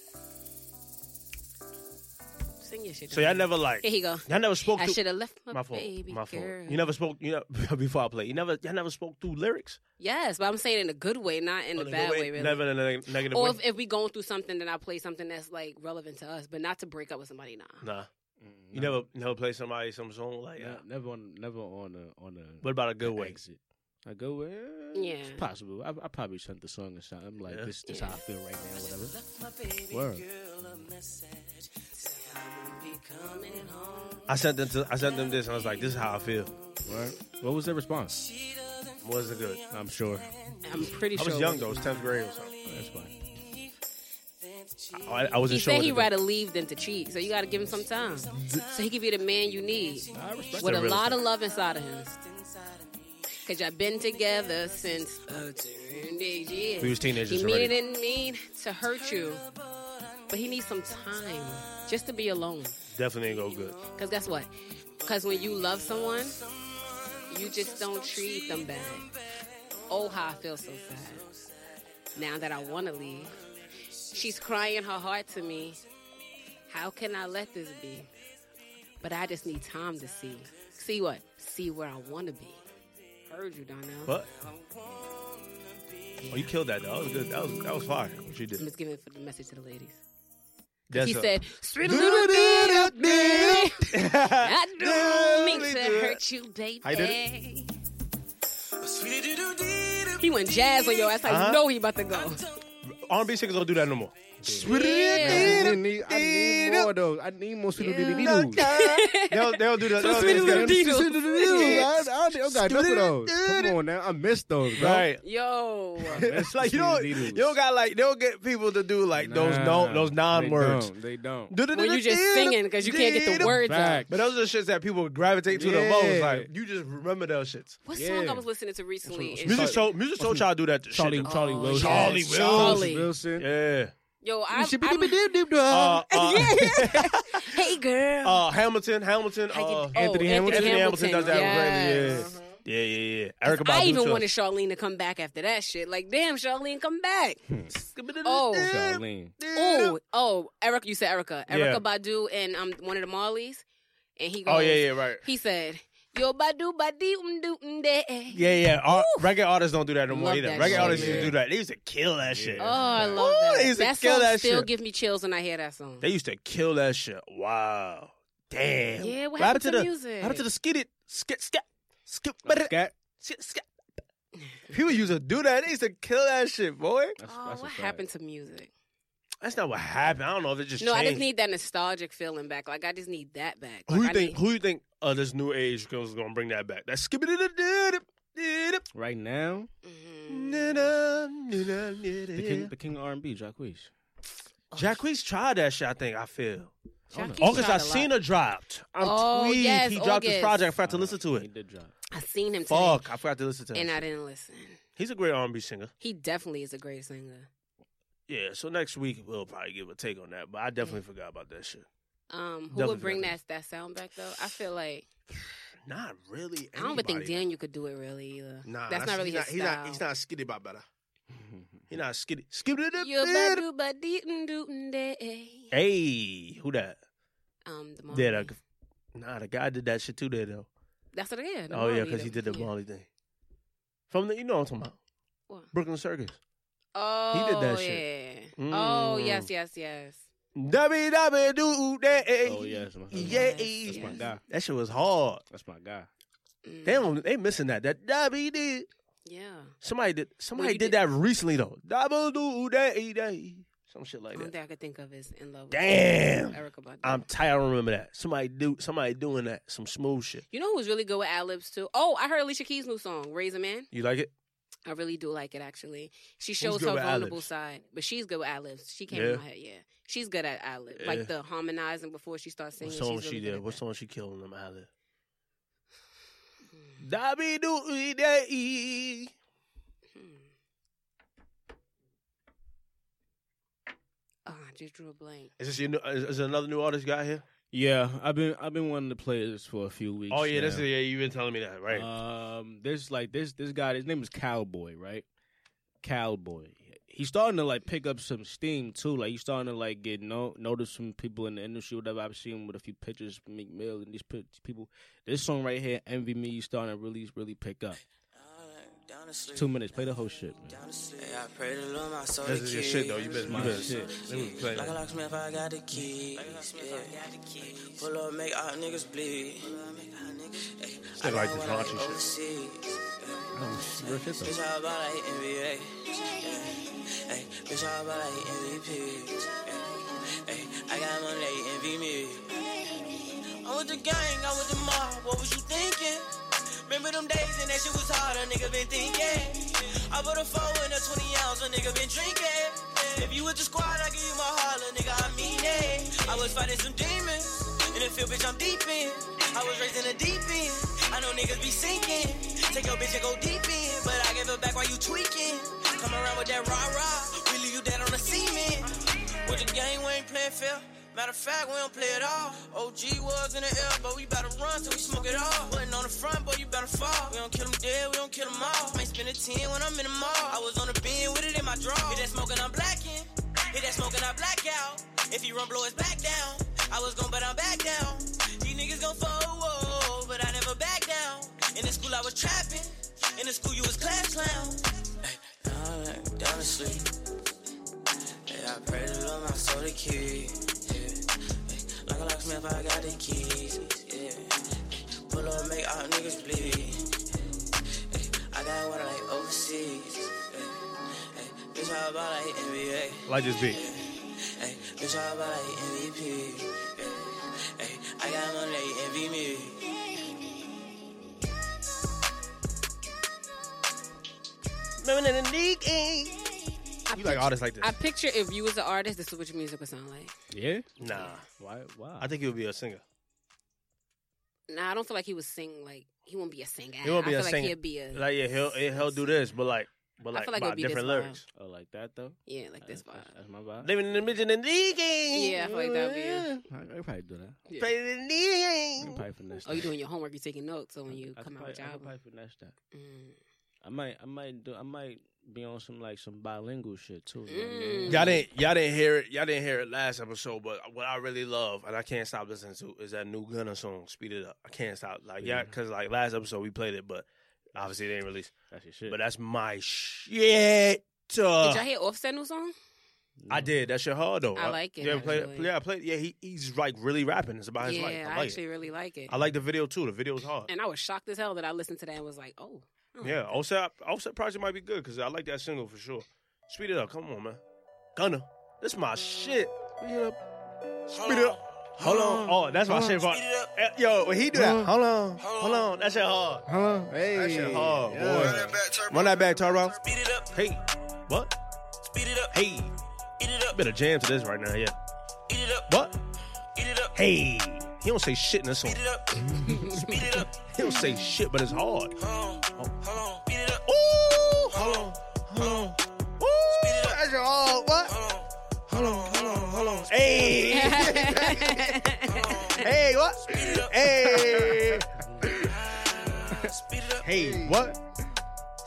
Speaker 2: Sing your shit.
Speaker 3: So y'all
Speaker 2: Donnell.
Speaker 3: never like
Speaker 2: Here he go.
Speaker 3: y'all never spoke
Speaker 2: I
Speaker 3: to
Speaker 2: should have left my,
Speaker 3: my fault.
Speaker 2: baby
Speaker 3: my fault.
Speaker 2: girl.
Speaker 3: You never spoke. You know before I play. You never y'all never spoke through lyrics
Speaker 2: Yes, but I'm saying in a good way, not in a
Speaker 3: Oh,
Speaker 2: bad
Speaker 3: good
Speaker 2: way, really.
Speaker 3: Never in a neg- negative
Speaker 2: Or
Speaker 3: way.
Speaker 2: if, if we going through something, then I play something that's like relevant to us, but not to break up with somebody. Nah.
Speaker 3: nah, you never never play somebody some song like
Speaker 5: Ne-
Speaker 3: that.
Speaker 5: Never on. Never on a on a.
Speaker 3: What about a good way?
Speaker 5: Exit. I go. eh, It's
Speaker 2: Yeah.
Speaker 5: possible. I, I probably sent the song or something. I'm like,
Speaker 3: Yeah.
Speaker 5: this this how I feel right now. Whatever. Word.
Speaker 3: I sent them to I sent them this and I was like, this is how I feel.
Speaker 5: Word. What was their response?
Speaker 3: Wasn't good.
Speaker 5: I'm sure.
Speaker 2: I'm pretty
Speaker 3: I
Speaker 2: sure.
Speaker 3: was young though. It was tenth grade or something.
Speaker 5: That's fine.
Speaker 3: I, I wasn't
Speaker 2: He
Speaker 3: sure.
Speaker 2: said
Speaker 3: what
Speaker 2: he'd
Speaker 3: to do.
Speaker 2: rather leave than to cheat, so you got to give him some time. So he can be the man you need
Speaker 5: I respect
Speaker 2: with
Speaker 5: that.
Speaker 2: a
Speaker 3: real
Speaker 2: lot of love inside of him. Cause y'all been together since a teenage years.
Speaker 3: We was teenagers
Speaker 2: He mean
Speaker 3: already.
Speaker 2: it didn't mean to hurt you, but he needs some time just to be alone.
Speaker 3: Definitely ain't go good.
Speaker 2: Cause guess what? Cause when you love someone, you just don't treat them bad. Oh, how I feel so sad. Now that I want to leave, she's crying her heart to me. How can I let this be? But I just need time to see. See what? See where I want to be. Heard you, Donnell.
Speaker 3: But oh, you killed that though. That was good. That was that was fire. What you
Speaker 2: I'm
Speaker 3: did.
Speaker 2: just giving the message to the ladies.
Speaker 3: That's
Speaker 2: he
Speaker 3: a-
Speaker 2: said, "Sweet little bit, I don't mean to hurt you,
Speaker 3: I did
Speaker 2: baby." He went jazz on your ass. I
Speaker 3: Uh-huh.
Speaker 2: know he about to go.
Speaker 3: R&B singers don't do that no more.
Speaker 2: Yeah.
Speaker 4: I need, I need more of those. I need more Sweetie Diddy Doos.
Speaker 3: They'll they'll do that. they'll-
Speaker 2: So Sweet
Speaker 3: they'll- they'll-
Speaker 2: Little Doodles.
Speaker 4: I, I, I got enough of those. Come on now, I miss those, bro.
Speaker 3: Right.
Speaker 2: Yo,
Speaker 3: It's like you don't you don't got like they don't get people to do like those
Speaker 4: Nah,
Speaker 3: no those
Speaker 4: they
Speaker 3: non words.
Speaker 4: don't, They don't.
Speaker 2: when you just singing because you can't get the words out.
Speaker 4: Fact.
Speaker 3: But those are the shits that people gravitate to the most.
Speaker 4: Yeah.
Speaker 3: Like you just remember those shits.
Speaker 2: What song
Speaker 4: Yeah.
Speaker 2: I was listening to recently? is-
Speaker 3: Music show music show try to do that
Speaker 5: Charlie
Speaker 3: shit.
Speaker 5: Charlie
Speaker 2: Oh,
Speaker 5: Wilson.
Speaker 3: Charlie
Speaker 2: yes,
Speaker 3: Wilson.
Speaker 2: Charlie.
Speaker 4: Wilson.
Speaker 3: Yeah.
Speaker 2: Yo, I, I'm, Um,
Speaker 3: Uh,
Speaker 5: Oh,
Speaker 3: uh,
Speaker 2: hey girl.
Speaker 3: uh, Hamilton, Hamilton,
Speaker 2: I can-
Speaker 3: uh,
Speaker 2: oh,
Speaker 4: Anthony Hamilton.
Speaker 3: Anthony Hamilton does that
Speaker 2: yes. Mm-hmm.
Speaker 3: already, Yeah, yeah, yeah. Erica
Speaker 2: I
Speaker 3: Badu
Speaker 2: even
Speaker 3: Chess.
Speaker 2: wanted Charlene to come back after that shit. Like, damn, Charlene, come back.
Speaker 3: Hmm.
Speaker 2: oh,
Speaker 5: Charlene.
Speaker 2: oh, oh, Erica, you said Erica.
Speaker 3: Yeah.
Speaker 2: Erica Badu and um one of the Marleys. And he goes,
Speaker 3: Oh yeah, yeah, right.
Speaker 2: He said, Yo, Badu, um, Badi, umdu, umde.
Speaker 3: Yeah, yeah. Ar- reggae artists don't do that no more
Speaker 2: Love
Speaker 3: either.
Speaker 2: that
Speaker 3: Reggae
Speaker 2: shit.
Speaker 3: artists used
Speaker 1: Yeah.
Speaker 3: to do that. They used to kill that shit.
Speaker 2: Oh, I love
Speaker 3: Ooh, they
Speaker 2: that.
Speaker 3: used to
Speaker 2: That
Speaker 3: kill
Speaker 2: song
Speaker 3: that
Speaker 2: still
Speaker 3: shit.
Speaker 2: give me chills when I hear that song.
Speaker 3: They used to kill that shit. Wow. Damn.
Speaker 2: yeah, what
Speaker 3: Right up
Speaker 2: happened to,
Speaker 3: the
Speaker 2: music?
Speaker 3: How to the skid it skit scat skip
Speaker 5: Oh,
Speaker 3: but
Speaker 5: scat.
Speaker 3: skit scat. People used to do that. They used to kill that shit, boy.
Speaker 5: That's-
Speaker 2: oh,
Speaker 5: that's a
Speaker 2: what
Speaker 5: fact.
Speaker 2: happened to music?
Speaker 3: That's not what happened. I don't know if it just
Speaker 2: No, I
Speaker 3: changed.
Speaker 2: just need that nostalgic feeling back. Like I just need that back.
Speaker 3: who
Speaker 2: Like,
Speaker 3: you
Speaker 2: I
Speaker 3: think
Speaker 2: need-
Speaker 3: who you think uh, this new age girl's gonna bring that back? That skip it
Speaker 5: Right now,
Speaker 2: Mhm.
Speaker 5: the king, the king of R&B, Jacquees.
Speaker 3: Jacquees Oh. tried that shit, I think, I feel.
Speaker 2: Jackie
Speaker 3: August
Speaker 2: tried a lot.
Speaker 3: Alsina dropped. I'm
Speaker 2: Oh,
Speaker 3: tweaked.
Speaker 2: yes,
Speaker 3: he dropped his
Speaker 2: August.
Speaker 3: project. I forgot to listen to
Speaker 5: Uh, He
Speaker 3: it.
Speaker 5: did drop.
Speaker 2: I seen him today,
Speaker 3: Fuck, I forgot to listen to
Speaker 2: and
Speaker 3: him.
Speaker 2: I didn't listen.
Speaker 3: He's a great R&B singer.
Speaker 2: He definitely is a great singer.
Speaker 3: Yeah, so next week we'll probably give a take on that, but I definitely
Speaker 2: Mm.
Speaker 3: forgot about that shit.
Speaker 2: Um, who
Speaker 3: Definitely
Speaker 2: would bring
Speaker 3: Jackie.
Speaker 2: that that sound back though? I feel like
Speaker 3: Not really.
Speaker 2: I don't even think
Speaker 3: anybody.
Speaker 2: Daniel could do it really either.
Speaker 3: Nah,
Speaker 2: that's not really
Speaker 3: he's not,
Speaker 2: his
Speaker 3: he's
Speaker 2: style.
Speaker 3: Not, he's not skitty about better. He's not skitty. Skitty.
Speaker 2: Yo, badu, badi, mm, do, mm, day.
Speaker 3: Hey, who that?
Speaker 2: Um, the
Speaker 3: Did
Speaker 2: Marley.
Speaker 3: Nah, the guy did that shit too there though.
Speaker 2: That's what it is. the
Speaker 3: oh yeah,
Speaker 2: Marley,
Speaker 3: because he did the
Speaker 2: yeah.
Speaker 3: Marley thing. From the you know what I'm talking about.
Speaker 2: What?
Speaker 3: Brooklyn Circus.
Speaker 2: Oh,
Speaker 3: did that
Speaker 2: yeah.
Speaker 3: shit.
Speaker 2: Oh
Speaker 3: Mm.
Speaker 2: yes, yes, yes.
Speaker 3: WWE do that.
Speaker 5: Oh, yeah. That's my, that's my-
Speaker 3: Yeah.
Speaker 5: That's my guy.
Speaker 3: That shit was hard.
Speaker 5: That's my guy.
Speaker 2: Mm.
Speaker 3: They don't, they missing that. That WD.
Speaker 2: Yeah.
Speaker 3: Somebody did somebody
Speaker 2: you
Speaker 3: did,
Speaker 2: did-
Speaker 3: that recently though. Double do that. that. Some shit like
Speaker 2: Only
Speaker 3: that.
Speaker 2: thing I could think of is in love. With
Speaker 3: Damn.
Speaker 2: Erica Badu.
Speaker 3: I'm tired. I remember that. Somebody do somebody doing that. Some smooth shit.
Speaker 2: you know who was really good with ad libs too? Oh, I heard Alicia Keys' new song, "Raise a Man."
Speaker 3: You like it?
Speaker 2: I really do like it actually. She shows
Speaker 3: good
Speaker 2: her
Speaker 3: with
Speaker 2: vulnerable
Speaker 3: ad-libs?
Speaker 2: side, but she's good with ad libs. She came
Speaker 3: Yeah.
Speaker 2: in my head, yeah. She's good at ad libs,
Speaker 3: Yeah.
Speaker 2: like the harmonizing before she starts
Speaker 3: What
Speaker 2: singing.
Speaker 3: song
Speaker 2: she's
Speaker 3: she
Speaker 2: really good
Speaker 3: did?
Speaker 2: at
Speaker 3: What
Speaker 2: that.
Speaker 3: song she killed them out of?
Speaker 2: Mm.
Speaker 3: Dobby do that.
Speaker 2: Hmm. Oh, I just drew a blank.
Speaker 3: Is this your new, is, is another new artist you got here?
Speaker 5: Yeah, I've been I've been wanting to play this for a few weeks.
Speaker 3: Oh yeah,
Speaker 5: now.
Speaker 3: that's yeah. You've been telling me that, right?
Speaker 2: Uh,
Speaker 5: Um, there's like this this guy. His name is Cowboy, right? Cowboy. He's starting to like pick up some steam too. Like he's starting to like get no noticed from people in the industry. Whatever I've seen with a few pictures, from Meek Mill and these pi- people. This song right here, "Envy Me," he's starting to really really pick up. Two minutes. Play the whole shit, man.
Speaker 8: Hey, I pray to Lord my soul
Speaker 3: this
Speaker 8: to
Speaker 3: is your
Speaker 8: keep.
Speaker 3: shit though. You been, you
Speaker 5: My
Speaker 3: been,
Speaker 5: shit.
Speaker 3: they was playing.
Speaker 8: Like a locksmith, I got the keys. Yeah. Pull up, make all niggas bleed. Ay, I
Speaker 3: like
Speaker 8: know
Speaker 3: this
Speaker 8: what I
Speaker 3: raunchy shit.
Speaker 8: overseas.
Speaker 5: Real shit, though.
Speaker 8: Bitch, how about I hit NBA? Yeah. Ay, Bitch, how about I hit MVP? Yeah. Ay, I got money, they envy me. I'm with the gang, I'm with the mob. What was you thinking? Remember them days and that shit was hard, a nigga been thinking. I put a phone in a 20 ounce, a nigga been drinking. If you with the squad, I give you my heart, a nigga, I mean it. I was fighting some demons. In the field, bitch, I'm deep in. I was raised in the deep end. I know niggas be sinking. Take your bitch and go deep in. But I give it back while you tweaking. Come around with that rah rah. We leave you dead on the cement. With the gang, we ain't playing fair. Matter of fact, we don't play at all. OG was in the air, but we bout to run till we smoke it all. Wasn't on the front, boy, you better fall. We don't kill 'em dead, we don't kill 'em all. Ain't spend a 10 when I'm in the mall. I was on the bin with it in my draw. Hit that smoke and I'm blacking. Hit that smoke and I black out. If you run, blow us back down. I was gon' but I'm back down. These niggas gon' forward, but I never back down. In the school, I was trapping. In the school, you was class clown. Ay, now I'm like down to sleep. Hey, I pray to Lord my soul to keep. Yeah. Hey, like a locksmith, I got the keys. Yeah. Hey, pull up, make all niggas bleed. Hey, I got water like overseas. Hey, hey, bitch, how about like NBA?
Speaker 3: Like this beat.
Speaker 8: Hey, bitch, how about like MVP? Hey, hey, I got money, they envy me.
Speaker 2: I
Speaker 3: You like artists like
Speaker 2: I
Speaker 3: this?
Speaker 2: picture if you was an artist, this is what your music would sound like.
Speaker 5: Yeah.
Speaker 3: Nah,
Speaker 5: Why? Why?
Speaker 3: I think he would be a singer.
Speaker 2: Nah, I don't feel like he would sing like he wouldn't be a singer.
Speaker 3: He won't be
Speaker 2: I
Speaker 3: a
Speaker 2: feel like
Speaker 3: singer.
Speaker 2: he'd be a
Speaker 3: Like yeah, he'll he'll do this, but like But
Speaker 2: I
Speaker 3: like,
Speaker 2: feel like it'd
Speaker 3: about
Speaker 2: be this
Speaker 3: different
Speaker 2: vibe.
Speaker 3: lyrics.
Speaker 5: Oh, like that though.
Speaker 2: Yeah, like this
Speaker 5: That's-
Speaker 2: vibe.
Speaker 5: That's my vibe.
Speaker 3: Living in the midget and leaking.
Speaker 2: Yeah, I feel like that'd be it.
Speaker 5: I, I could probably do that.
Speaker 2: Yeah.
Speaker 3: Playing in
Speaker 5: I could
Speaker 3: the
Speaker 5: probably finesse.
Speaker 2: Oh, you
Speaker 5: that.
Speaker 2: doing your homework? You taking notes? So when you
Speaker 5: I could
Speaker 2: come out
Speaker 5: probably,
Speaker 2: with your
Speaker 5: I could
Speaker 2: album,
Speaker 5: probably finesse that.
Speaker 2: Mm.
Speaker 5: I might, I might do, I might be on some like some bilingual shit too. you know what I
Speaker 2: Mm.
Speaker 5: mean?
Speaker 3: Y'all didn't y'all didn't hear it y'all didn't hear it last episode, but what I really love and I can't stop listening to is that new Gunna song, Speed It Up. I can't stop like yeah,
Speaker 5: Yeah.
Speaker 3: cause like last episode we played it, but obviously it didn't release.
Speaker 5: That's your shit.
Speaker 3: But that's my shit.
Speaker 2: did
Speaker 3: Uh,
Speaker 2: y'all hear Offset new song?
Speaker 5: No.
Speaker 3: I did. That shit hard though.
Speaker 2: I
Speaker 3: huh?
Speaker 2: like it,
Speaker 3: You ever played it?
Speaker 2: actually.
Speaker 3: Yeah, I played. Yeah, he, he's like really rapping. It's about his
Speaker 2: yeah,
Speaker 3: life. I like
Speaker 2: I
Speaker 3: it.
Speaker 2: actually really like it.
Speaker 3: I like the video too. The video's hard.
Speaker 2: and I was shocked as hell that I listened to that and was like, oh, oh.
Speaker 3: yeah, offset offset project might be good because I like that single for sure. Speed it up, come on, man. Gunna, this my shit. Speed it up, speed it up. Hold on, oh, that's my shit. Bro.
Speaker 1: Speed it up.
Speaker 3: Eh, Yo, when he do that, hold on,
Speaker 1: Hold
Speaker 3: hold
Speaker 1: on.
Speaker 3: on, that shit hard.
Speaker 5: Huh? Hey.
Speaker 3: That shit hard,
Speaker 1: Run
Speaker 3: boy.
Speaker 1: that back, Turbo.
Speaker 3: Run that back, Tyrone.
Speaker 1: Speed it up.
Speaker 3: Hey, what?
Speaker 1: Speed it up.
Speaker 3: Hey,
Speaker 1: Eat it up.
Speaker 3: better jam to this right now, yeah.
Speaker 1: Eat it up.
Speaker 3: What?
Speaker 1: Eat it up.
Speaker 3: Hey, he don't say shit in this song.
Speaker 1: Speed it up. Speed it up.
Speaker 3: He don't say shit, but it's hard.
Speaker 1: Hold on. Hold on. Speed it up.
Speaker 3: Ooh, hold on, hold on. Ooh, that shit hard. What?
Speaker 1: Hold on. Hold on. Hold on. Hold on.
Speaker 3: Hey. Hey, what? Hey.
Speaker 1: Speed it up.
Speaker 3: hey, what?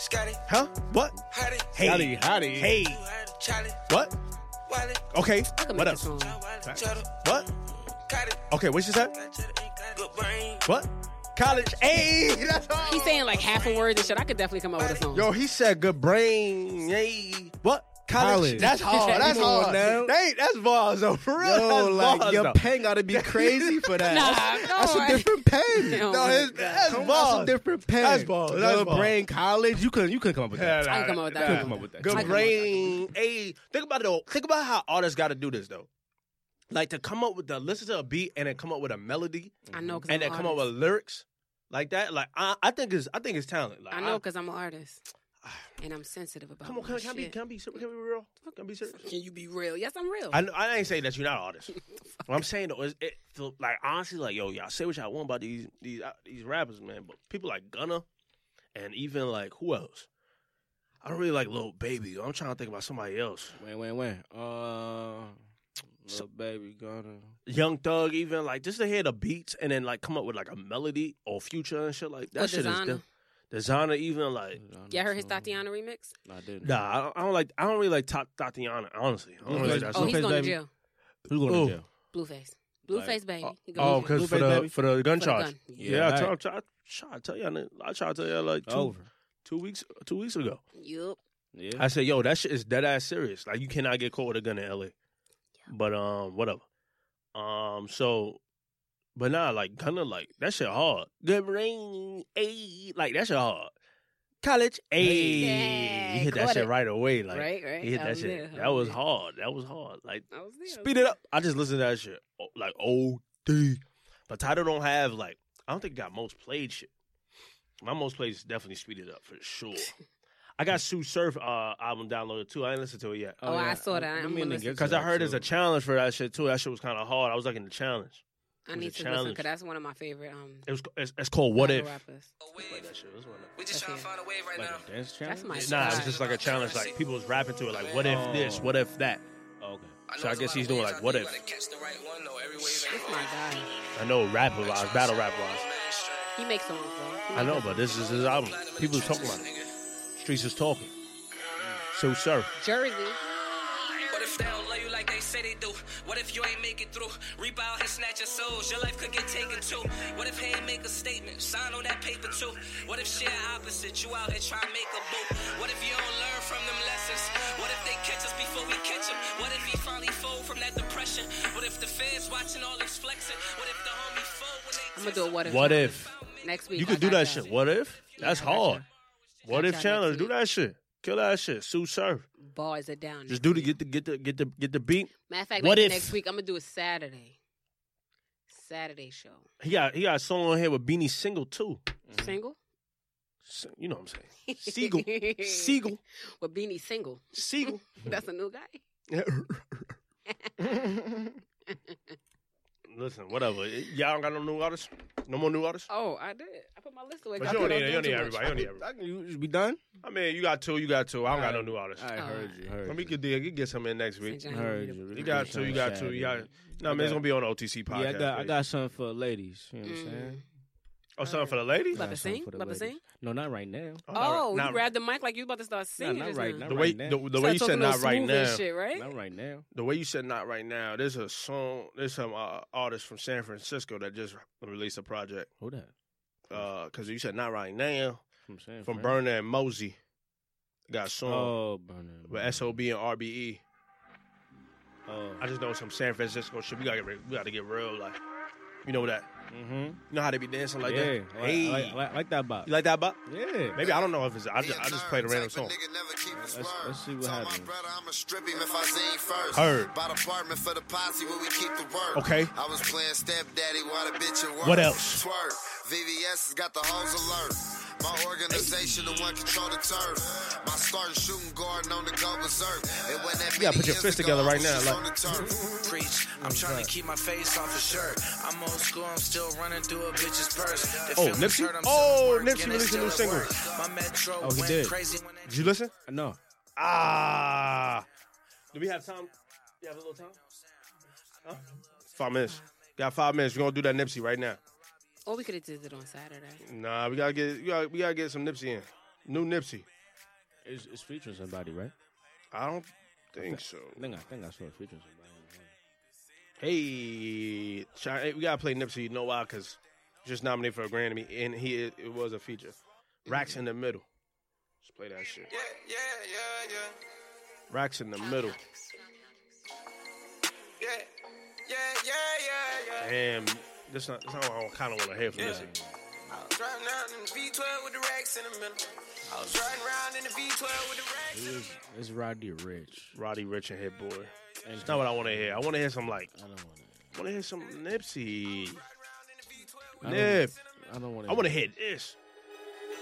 Speaker 1: Scotty.
Speaker 3: Huh? What?
Speaker 1: Howdy.
Speaker 3: Hey.
Speaker 5: Howdy, howdy.
Speaker 3: Hey,
Speaker 1: You had a Charlie.
Speaker 3: what?
Speaker 1: Wiley.
Speaker 3: Okay.
Speaker 2: I
Speaker 3: What
Speaker 2: can make a
Speaker 3: else?
Speaker 2: song.
Speaker 1: Wiley. Cheddar.
Speaker 3: What?
Speaker 1: Got it.
Speaker 3: Okay, what you said?
Speaker 1: Got cheddar. Ain't got it. Good brain.
Speaker 3: What? College. Hey, that's all.
Speaker 2: He's saying like half a word and shit. I could definitely come up with a song.
Speaker 3: Yo, he said good brain. Hey. What?
Speaker 5: College.
Speaker 3: College. That's hard. That's
Speaker 5: Come on
Speaker 3: hard.
Speaker 5: now.
Speaker 3: Hey, that's bars though. For real.
Speaker 5: Yo,
Speaker 3: that's
Speaker 5: like
Speaker 3: bars,
Speaker 5: your
Speaker 3: though.
Speaker 5: pen gotta be crazy for that.
Speaker 2: Nah,
Speaker 5: that's,
Speaker 2: no,
Speaker 5: that's
Speaker 2: I-
Speaker 5: a different pen.
Speaker 2: No,
Speaker 3: No, it's, that's
Speaker 5: Come on,
Speaker 3: bars.
Speaker 5: that's a different pen.
Speaker 3: That's bars.
Speaker 5: Your
Speaker 3: That's bars.
Speaker 5: brain college. You couldn't. You couldn't come up with
Speaker 3: Yeah,
Speaker 5: that.
Speaker 3: nah,
Speaker 2: can come up with that.
Speaker 3: nah.
Speaker 2: I can come
Speaker 5: up with that.
Speaker 2: I
Speaker 3: Good
Speaker 2: can come up with
Speaker 3: brain. Hey, think about it though. Think about how artists got to do this though. Like to come up with the listen to a beat and then come up with a melody
Speaker 2: I know because
Speaker 3: and then come up with lyrics like that. Like I, I think it's I think it's talent. Like
Speaker 2: I know because I'm an artist and I'm sensitive
Speaker 3: I-
Speaker 2: about.
Speaker 3: come on,
Speaker 2: my
Speaker 3: can, can I be
Speaker 2: shit.
Speaker 3: can I be ser- can I be real? Can I be serious?
Speaker 2: Can you be real? Yes, I'm real.
Speaker 3: I, kn- I ain't saying that you're not an artist. what I'm saying though is it feel- like honestly like yo y'all say what y'all want about these these uh, these rappers man, but people like Gunna and even like who else? I don't really like Lil Baby. I'm trying to think about somebody else.
Speaker 5: Wait, wait, wait. Uh,
Speaker 3: So- Uh,
Speaker 5: little baby gonna.
Speaker 3: Young Thug, even like just to hear the beats and then like come up with like a melody or future and shit like that.
Speaker 2: Or
Speaker 3: shit
Speaker 2: Designa.
Speaker 3: is the designer. Even like
Speaker 2: yeah, I heard his Tatiana remix.
Speaker 5: No, I didn't.
Speaker 3: nah, I don't, I don't like. I don't really like Ta- Tatiana. Honestly, I don't
Speaker 5: Okay.
Speaker 3: really like that
Speaker 5: Oh,
Speaker 2: Oh,
Speaker 3: song.
Speaker 5: he- Blueface
Speaker 2: he's going to
Speaker 5: Baby.
Speaker 2: jail.
Speaker 5: Who's going
Speaker 3: Ooh.
Speaker 5: to jail?
Speaker 2: Blueface. Blueface baby. He
Speaker 3: Oh,
Speaker 2: going to jail.
Speaker 3: because for
Speaker 5: Blueface
Speaker 3: the
Speaker 5: Baby?
Speaker 3: for the gun
Speaker 2: For the
Speaker 3: charge.
Speaker 2: gun. Yeah.
Speaker 3: Yeah, I
Speaker 5: right.
Speaker 3: try, try, try to tell y'all. nigga- I try to tell y'all like two,
Speaker 5: Over.
Speaker 3: two weeks two weeks ago.
Speaker 2: Yup.
Speaker 5: Oh. Yeah.
Speaker 3: I said, yo, that shit is dead ass serious. Like you cannot get caught with a gun in LA. But um, whatever. Um, so, but nah, like kind of like that shit hard. Good rain, a like that shit hard. College, a
Speaker 2: Yeah,
Speaker 3: you hit that
Speaker 2: caught
Speaker 3: shit
Speaker 2: it.
Speaker 3: right away. Like
Speaker 2: right, right.
Speaker 3: you hit
Speaker 2: I
Speaker 3: that
Speaker 2: was
Speaker 3: shit.
Speaker 2: there. I
Speaker 3: That was
Speaker 2: there.
Speaker 3: hard. That was hard. Like
Speaker 2: I was there.
Speaker 3: speed it up. I just listened to that shit oh, like OD. But title don't have like I don't think it got most played shit. My most played is definitely speed it up for sure. I got Sue Surf uh, album downloaded too. I ain't listened to it yet
Speaker 2: Oh, I saw that. I'm gonna listen
Speaker 3: because I heard it's a challenge for that shit too. That shit was kind of hard. I was like in the challenge.
Speaker 2: I
Speaker 3: was a
Speaker 2: need to listen
Speaker 3: challenge.
Speaker 2: because that's one of my favorite. Um,
Speaker 3: It was it's, it's called What If.
Speaker 2: battle rappers.
Speaker 3: Like that shit. It was one of-
Speaker 8: We just
Speaker 2: Okay.
Speaker 8: trying to find a wave right now.
Speaker 5: Like a dance challenge.
Speaker 2: That's my
Speaker 3: Nah,
Speaker 2: God.
Speaker 3: it was just like a challenge. Like people was rapping to it. Like what if this?
Speaker 5: Oh.
Speaker 3: What if that?
Speaker 5: Oh, okay.
Speaker 8: know
Speaker 3: So I
Speaker 8: it's a
Speaker 3: guess
Speaker 8: lot
Speaker 3: he's
Speaker 8: of
Speaker 3: doing,
Speaker 8: waves
Speaker 3: like,
Speaker 8: out
Speaker 3: what
Speaker 8: there,
Speaker 3: if-
Speaker 8: You gotta catch the right one though. Every wave ain't
Speaker 2: That's
Speaker 8: going.
Speaker 2: my guy.
Speaker 3: I know rap wise, battle rap wise.
Speaker 2: He makes songs though. He
Speaker 3: I
Speaker 2: makes
Speaker 3: know, but this is his album. People was talking about it. Streets is talking. So sir,
Speaker 2: Jersey.
Speaker 8: What if they don't love you like they say they do? What if you ain't make it through? Reap out and snatch your souls. Your life could get taken too. What if he ain't make a statement? Sign on that paper too. What if share opposite? You out here trying to make a boo. What if you don't learn from them lessons? What if they catch us before we catch him? What if he finally fold from that depression? What if the fans watching all this flexing? What if the homie fold when they
Speaker 2: I'm gonna do a what if.
Speaker 3: what
Speaker 2: challenge
Speaker 3: if
Speaker 2: Next week.
Speaker 3: you
Speaker 2: I
Speaker 3: could do
Speaker 2: got
Speaker 3: that shit? What if? That's
Speaker 2: I got
Speaker 3: hard. What
Speaker 2: I
Speaker 3: if
Speaker 2: got
Speaker 3: challenge?
Speaker 2: that.
Speaker 3: Do that shit. Kill that shit. Sue surf.
Speaker 2: Bars are down.
Speaker 3: Just do the get the get the get the get the beat.
Speaker 2: Matter of fact,
Speaker 3: What
Speaker 2: like
Speaker 3: if-
Speaker 2: next week I'm gonna do a Saturday. Saturday show.
Speaker 3: He got he got a song on here with Beanie Single too.
Speaker 2: Single?
Speaker 3: S- You know what I'm saying? Mm-hmm. Siegel, Siegel, Hmm.
Speaker 2: Well Beanie single.
Speaker 3: Siegel.
Speaker 2: That's a new guy.
Speaker 3: Listen, whatever. Y'all don't got no new artists. No more new artists.
Speaker 2: Oh, I did. I put my list away.
Speaker 3: But
Speaker 2: 'cause
Speaker 3: you
Speaker 2: I
Speaker 3: don't
Speaker 2: feel
Speaker 3: need
Speaker 2: I'm
Speaker 3: you don't
Speaker 2: doing
Speaker 3: need
Speaker 2: too
Speaker 3: everybody. You don't need everybody.
Speaker 5: I can, you should be done.
Speaker 3: I mean, you got two, you got two. I don't got no new artists.
Speaker 4: I
Speaker 2: Oh,
Speaker 4: heard you. Heard
Speaker 3: Let me
Speaker 4: you.
Speaker 3: get dig. get some in next week.
Speaker 2: Saint John
Speaker 5: Heard
Speaker 2: Lee the-
Speaker 5: you.
Speaker 3: You got two, you got two. You got. No, I mean, it's gonna be on the OTC podcast.
Speaker 5: Yeah, I got I
Speaker 3: page.
Speaker 5: got something for ladies. You know what I'm
Speaker 2: Mm.
Speaker 5: saying?
Speaker 3: Oh, something for the ladies.
Speaker 2: About to
Speaker 5: Got something
Speaker 2: sing?
Speaker 5: for the
Speaker 2: About to
Speaker 5: ladies.
Speaker 2: sing?
Speaker 5: No, not right now.
Speaker 3: Oh, not right-
Speaker 2: Oh, you
Speaker 3: not-
Speaker 2: grabbed the mic like you was about to start singing.
Speaker 5: not
Speaker 2: just
Speaker 5: right
Speaker 2: now.
Speaker 5: now.
Speaker 3: the way
Speaker 5: right
Speaker 3: the, the way you
Speaker 2: Start
Speaker 3: said
Speaker 2: talking all
Speaker 3: not right
Speaker 2: smooth and
Speaker 3: now.
Speaker 2: shit, right?
Speaker 5: Not right now.
Speaker 3: The way you said not right now. There's a song. There's some uh, artist from San Francisco that just released a project.
Speaker 5: Who that?
Speaker 3: Because you said not right now
Speaker 5: From San
Speaker 3: from
Speaker 5: Fran?
Speaker 3: Burner and Mosey. Got a song
Speaker 5: Oh, Burner.
Speaker 3: with SOB and RBE.
Speaker 5: Oh,
Speaker 3: I just know some San Francisco shit. We gotta get re- we gotta get real like, you know that.
Speaker 5: mm-hmm.
Speaker 3: You know how they be dancing like
Speaker 5: yeah,
Speaker 3: that.
Speaker 5: I like-
Speaker 3: hey,
Speaker 5: I like, I like, I like that box.
Speaker 3: you like that, Bob?
Speaker 5: yeah.
Speaker 3: Maybe I don't know if it's. I just, I just played a random song.
Speaker 5: Let's- let's see what happens.
Speaker 9: brother I'm a strip him if I seen first.
Speaker 3: Heard.
Speaker 9: Bought apartment for the posse where we keep the work.
Speaker 3: Okay.
Speaker 9: I was playing stepdaddy while the bitch at work.
Speaker 3: What else?
Speaker 9: Twerk. VVS has got the hoes alert. My organization, the one control the turf. My starting shooting guard on the go berserk. It wasn't that
Speaker 3: You gotta
Speaker 9: many
Speaker 3: put your
Speaker 9: years
Speaker 3: fists
Speaker 9: ago,
Speaker 3: together
Speaker 9: I
Speaker 3: right
Speaker 9: was
Speaker 3: now,
Speaker 9: just
Speaker 3: like-
Speaker 9: on the turf.
Speaker 10: preach. I'm trying to keep my face off the shirt. I'm old school, I'm still running through a bitch's purse. The
Speaker 3: Oh,
Speaker 10: feeling's
Speaker 3: Nipsey?
Speaker 10: hurt, I'm
Speaker 3: Oh,
Speaker 10: still at work,
Speaker 3: Nipsey
Speaker 10: and it's
Speaker 3: released a
Speaker 10: still
Speaker 3: new
Speaker 10: at
Speaker 3: single.
Speaker 10: work. My metro
Speaker 5: Oh, he
Speaker 10: went
Speaker 5: did.
Speaker 10: crazy when
Speaker 3: Did you listen?
Speaker 5: No.
Speaker 3: Ah. Do we have time? You have a little time? Huh? Five minutes. Got five minutes. We're gonna do that Nipsey right now.
Speaker 2: Or we could have did it on Saturday.
Speaker 3: Nah, we gotta get we gotta, we gotta get some Nipsey in. New Nipsey.
Speaker 5: It's, it's featuring somebody, right?
Speaker 3: I don't think so.
Speaker 5: I think I think I saw it featuring somebody.
Speaker 3: Hey, Chi- hey, we gotta play Nipsey. You know why? Cause he's just nominated for a Grammy, and he is, it was a feature. Racks in the middle. Let's play that shit.
Speaker 10: Yeah, yeah, yeah, yeah.
Speaker 3: Racks in the middle.
Speaker 10: Yeah, yeah, yeah, yeah, yeah.
Speaker 3: Damn, this not, this not what I kind of want to hear from Nipsey.
Speaker 10: I was driving around in the V12 with the racks in the middle. I was driving around in the V12 with the racks in the middle.
Speaker 5: It's, it's Roddy Rich.
Speaker 3: Roddy Rich and Hit Boy. That's not what I want to hear. I want to hear some like,
Speaker 5: I don't want to.
Speaker 3: I want to hear some Nipsey.
Speaker 5: I don't-
Speaker 3: Nip.
Speaker 5: I don't want to.
Speaker 3: I want to hear this.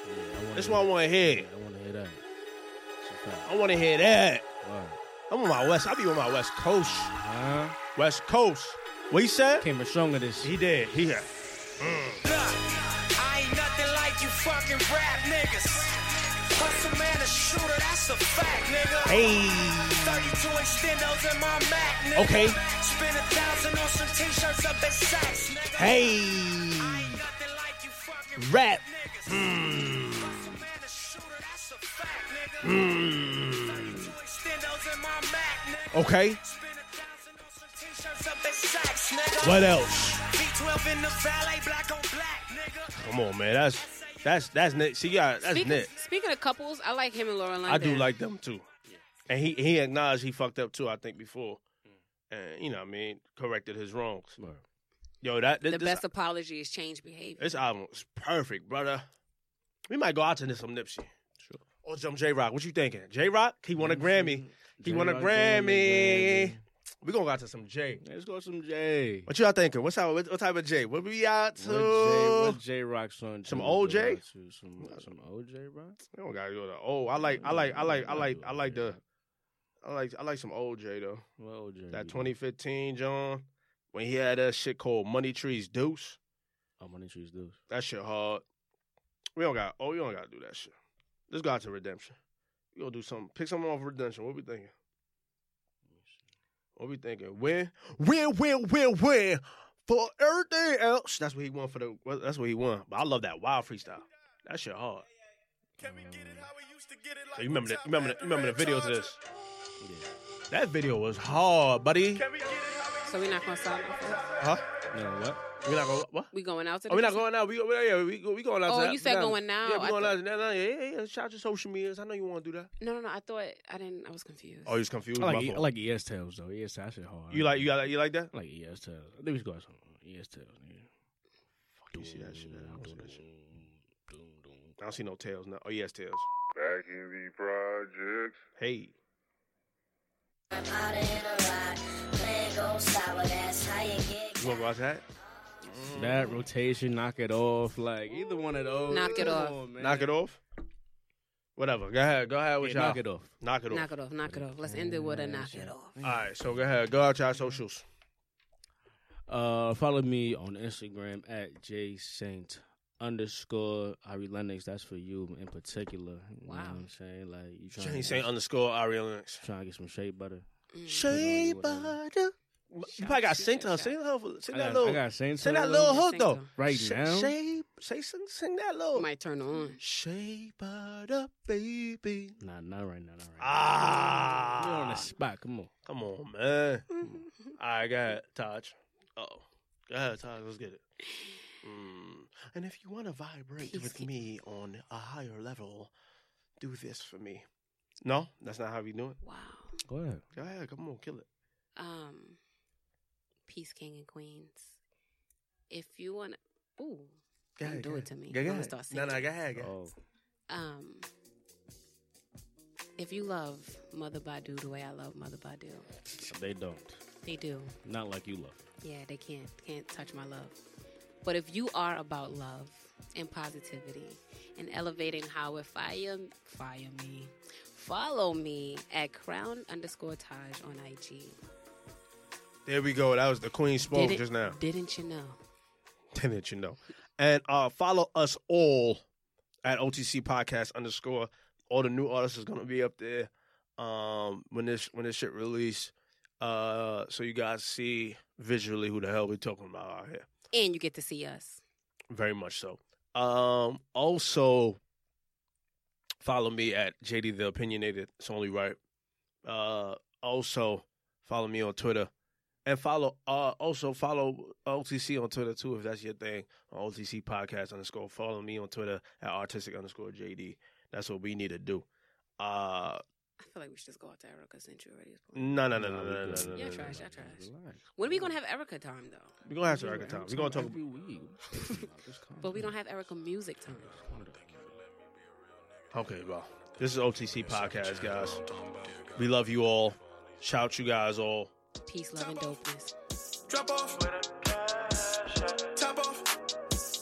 Speaker 3: That's
Speaker 5: That's
Speaker 3: what I want to hear.
Speaker 5: I want to hear that. It's a fact.
Speaker 3: I want to hear that.
Speaker 5: Word.
Speaker 3: I'm on my West. I be on my West Coast.
Speaker 5: Huh?
Speaker 3: West Coast. What he said?
Speaker 5: Came a song of this.
Speaker 3: He did. He had.
Speaker 10: I ain't nothing like you fucking rap niggas. Hustle man, a shooter, that's a fact, nigga.
Speaker 3: Hey.
Speaker 10: 32 extendos in my Mac, nigga.
Speaker 3: Okay.
Speaker 10: Spend a thousand on some t-shirts up at Saks, nigga.
Speaker 3: Hey.
Speaker 10: I ain't nothing like you fucking
Speaker 3: Rap. Hmm.
Speaker 10: niggas. Hustle man, a shooter, that's a fact, nigga. 32 extendos in my Mac, nigga.
Speaker 3: Mm. Okay.
Speaker 10: Spend a thousand on some t-shirts up at Saks, nigga.
Speaker 3: What else?
Speaker 10: V12 in the valet, black on black, nigga.
Speaker 3: Come on, man. That's that's that's Nick. See, yeah, that's
Speaker 2: speaking,
Speaker 3: Nick.
Speaker 2: speaking of couples, I like him and Lauren London.
Speaker 3: I do like them too. And he he acknowledged he fucked up too. I think before,
Speaker 2: Mm.
Speaker 3: and you know, what I mean, corrected his wrongs.
Speaker 5: Word.
Speaker 3: Yo, that
Speaker 2: the
Speaker 3: this,
Speaker 2: best apology is change behavior.
Speaker 3: this album is perfect, brother. We might go out to this some Nipsey. Sure. Or some J Rock. What you thinking? J Rock? He won a Grammy. He won a
Speaker 5: J-Rock won a
Speaker 3: Grammy. We gonna go out to some J.
Speaker 5: Let's go some J.
Speaker 3: What y'all thinking? What's out? What, what type of J? What we out to?
Speaker 5: What J, what J Rock song?
Speaker 3: Some
Speaker 5: Jimmy
Speaker 3: old
Speaker 5: go
Speaker 3: J?
Speaker 5: out to? Some some old J Rock.
Speaker 3: We don't gotta go to. Oh, I like, I like, I like, I like, I like the, I like, I like some old J though.
Speaker 5: What old J?
Speaker 3: That
Speaker 5: you
Speaker 3: 2015 John, when he had that shit called Money Trees Deuce.
Speaker 5: like? Oh, Money Trees Deuce.
Speaker 3: That shit hard. We don't got. Oh, we don't gotta do that shit. Let's go out to Redemption. We gonna do something. Pick something off Redemption. What we thinking? What we thinking? Win, win, win, win, win for everything else. That's what he won for the. well, That's what he won. But I love that wild freestyle. That shit hard. So you remember that? you Remember the, you remember the video to this? That video was hard, buddy.
Speaker 2: So we're not gonna stop.
Speaker 3: Huh?
Speaker 5: No, what?
Speaker 3: We not going what?
Speaker 2: We going out to.
Speaker 3: Oh, we
Speaker 2: the-
Speaker 3: not going out. We, go- we yeah, we, go- we going out.
Speaker 2: Oh,
Speaker 3: to that-
Speaker 2: you said
Speaker 3: now.
Speaker 2: going now.
Speaker 3: Yeah, we
Speaker 2: I
Speaker 3: going
Speaker 2: thought-
Speaker 3: out. Now, now, yeah, yeah, yeah. Shout out your social medias. I know you want to do that.
Speaker 2: No, no, no. I thought I didn't. I was confused.
Speaker 3: Oh, you was confused.
Speaker 5: I
Speaker 3: My
Speaker 5: like E-
Speaker 3: fault.
Speaker 5: I like ES Tales though. ES Tales, that shit hard.
Speaker 3: you like you got you like that?
Speaker 5: I like ES Tales. I think we should go out some ES Tales. Nigga.
Speaker 3: You see that shit? I don't see that shit. I don't see no tails. No. Oh yes, tails. Back in the projects. Hey, you want to go out to that?
Speaker 5: That rotation, knock it off. Like either one of those.
Speaker 2: Knock it
Speaker 5: Come
Speaker 2: off.
Speaker 5: on, man.
Speaker 3: Knock it off. Whatever. Go ahead. Go ahead
Speaker 5: Yeah,
Speaker 3: with y'all.
Speaker 5: knock it off.
Speaker 3: Knock it off.
Speaker 2: knock it off. Knock it off. Let's end it with a knock it off.
Speaker 3: All right. So go ahead. Go out y'all socials.
Speaker 5: Uh, follow me on Instagram at J Saint underscore Ari Lennox. That's for you in particular. You
Speaker 2: Wow.
Speaker 5: know what I'm saying? Like you
Speaker 3: She
Speaker 5: trying,
Speaker 3: ain't
Speaker 5: to,
Speaker 3: saying underscore Ari Lennox.
Speaker 5: trying to get some shea butter.
Speaker 3: Shea
Speaker 5: whatever.
Speaker 3: butter. You probably got to sing to her. Sing, her, sing
Speaker 5: I got,
Speaker 3: that little.
Speaker 5: I got Saint
Speaker 3: Sing that
Speaker 5: Seiya
Speaker 3: little
Speaker 2: Yeah,
Speaker 3: hook
Speaker 2: sing
Speaker 3: though.
Speaker 2: though.
Speaker 5: right
Speaker 3: Sh-
Speaker 5: now.
Speaker 3: Shay, say sing, sing that little.
Speaker 2: Might turn on.
Speaker 3: Shape it up, baby.
Speaker 5: Nah, not right now. Not right now.
Speaker 3: Ah,
Speaker 5: You're on the spot. Come on.
Speaker 3: come on, man. All right, go ahead, Taj. Oh, go ahead, Taj. Let's get it. Mm. And if you want to vibrate
Speaker 2: Please
Speaker 3: with
Speaker 2: keep-
Speaker 3: me on a higher level, do this for me. No, that's not how we do it.
Speaker 2: Wow.
Speaker 5: Go ahead.
Speaker 3: Go ahead, come on, kill it.
Speaker 2: Um, Peace King and Queens. If you want to. Ooh.
Speaker 3: Go
Speaker 2: Don't
Speaker 3: ahead,
Speaker 2: do
Speaker 3: go
Speaker 2: it
Speaker 3: ahead.
Speaker 2: to me.
Speaker 3: Go
Speaker 2: I'm gonna
Speaker 3: ahead.
Speaker 2: start
Speaker 3: No, no,
Speaker 2: singing.
Speaker 3: go ahead. Go ahead.
Speaker 5: Oh,
Speaker 2: Um, if you love Mother Badu the way I love Mother Badu,
Speaker 5: they don't.
Speaker 2: they do.
Speaker 5: Not like you love.
Speaker 2: Yeah, they can't can't touch my love. But if you are about love and positivity and elevating how if fire fire me, follow me at crown underscore Taj on IG.
Speaker 3: There we go. That was the queen spoke
Speaker 2: Didn't-
Speaker 3: just now.
Speaker 2: Didn't you know?
Speaker 3: Didn't you know? And uh, follow us all at OTC Podcast underscore. All the new artists is gonna be up there um, when this when this shit release. Uh, so you guys see visually who the hell we talking about out here.
Speaker 2: And you get to see us.
Speaker 3: Very much so. Um, also follow me at JD the Opinionated. It's only right. Uh, also follow me on Twitter. And follow uh also follow OTC on Twitter too if that's your thing. OTC podcast underscore. Follow me on Twitter at artistic underscore JD. That's what we need to do. Uh
Speaker 2: I feel like we should just go out to Erica since you already. was born.
Speaker 3: no no no no no no no. no,
Speaker 2: Y'all
Speaker 3: no, no.
Speaker 2: trash, y'all trash. When are we gonna have Erica time though?
Speaker 3: We're gonna have to record time. We're gonna talk
Speaker 5: every week.
Speaker 2: But we don't have Erica music time.
Speaker 3: Okay, well, this is OTC Podcast, guys. We love you all. Shout you guys all.
Speaker 2: Peace, love, and dopeness.
Speaker 10: Drop off with a cash. Top off.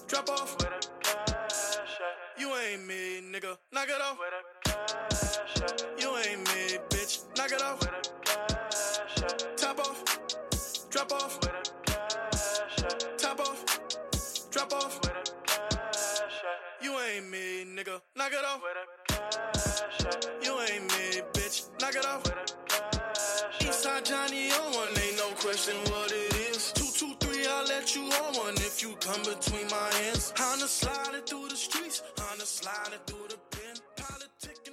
Speaker 10: Drop off with a cash. You ain't me, nigga. Knock it off with a cash. You ain't me, bitch. Knock it off with a cash. Top off. Drop off with a cash. Top off. Drop off with a cash. You ain't me, nigga. Knock it off with a cash. You ain't me, bitch. Knock it off with a Eastside Johnny on one, ain't no question what it is. Two, two, three, I'll let you on one if you come between my hands. Honda sliding through the streets, Honda sliding through the pen. Politicking